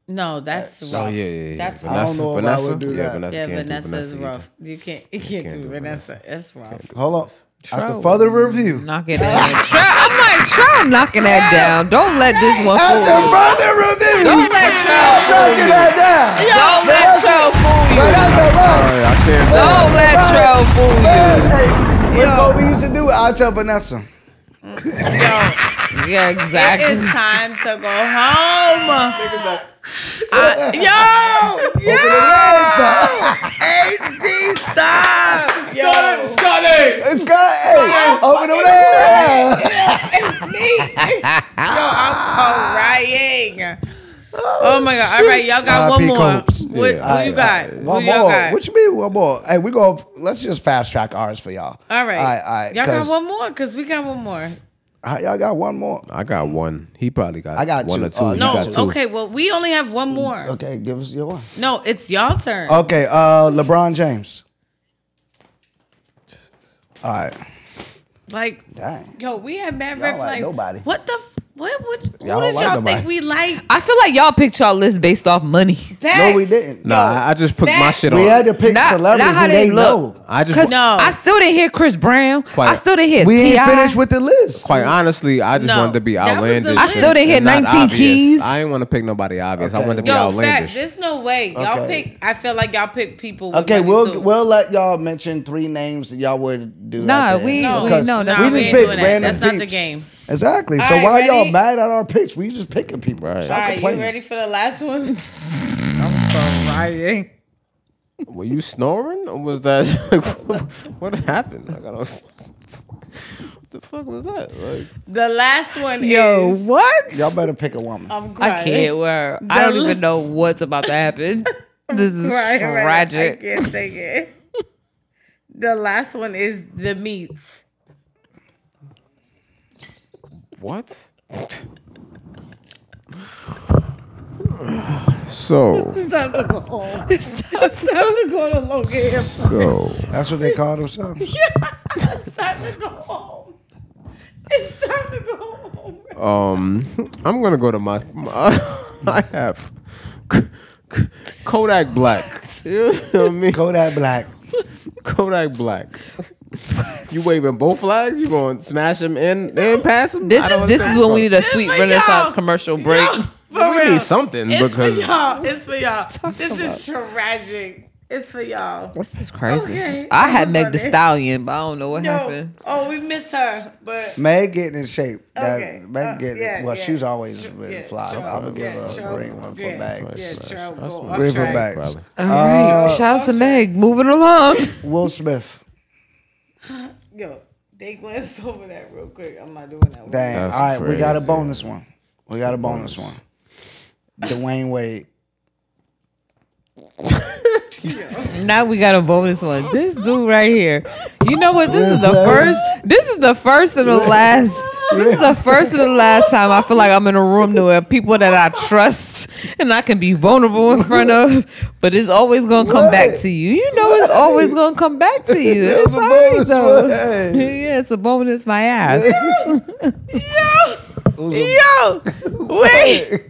S5: No, that's rough.
S2: Oh yeah, yeah, yeah.
S5: That's
S3: I
S2: Vanessa,
S3: don't know if I
S2: Vanessa?
S3: would do
S2: yeah,
S3: that.
S2: Vanessa
S5: Yeah,
S2: can't do
S5: Vanessa is
S2: either.
S5: rough. You can't you can't,
S2: can't
S5: do,
S2: do
S5: Vanessa. It's rough.
S3: Hold on. After further review.
S4: Knocking that. try, I might try knocking that down. Don't let this one fool
S3: After
S4: you.
S3: further review.
S4: Don't let
S3: I'm
S4: Troll.
S3: breaking that down.
S4: Don't let Troll fool
S3: But
S4: you.
S3: that's a
S2: All
S3: rough.
S2: right, I can't do
S4: Don't let Troll fool
S3: Hey, What Kobe used to do, I'll tell Vanessa.
S4: you. Yeah, exactly.
S5: It's time to go home. I, yo,
S3: Open the legs up.
S5: Ah! HD, stop. Yo,
S3: It's got, hey, open the legs up.
S5: it's me. Yo, I'm crying. Oh my god! All right, y'all got one
S3: R.I.P.
S5: more.
S3: Copes.
S5: What,
S2: Yeah.
S5: who you got?
S3: One
S5: who y'all
S3: more.
S5: got?
S3: What you mean one more? Hey, we going to, let's just fast track ours for y'all.
S5: all right,
S3: All right, all right.
S5: y'all
S3: 'cause-
S5: got one more because we got one more.
S3: Uh, Y'all got one more.
S2: I got one. He probably got.
S3: I got
S2: one
S3: two.
S2: or two.
S3: Oh,
S2: He
S5: No,
S2: got two.
S5: okay. Well, we only have one more.
S3: Okay, give us your one.
S5: No, it's y'all turn.
S3: Okay, uh, LeBron James. All right.
S5: Like,
S3: Dang.
S5: yo, we had bad
S3: Y'all
S5: red
S3: like
S5: flags.
S3: nobody.
S5: What the? F- what would? Who did
S3: Y'all
S5: y'all
S3: like nobody.
S5: think we like?
S4: I feel like y'all picked y'all list based off money.
S3: No, we didn't.
S2: Nah, I I just put my
S5: That-
S2: shit
S3: We had
S2: on.
S3: to pick
S4: Not-
S3: celebrities
S4: not how
S3: who
S4: they
S3: they,
S4: look.
S3: know.
S2: I
S4: Cause
S2: just.
S5: No.
S4: I still didn't hear Chris Brown. I
S2: Quiet.
S4: still didn't hear
S3: We
S4: T.I.
S3: ain't finished with the list.
S2: Quite honestly, I just
S5: No,
S2: wanted to be
S5: that was the
S2: outlandish.
S5: list. I still
S4: didn't
S2: and-
S4: hit
S2: and not
S4: 19
S2: obvious.
S4: keys.
S2: I ain't want to pick nobody obvious. I
S3: Okay.
S2: wanted to be
S5: Yo, fact.
S2: outlandish.
S5: There's no way y'all
S3: Okay.
S5: pick. I feel like y'all pick people. with
S3: Okay,
S5: money,
S3: we'll
S5: too.
S3: we'll let y'all mention three names that y'all would do.
S4: Nah,
S3: at the
S4: we-
S3: end,
S5: No,
S3: because
S4: no, that's
S3: we just
S4: not- we ain't
S3: picked
S5: doing that.
S3: random
S5: That's not the
S3: picks.
S5: game.
S3: Exactly. So
S5: All right,
S3: why y'all
S5: ready?
S3: mad at our picks? We just picking people. Stop
S5: All right, you
S3: complaining.
S5: ready for the last one?
S2: Were you snoring or was that what happened? Like I don't. What the fuck was that? Like
S5: The last one
S4: Yo,
S5: is.
S4: what?
S3: Y'all better pick a woman.
S5: I'm crying.
S4: I can't wear. I don't
S5: The-
S4: even know what's about to happen. This is
S5: Right, right. I
S4: tragic.
S5: can't take it. The last one is the meats.
S2: what? so
S5: Time to go home. It's time, to go to Logan Airport.
S2: so
S3: That's what they call themselves.
S5: It's time to go home. It's time to go home.
S2: um, I'm gonna go to my. my I have K- K- Kodak Black. You know what I mean?
S3: Kodak Black.
S2: Kodak Black. You waving both flags? You going to smash them and and pass them?
S4: This is this is when we need a sweet
S5: for
S4: renaissance
S5: y'all.
S4: commercial break.
S5: For
S2: We
S5: real.
S2: need something
S5: It's
S2: because
S5: for y'all. It's for y'all. This is tragic. It's for y'all.
S4: This is crazy.
S5: Okay,
S4: I
S5: that
S4: had
S5: was
S4: Meg the
S5: funny.
S4: Stallion, but I don't know what
S5: Yo,
S4: happened.
S5: oh, we miss her, but
S3: Meg getting in shape. That
S5: Okay.
S3: Meg
S5: Uh,
S3: getting
S5: yeah,
S3: well,
S5: yeah.
S3: she's always been
S5: yeah,
S3: fly.
S5: sure,
S3: I would give
S5: yeah,
S3: her
S5: sure,
S3: a green one for
S5: yeah,
S3: Meg.
S5: yeah, Cheryl, go.
S2: what-
S5: I'm
S3: Green for
S5: trying.
S3: Meg.
S2: Probably.
S4: All right, shout out to Meg. Moving along.
S3: Will Smith.
S5: Yo, they glanced over that real quick. I'm not doing that. one.
S3: Dang.
S2: That's
S3: All right, we got a
S2: crazy.
S3: bonus one. We got a bonus one. Dwayne Wade.
S4: Now we got a bonus one. This dude right here. You know what? This is the first. This is the first and the last. This is the first and the last time I feel like I'm in a room to where people that I trust and I can be vulnerable in front of. But it's always gonna come back to you. You know, it's always gonna come back to you.
S3: That
S4: It's
S3: was a
S4: alright,
S3: bonus
S4: though.
S3: one. Hey.
S4: Yeah, it's a bonus. My ass.
S5: Yo, wait.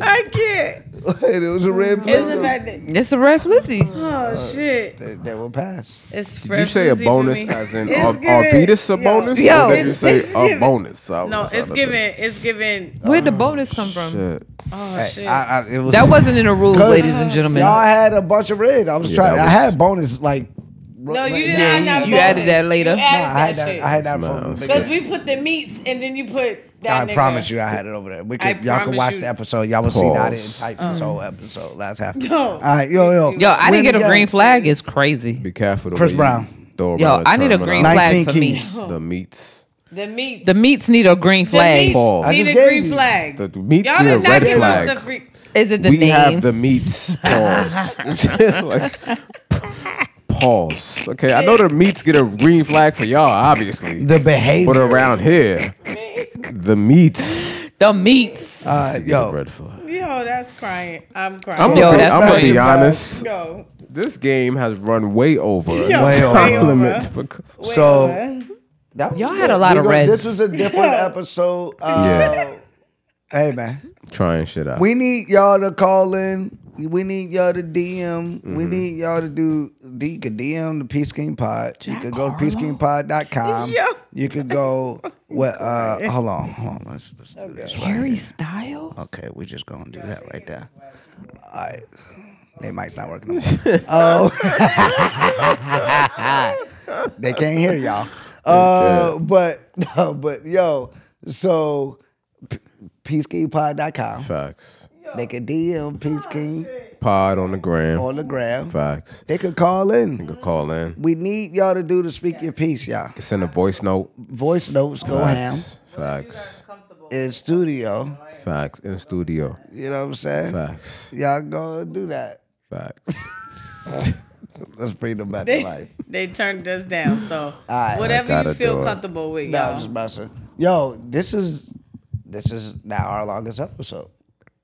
S5: I can't.
S3: Wait, it was a red
S5: It's the
S3: blizzard.
S5: fact that.
S4: It's a red flizzy.
S5: Oh shit!
S3: That, that will pass.
S5: It's
S2: Did you say a bonus as in
S5: It's
S2: Ar-
S5: giving-
S2: Arvidas a
S5: yo,
S2: bonus?
S4: yo,
S2: or did you
S5: it's-
S2: say
S5: it's
S2: a
S5: giving-
S2: bonus? I was
S5: No,
S2: trying
S5: it's
S2: to
S5: giving. It's giving.
S4: Where'd the bonus come from?
S2: think. Shit.
S5: Oh shit!
S3: I, I, it was,
S4: That wasn't in the rules,
S3: Cause
S4: ladies and gentlemen.
S3: Y'all had a bunch of red. I was
S2: Yeah,
S3: trying.
S2: that
S3: I
S2: was-
S3: had bonus like.
S5: no, you didn't add that.
S4: you added that later.
S5: You
S3: I had
S5: added
S3: that.
S5: that, shit.
S3: I had that
S2: Smiles.
S3: from.
S5: Because we put the meats and then you put that.
S3: I promise
S5: nigga.
S3: you, I had it over there. We
S5: I
S3: could, y'all can
S5: promise
S3: watch
S5: you.
S3: the episode. Y'all will see that I didn't
S2: Pause.
S3: type this whole episode last half.
S5: No.
S3: All right, yo, yo,
S4: Um. Yo, I didn't
S3: We're
S4: get a
S3: together.
S4: green flag. It's crazy.
S2: Be careful. the
S3: Chris
S2: way you
S3: Brown.
S2: throw
S4: Yo,
S2: around the
S4: I need a green
S2: terminology.
S4: flag
S3: 19
S4: for
S3: keys.
S4: me.
S2: The meats.
S5: The meats.
S4: The meats need a green flag.
S5: The
S2: Paul.
S5: meats
S2: I
S5: need
S3: just
S5: a
S3: gave
S5: green
S3: you.
S5: flag.
S2: The meats
S5: Y'all
S2: need a
S5: did not
S2: red
S5: give
S2: flag.
S5: us a free.
S4: Is it the
S2: we
S4: name?
S2: have the meats. Pause. Like, pause. Okay, I know the meats get a green flag for y'all, obviously,
S3: The
S2: but
S3: behavior.
S2: around here, the meats.
S4: The meats.
S3: Uh,
S2: get a
S3: yo,
S2: red flag.
S5: Yo, that's crying. I'm crying.
S2: I'm
S4: Yo,
S2: gonna be,
S4: that's
S2: I'm gonna be
S4: crazy.
S2: honest.
S5: Yo,
S2: This game has run way over
S5: Yo,
S2: its
S3: way
S2: time
S5: over.
S2: limit because
S5: wait,
S3: So-
S5: what?
S3: That was
S4: Y'all
S3: good.
S4: had a lot
S3: We
S4: of
S3: gonna- This
S4: reds.
S3: was a different episode. Uh, Hey man,
S2: trying shit out.
S3: we need y'all to call in. We need y'all to DM. We need y'all to do. You could DM the Peace King Pod. you could go to peaceKingPod.com.
S5: Yo.
S3: You could go. What? Uh, hold on, hold on. Let's, let's do this. Right
S4: Harry
S3: here.
S4: Style.
S3: Okay, we're just gonna do that right there. All right. They mic's not working. no more. Oh, they can't hear y'all. Uh, but no, but yo, so p- peaceKingPod.com.
S2: Facts.
S3: They can
S2: Oh,
S3: DM Peace King
S2: Pod on the gram.
S3: on the gram.
S2: Facts.
S3: They could call in.
S2: You can call in.
S3: We need y'all to do the speak your piece, y'all.
S2: Send a voice note.
S3: Voice notes go ham
S2: Facts. Facts.
S3: in studio.
S2: Facts. In the studio.
S3: You know what I'm saying?
S2: Facts.
S3: Y'all go do that.
S2: Facts.
S3: Let's bring them back to life.
S5: They, they turned us down. So
S3: right.
S2: I
S5: whatever
S2: gotta
S5: you feel
S2: do it.
S5: comfortable with,
S3: No, I'm
S5: y'all.
S3: just messing. Yo, this is this is now our longest episode.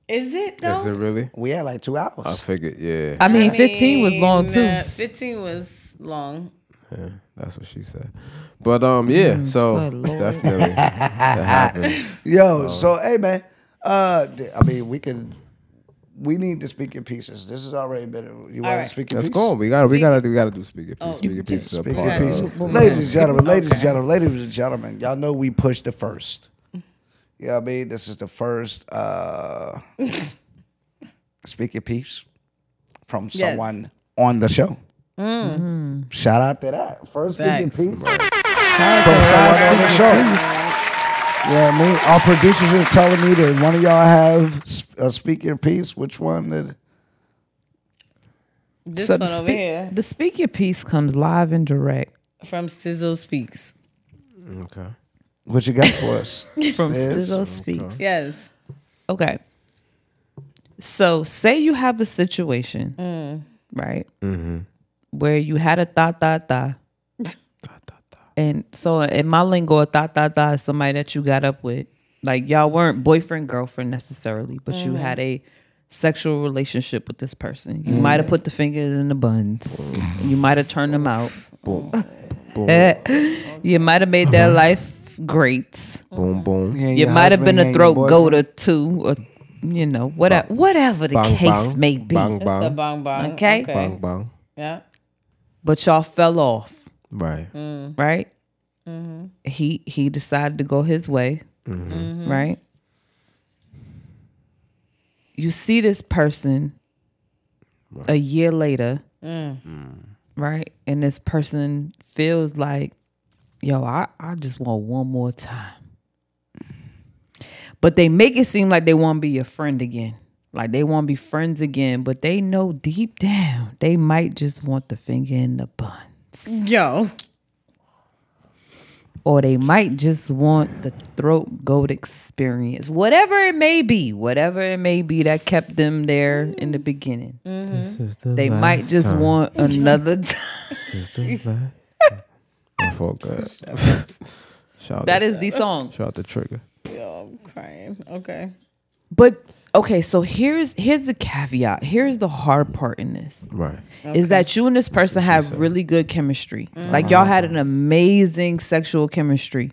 S5: Is it
S2: Is
S5: though?
S2: it really?
S3: We had like two hours.
S2: I figured. Yeah.
S4: I mean, 15 was long
S5: mean,
S4: too.
S5: uh, Fifteen was long.
S2: Yeah, that's what she said. But um, yeah. so
S4: Mm, good lord.
S2: definitely, that happens.
S3: Yo,
S5: Oh.
S3: so hey man, uh, th- I mean we can we need to speak in pieces. This has already been you want to
S5: right.
S3: speak in
S2: Let's
S3: pieces.
S2: go. We gotta, we gotta, we gotta do speaker piece. speaker piece is a
S3: Speak
S2: part
S3: in pieces.
S2: of-
S3: Ladies and gentlemen, ladies and gentlemen, ladies and gentlemen, y'all know we pushed the first. You know what I mean? This is the first uh speak your piece from
S5: Yes. Mm.
S3: someone on the show. Shout out to that. First speak your
S5: Facts.
S3: piece. from someone on the show. Yeah, I mean, our producers are telling me that one of y'all have sp- a speak your piece. Which one? Did,
S5: This
S4: So
S5: one
S4: the,
S5: over
S4: speak-
S5: here
S4: the speak your piece comes live and direct
S5: from Sizzle Speaks.
S2: Okay.
S3: what you got for us?
S4: from
S3: Yes.
S4: Stizzle Speaks.
S5: Yes.
S4: Okay. So, say you have a situation, right, where you had a thought, thought, thought. And so, in my lingo, a thought, thought, thought is somebody that you got up with. Like, y'all weren't boyfriend, girlfriend necessarily, but you had a sexual relationship with this person. You might have put the fingers in the buns, you might have turned them out.
S2: Boom.
S4: you might have made their life great.
S2: Boom. Boom.
S3: He ain't
S4: You
S3: your
S4: might have
S3: husband,
S4: been
S3: he
S4: a
S3: ain't
S4: throat
S3: your boyfriend.
S4: goat or two, or you know, whatever, whatever the
S2: Bang,
S4: case
S2: bang,
S4: may be.
S2: Bang.
S5: The
S2: Bang.
S5: bong bong.
S4: Okay.
S2: Bang. Bang.
S5: Yeah.
S4: But y'all fell off,
S2: Right.
S4: right? He he decided to go his way, right? You see this person a year later, right? And this person feels like, yo, I, I just want one more time. But they make it seem like they want to be your friend again. Like they want to be friends again, but they know deep down they might just want the finger in the buns.
S5: Yo.
S4: Or they might just want the throat goat experience. Whatever it may be, whatever it may be that kept them there in the beginning. They might just want another time.
S2: I felt good. Shout
S4: That
S2: out
S4: is the song.
S2: shout out the trigger.
S5: Yo, I'm crying. Okay.
S4: But okay, so here's here's the caveat. Here's the hard part in this.
S2: Right.
S4: is that you and this person have really good chemistry. Like y'all had an amazing sexual chemistry.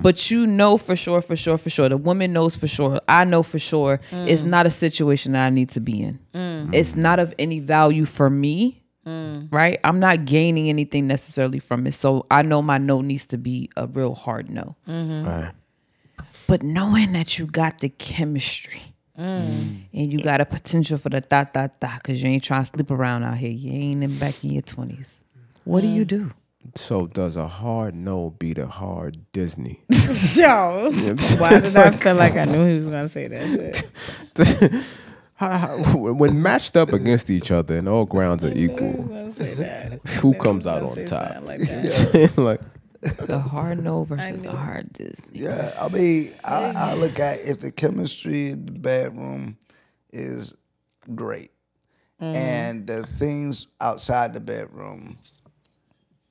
S4: But you know for sure, for sure, for sure. The woman knows for sure. I know for sure. It's not a situation that I need to be in. It's not of any value for me. Right? I'm not gaining anything necessarily from it. So I know my no needs to be a real hard no.
S2: Right.
S4: But knowing that you got the chemistry and you got a potential for the dot dot dot because you ain't trying to sleep around out here. You ain't in back in your twenties. What do you do?
S2: So does a hard no beat a hard Disney?
S5: Yo. Oh. Why did I feel like I knew he was gonna say that shit?
S2: How- how- when matched up against each other and all grounds are equal,
S5: I say that.
S2: who comes out
S5: Gonna
S2: on
S5: say
S2: top?
S5: something Like that.
S2: like
S4: The hard no versus the hard Disney.
S3: Yeah, I mean, I, I look at if the chemistry in the bedroom is great, and the things outside the bedroom,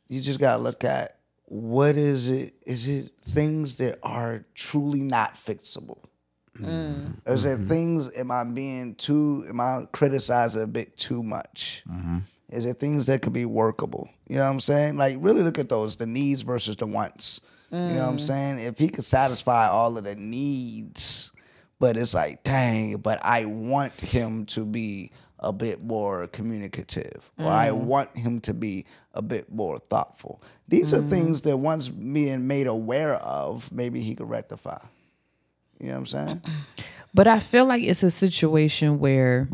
S3: you just gotta look at what is it? Is it things that are truly not fixable? I said things am I being too am I criticizing a bit too much? Is there things that could be workable? You know what I'm saying? Like really look at those, the needs versus the wants. You know what
S4: Mm.
S3: I'm saying? If he could satisfy all of the needs, but it's like, dang, but I want him to be a bit more communicative or
S4: Mm.
S3: I want him to be a bit more thoughtful. These
S4: Mm.
S3: are things that once being made aware of, maybe he could rectify. You know what I'm saying?
S4: But I feel like it's a situation where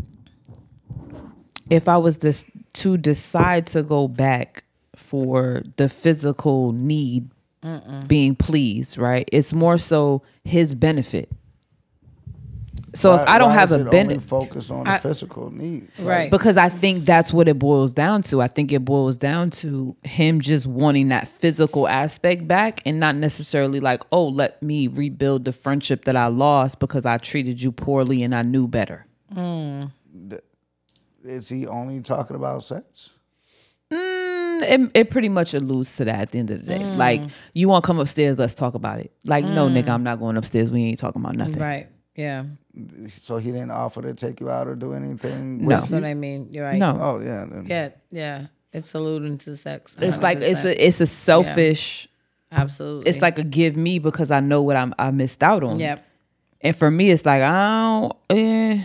S4: if I was this, to decide to go back for the physical need being pleased, right? It's more so his benefit. So if I don't
S3: why
S4: have
S3: is
S4: a
S3: it only
S4: benefit,
S3: focus on the physical need.
S5: Right.
S4: because I think that's what it boils down to. I think it boils down to him just wanting that physical aspect back and not necessarily like, oh, let me rebuild the friendship that I lost because I treated you poorly and I knew better.
S3: Is he only talking about sex?
S4: it, it pretty much alludes to that at the end of the day.
S5: Mm.
S4: Like, you want to come upstairs? Let's talk about it. Like, no, nigga, I'm not going upstairs. We ain't talking about nothing.
S5: right. Yeah.
S3: So he didn't offer to take you out or do anything.
S4: No.
S3: With
S5: That's what I mean. You're right.
S4: No,
S3: Oh yeah. Then.
S5: Yeah. Yeah. It's alluding to sex.
S4: it's like it's
S5: 100%.
S4: a it's a selfish.
S5: absolutely.
S4: It's like a give me because I know what I'm I missed out on.
S5: yep.
S4: And for me, it's like I don't. Eh.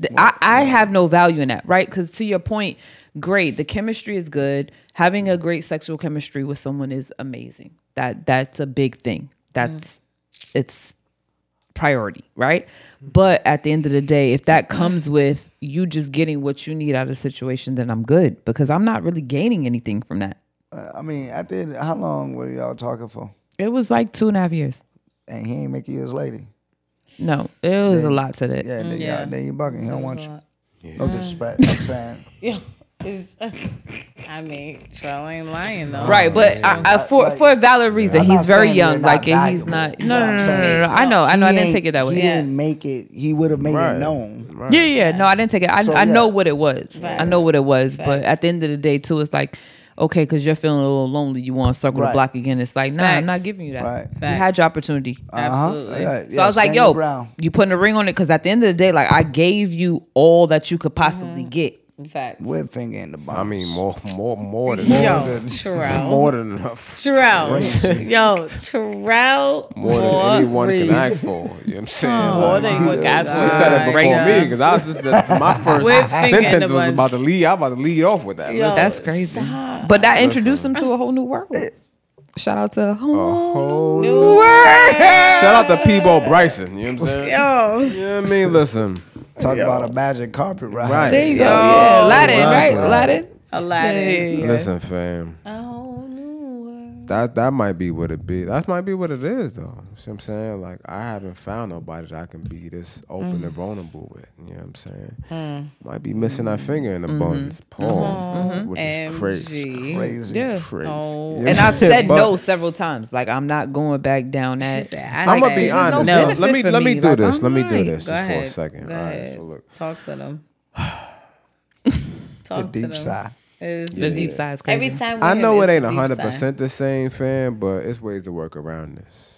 S4: The- I I have no value in that, right? Because to your point, great. The chemistry is good. Having a great sexual chemistry with someone is amazing. That that's a big
S3: Mm.
S4: thing. That's it's priority, right? But at the end of the day, if that comes with you just getting what you need out of the situation, then I'm good because I'm not really gaining anything from that.
S3: Uh, I mean, I did. How long were y'all talking for?
S4: It was like two and a half years.
S3: And he ain't make you his lady.
S4: No, it was a lot to that.
S3: Yeah. Then,
S5: yeah.
S3: yeah. then you bugging. He don't want you. No disrespect. I'm saying.
S5: Yeah. It's, I mean, Trell ain't lying though.
S4: Right, but I, I, for
S3: Um, Like-
S4: for a valid reason,
S3: I'm
S4: he's
S3: not
S4: very
S3: saying
S4: young.
S3: they're
S4: Like
S3: not
S4: and he's
S3: valuable.
S4: not.
S3: You
S4: No,
S3: know
S4: no,
S3: what
S4: no,
S3: I'm
S4: no, no,
S3: saying?
S4: no. I know, I know. I
S3: He
S4: didn't
S3: ain't-
S4: take it that way.
S3: He
S4: Yeah,
S3: didn't make it. He would have made it known.
S4: yeah, No, I didn't take it. I,
S3: So,
S4: I know
S3: yeah.
S4: what it was. I know what it was. But at the end of the day, too, it's like okay, because you're feeling a little lonely, you want to circle the
S3: Right.
S4: block again. It's like nah, I'm not
S5: Facts.
S4: giving you that.
S3: Right. Uh-huh.
S4: You had
S5: Facts.
S4: your opportunity.
S5: Absolutely.
S3: Yeah,
S4: So I was like, yo, you putting a ring on it because at the end of the day, like I gave you all that you could possibly get.
S5: Facts.
S3: Whip finger in the bum.
S2: I mean, more, more, more than
S5: Yo,
S3: than-
S5: Trell.
S2: more than enough.
S5: Trell. Yo, Trell.
S2: More than anyone can ask for. You know what I'm saying?
S5: Oh,
S2: Like, she said it before me because I was just my first
S5: With finger in the
S2: sentence was
S5: bun.
S2: about to lead. I was about to lead off with that. Listen,
S4: That's crazy. But that introduced him to a whole new world. Shout out to
S5: Oh,
S2: a
S4: home.
S2: whole new- Shout out to Peebo Bryson. You know what I'm saying?
S5: Yo.
S2: You know what I mean? Listen,
S3: Talk about a magic carpet ride.
S2: Right.
S4: There you go. Yeah, Aladdin,
S2: wow.
S4: right? Aladdin.
S5: Aladdin.
S2: listen, fam. That that might be what it be. That might be what it is, though. You know what I'm saying? Like I haven't found nobody that I can be this open and vulnerable with. You know what I'm saying? Might be missing that finger in the buns, pause, which is crazy,
S5: MG.
S2: crazy,
S4: Yeah.
S2: crazy.
S5: Oh.
S2: You know
S4: And
S2: what I'm
S4: I've said
S2: saying? But-
S4: no several times. Like I'm not going back down that.
S2: I'm gonna be honest.
S4: no
S2: let me
S4: benefit
S2: let
S4: for
S2: me
S4: me.
S2: do
S4: Like,
S2: this.
S4: I'm
S2: Let me do
S4: like,
S2: this
S5: Go
S2: just for
S5: ahead.
S2: a second.
S5: Go
S2: All right.
S5: ahead.
S2: So look.
S5: Talk to them.
S3: The
S5: Talk to
S3: deep
S5: them.
S3: side.
S5: It's-
S4: The deep side is crazy.
S5: Every time
S2: I
S5: we
S2: know
S5: hear
S2: it
S5: this,
S2: ain't
S5: the deep
S2: hundred
S5: side.
S2: percent the same, fam, but it's ways to work around this.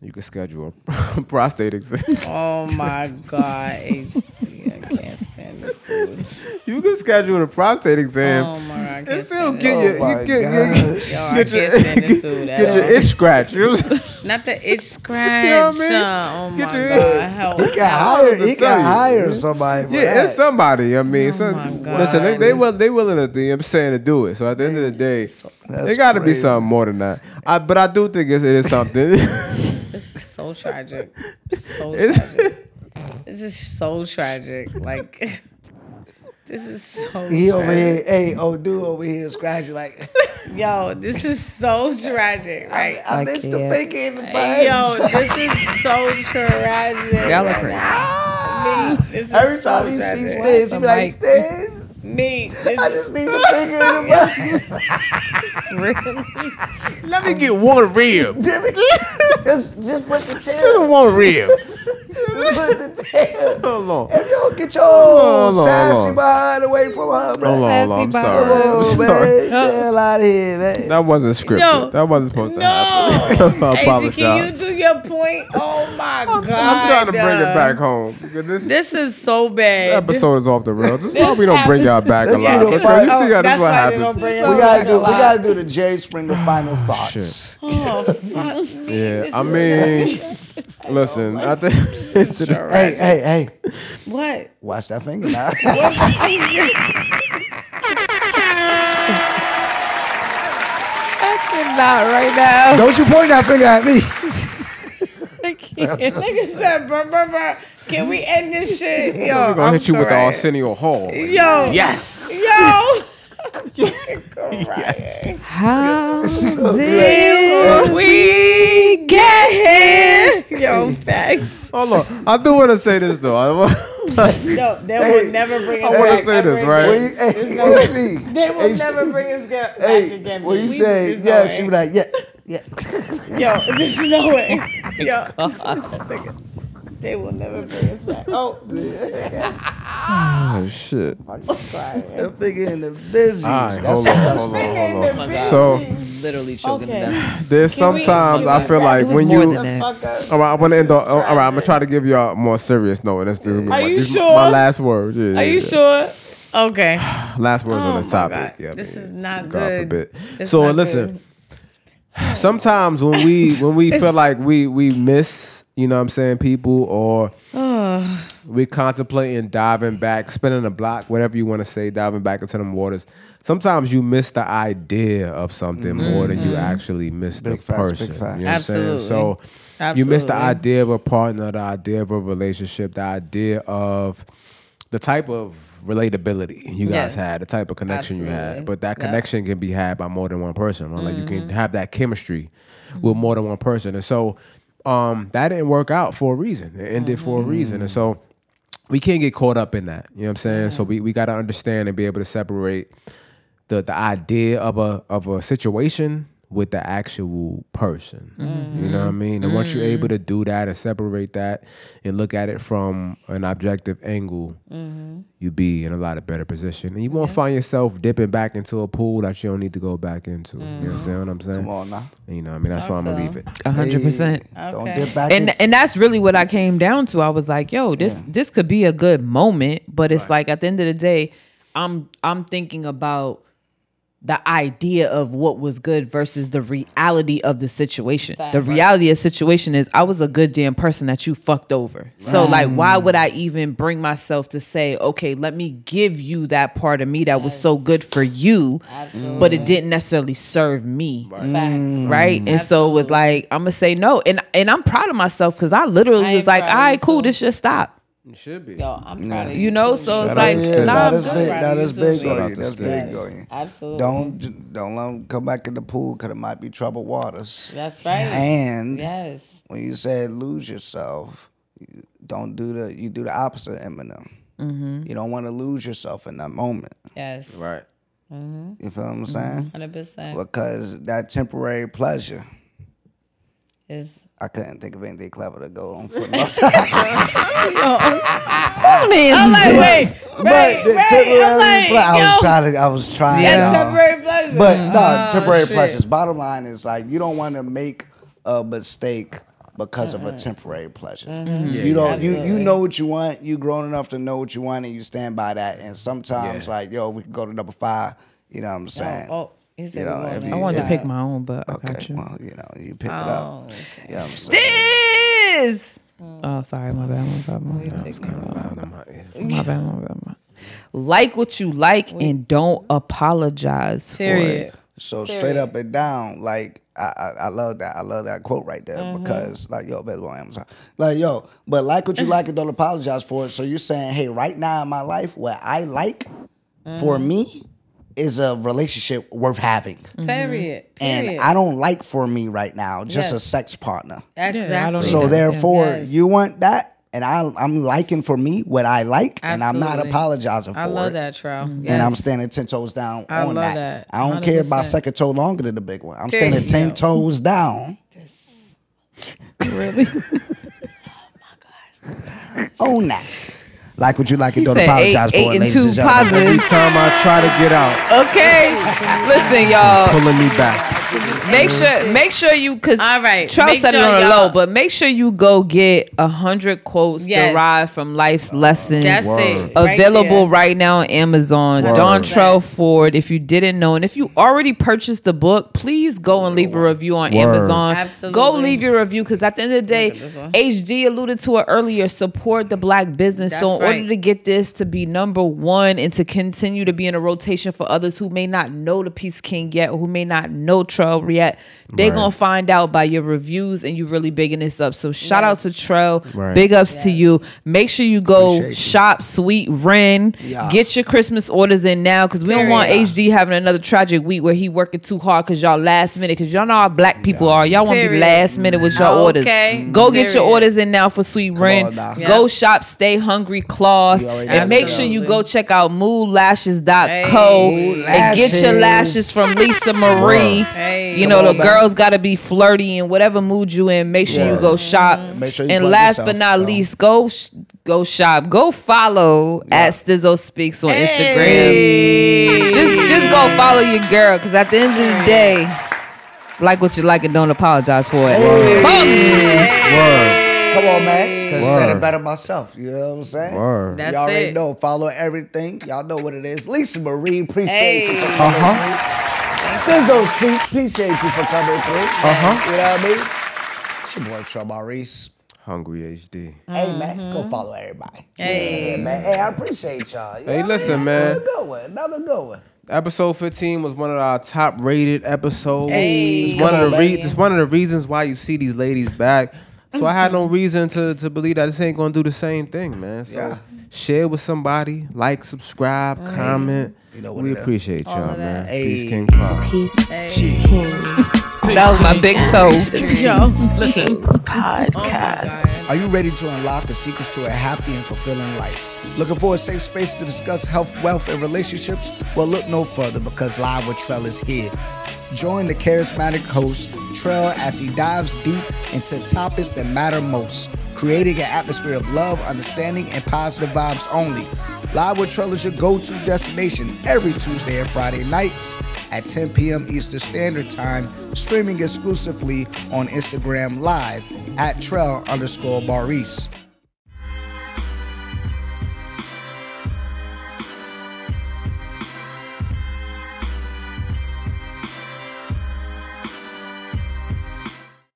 S2: You can schedule a prostate exam.
S5: Oh my god, HD, I can't stand this dude.
S2: you can schedule a prostate exam.
S5: Oh my god, I
S2: and
S5: can't
S2: still
S5: stand
S2: get
S5: this.
S2: your
S3: Oh my
S2: you get, you
S3: gosh.
S5: Yo, I
S2: get your
S5: can't stand this dude at
S2: get your
S5: all.
S2: itch scratch. You know what I'm saying?
S5: Not the itch scratch.
S2: mean?
S5: uh, oh
S2: Get
S5: my
S2: your-
S5: god, help.
S3: He can
S2: I
S3: hire.
S2: was gonna
S3: He
S2: tell
S3: can
S2: you.
S3: hire somebody. For
S2: Yeah,
S3: that.
S2: it's somebody. I mean, so,
S5: Oh my
S2: listen, they
S5: God.
S2: they, will, they willing to. do- I'm saying to do it. So at the end of the day, it got to be
S3: crazy.
S2: something more than that. I, but I do think it's, it is something.
S5: This is so tragic. So
S2: It's-
S5: tragic. This is so tragic. Like this is so
S3: He over
S5: tragic.
S3: here, hey, oh, dude over here scratching like,
S5: Yo, this is so tragic, right?
S3: I missed the finger in the butt.
S5: Yo, this is so tragic.
S4: Y'all are crazy.
S5: This is
S3: Ah, Every
S5: so
S3: time he
S5: tragic.
S3: sees stairs, he be like, stairs,
S5: me, this
S3: I just need the finger in the butt.
S2: Let me get one rib.
S3: Jimmy, just, just put the
S2: Just
S3: tail.
S2: one rib.
S3: put the tail.
S2: Hold on.
S3: If you don't get your old
S2: Hold on, hold
S3: sassy
S2: on.
S3: behind away from her, bro.
S2: Hold on, hold on. I'm
S4: Sassy
S2: sorry.
S4: Bob.
S2: I'm
S3: Oh, man.
S2: sorry.
S3: Get the hell out of here, man.
S2: That wasn't scripted.
S5: Yo,
S2: that wasn't supposed to
S5: No,
S2: happen. I
S5: AC,
S2: apologize.
S5: can you do your point? Oh my god!
S2: I'm trying to bring it
S5: uh,
S2: back home. because This,
S5: This is so bad.
S2: episode is off the rails. This is why we don't bring y'all back a
S3: This
S2: lot.
S3: episode-
S2: Because you
S5: Oh,
S2: see how this
S5: that's
S2: what
S5: why they don't
S2: happens.
S5: bring it
S3: We
S5: back
S3: gotta do.
S5: a
S3: We
S5: lot.
S3: gotta do the Jerry Springer
S2: Oh,
S3: final thoughts.
S2: Yeah, I mean, listen, I think to the-
S3: Hey, hey, hey!
S5: What?
S3: Watch that finger now.
S4: Not right now.
S3: Don't you point that finger at me.
S5: Nigga said, "Brr, brr, brr." Can we end this shit? Yo,
S2: we're gonna
S5: I'm
S2: hit you with the
S5: crying.
S2: Arsenio Hall.
S5: Yo,
S2: Yes.
S5: yo.
S4: How
S5: Did we get here? Yo, facts.
S2: Hold on. I do want to say this though. I want,
S5: No, they
S3: Hey,
S5: will never bring us
S2: I want
S5: back.
S2: to say
S5: ever
S2: this,
S5: again.
S2: right?
S3: Hey, hey, AC.
S5: They will
S3: Hey,
S5: never bring us ga- back
S3: Hey,
S5: again.
S3: what you
S5: We-
S3: say?
S5: there's no
S3: Yeah,
S5: way.
S3: she be like, yeah, yeah.
S5: Yo, there's no way. Yo, this nigga, they will never bring us back. Oh,
S2: Oh shit. All
S3: That finger in the business.
S2: right,
S3: That's
S2: hold on, hold on,
S5: Oh
S2: hold on. So
S10: Literally choking
S5: Okay.
S10: them down.
S2: there's sometimes I feel like when
S4: more
S2: you
S4: than that?
S5: fuck up.
S2: All right, I want to end on. All right, I'm gonna try to give y'all a more serious note. And this, this, is
S5: Are
S2: my,
S5: you
S2: this is
S5: sure?
S2: My last words. Yeah, yeah,
S5: Are you
S2: yeah.
S5: sure? Okay.
S2: Last words on
S5: Oh
S2: this
S5: my
S2: topic.
S5: God.
S2: Yeah, I
S5: This
S2: mean,
S5: is not
S2: God
S5: good.
S2: forbid.
S5: It's
S2: so
S5: not
S2: listen. Sometimes when we when we feel like we we miss, you know what I'm saying, people or we contemplating diving back, spinning the block, whatever you want to say, diving back into them waters. Sometimes you miss the idea of something more than
S5: Mm-hmm.
S2: you actually miss the
S3: Big facts,
S2: person.
S3: big facts.
S2: You know what I'm saying?
S5: Absolutely.
S2: So you miss the
S5: Absolutely.
S2: idea of a partner, the idea of a relationship, the idea of the type of relatability you guys
S5: Yeah.
S2: had, the type of connection you had.
S5: Absolutely. Mm-hmm.
S2: But that
S5: Yep.
S2: connection can be had by more than one person. right? Like you can have that chemistry with more than one person. And so um, that didn't work out for a reason. It ended for
S5: Mm-hmm.
S2: a reason. And so we can't get caught up in that. You know what I'm saying? So we, we gotta understand and be able to separate the the idea of a of a situation with the actual person. You know what I mean? And once you're able to do that and separate that and look at it from an objective angle, you be in a lot of better position. And you won't find yourself dipping back into a pool that you don't need to go back into. You understand what I'm saying?
S3: Come on now.
S2: You know, what I mean that's why I'm gonna leave it.
S4: hundred percent.
S3: Don't
S5: Okay.
S3: dip back in.
S4: And and that's really what I came down to. I was like, yo, this this could be a good moment, but it's like at the end of the day, I'm I'm thinking about the idea of what was good versus the reality of the situation. The reality of the situation is I was a good damn person that you fucked over. So like why would I even bring myself to say, okay, let me give you that part of me that was so good for you, but it didn't necessarily serve me
S2: Mm.
S5: Facts.
S4: right? And so it was like, I'm gonna say no, and and I'm proud of myself because I literally
S5: I
S4: was
S5: am
S4: like, all
S5: proud of
S4: right, cool,
S5: myself.
S4: this should stop,
S2: It should be.
S5: Yo, I'm proud of
S4: you know. So it's
S3: That
S4: like,
S3: is-
S2: yeah,
S4: nah,
S3: that
S4: I'm
S3: is
S4: good.
S3: big.
S5: right.
S3: That
S5: You
S3: is
S5: do
S3: big
S5: it.
S3: on you.
S2: Yes.
S3: That's big on you.
S5: Absolutely.
S3: Don't j- don't let 'em come back in the pool because it might be troubled waters.
S5: That's right.
S3: And
S5: yes.
S3: when you said lose yourself, you don't do the you do the opposite of Eminem.
S5: Mm-hmm.
S3: You don't want to lose yourself in that moment.
S5: Yes.
S2: Right.
S3: You feel what
S5: Mm-hmm.
S3: I'm saying?
S5: Hundred percent.
S3: Because that temporary pleasure,
S5: Is
S3: I couldn't think of anything clever to go on for. but
S5: I'm like, wait,
S3: the temporary
S5: I'm like,
S3: ple- I was
S5: yo.
S3: trying to, I was trying.
S5: and
S3: y'all.
S5: temporary Mm-hmm.
S3: But
S5: pleasure.
S3: no, temporary
S5: shit.
S3: pleasures. Bottom line is like you don't want to make a mistake because of a temporary pleasure.
S5: Mm-hmm.
S3: You don't you you know what you want, you grown enough to know what you want and you stand by that. And sometimes
S2: Yeah.
S3: like, yo, we can go to number five, you know what I'm saying?
S5: Oh, he said
S3: You know,
S5: we
S3: if
S5: going
S3: you-
S5: there.
S4: I wanted
S3: Yeah.
S4: to pick my own, but I got
S3: okay.
S4: you.
S3: Well, you know, you pick it
S5: Oh,
S3: up. You know what I'm saying?
S11: Stiz!
S4: Oh, sorry, my bad, my bad, my bad,
S2: I'm out here.
S4: my bad, my bad. my- Like what you like and don't apologize for it.
S3: So straight up and down, like I, I, I love that. I love that quote right there
S5: Mm-hmm.
S3: because like yo, available on Amazon. Like yo, but like what you like and don't apologize for it. So you're saying, hey, right now in my life, what I like for
S5: Mm-hmm.
S3: me is a relationship worth having.
S5: Period.
S3: And
S5: Mm-hmm. Period.
S3: I don't like for me right now just a
S5: Yes.
S3: sex partner.
S5: exactly.
S4: Yeah, I don't
S3: So
S4: Yeah.
S3: therefore,
S5: Yes.
S3: you want that, and I, I'm liking for me what I like, and I'm not
S5: Absolutely.
S3: apologizing for
S5: I love
S3: it
S5: that, Trow. Yes.
S3: and I'm standing ten toes down
S5: I
S3: on
S5: love
S3: that.
S5: that.
S3: I don't care about
S5: 100%.
S3: second toe longer than the big one. I'm
S5: There
S3: standing
S5: you
S3: ten
S5: go.
S3: toes down.
S4: Really?
S3: Oh, nah. Like what you like and don't
S4: said eight-
S3: apologize
S4: eight
S3: for it,
S4: and
S3: ladies
S4: two
S3: and gentlemen.
S4: positive.
S2: Every time I try to get out,
S4: Okay, listen, y'all.
S2: pulling me back.
S4: Make sure, make sure you, cause
S5: All right,
S4: Charles
S5: make
S4: said it
S5: sure
S4: on the
S5: y'all-
S4: low, but make sure you go get a hundred quotes
S5: Yes.
S4: derived from life's lessons.
S5: That's it. Right
S4: available
S5: there.
S4: right now on Amazon. Dontrell Ford. If you didn't know, and if you already purchased the book, please go and leave a review on Amazon.
S5: Absolutely.
S4: Go leave your review because at the end of the day, HD alluded to it earlier. Support the black business. so
S5: That's
S4: in order
S5: right.
S4: to get this to be number one and to continue to be in a rotation for others who may not know the Peace King yet, or who may not know Trell yet, they gonna find out by your reviews and you really bigging this up. So shout out to Trell.
S2: Right.
S4: Big ups to you. Make sure you go
S3: Appreciate you.
S4: shop Sweet Ren.
S3: Yeah.
S4: Get your Christmas orders in now because we don't want HD having another tragic week where he working too hard because y'all last minute because y'all know how black people are. Y'all want to be
S5: Period.
S4: last minute with your orders.
S5: Okay.
S4: Go get your
S5: Period.
S4: orders in now for Sweet Ren.
S3: on now.
S4: Go shop Stay Hungry Cloth
S3: You already
S4: and
S3: know.
S4: make sure you go check out moodlashes.co
S3: Hey.
S4: and get your
S3: Lashes.
S4: lashes from Lisa Marie.
S5: Hey.
S4: You know the girls got to be flirty and whatever mood you in. Make sure you
S3: Word.
S4: go shop.
S3: Make sure you
S4: and
S3: plug
S4: last
S3: yourself,
S4: but not
S3: though.
S4: least, go sh- go shop. Go follow at Stizzo Speaks on Instagram. Just just go follow your girl because at the end of the day, like what you like and don't apologize for it.
S2: Word,
S3: Come on, man. Could've said
S2: Word.
S3: it better myself. You know what I'm saying?
S2: word.
S5: That's
S3: Y'all already
S5: it.
S3: know. Follow everything. Y'all know what it is. Lisa Marie, appreciate you.
S5: Hey.
S3: Uh huh. Stizzo speaks. Appreciate you for coming through. Uh
S2: Uh-huh.
S3: You know what I mean? It's your boy Trell Maurice.
S2: Hungry HD.
S3: Hey man, go follow everybody. Hey man, hey I appreciate y'all. You
S2: Hey,
S3: know what I
S2: listen,
S3: mean?
S2: man.
S3: Another good one. Another good one.
S2: Episode 15 was one of our top rated episodes.
S3: Hey.
S2: it's one of
S3: Come
S2: the
S3: on,
S2: re-
S3: baby.
S2: it's one of the reasons why you see these ladies back. So I had
S3: Mm-hmm.
S2: no reason to to believe that this ain't gonna do the same thing, man. So
S3: Yeah. Mm-hmm.
S2: share with somebody, like, subscribe, comment. You know
S3: know what
S2: we
S3: it is.
S2: appreciate y'all, man.
S3: Hey.
S2: Peace King Pop.
S1: Peace King
S4: That was my big toe.
S1: Oh podcast.
S3: Are you ready to unlock the secrets to a happy and fulfilling life? Looking for a safe space to discuss health, wealth, and relationships? Well, look no further because Live with Trell is here. Join the charismatic host, Trell, as he dives deep into topics that matter most, creating an atmosphere of love, understanding, and positive vibes only. Live with Trell is your go to destination every Tuesday and Friday nights at 10 p.m. Eastern Standard Time, streaming exclusively on Instagram Live at Trell underscore Maurice.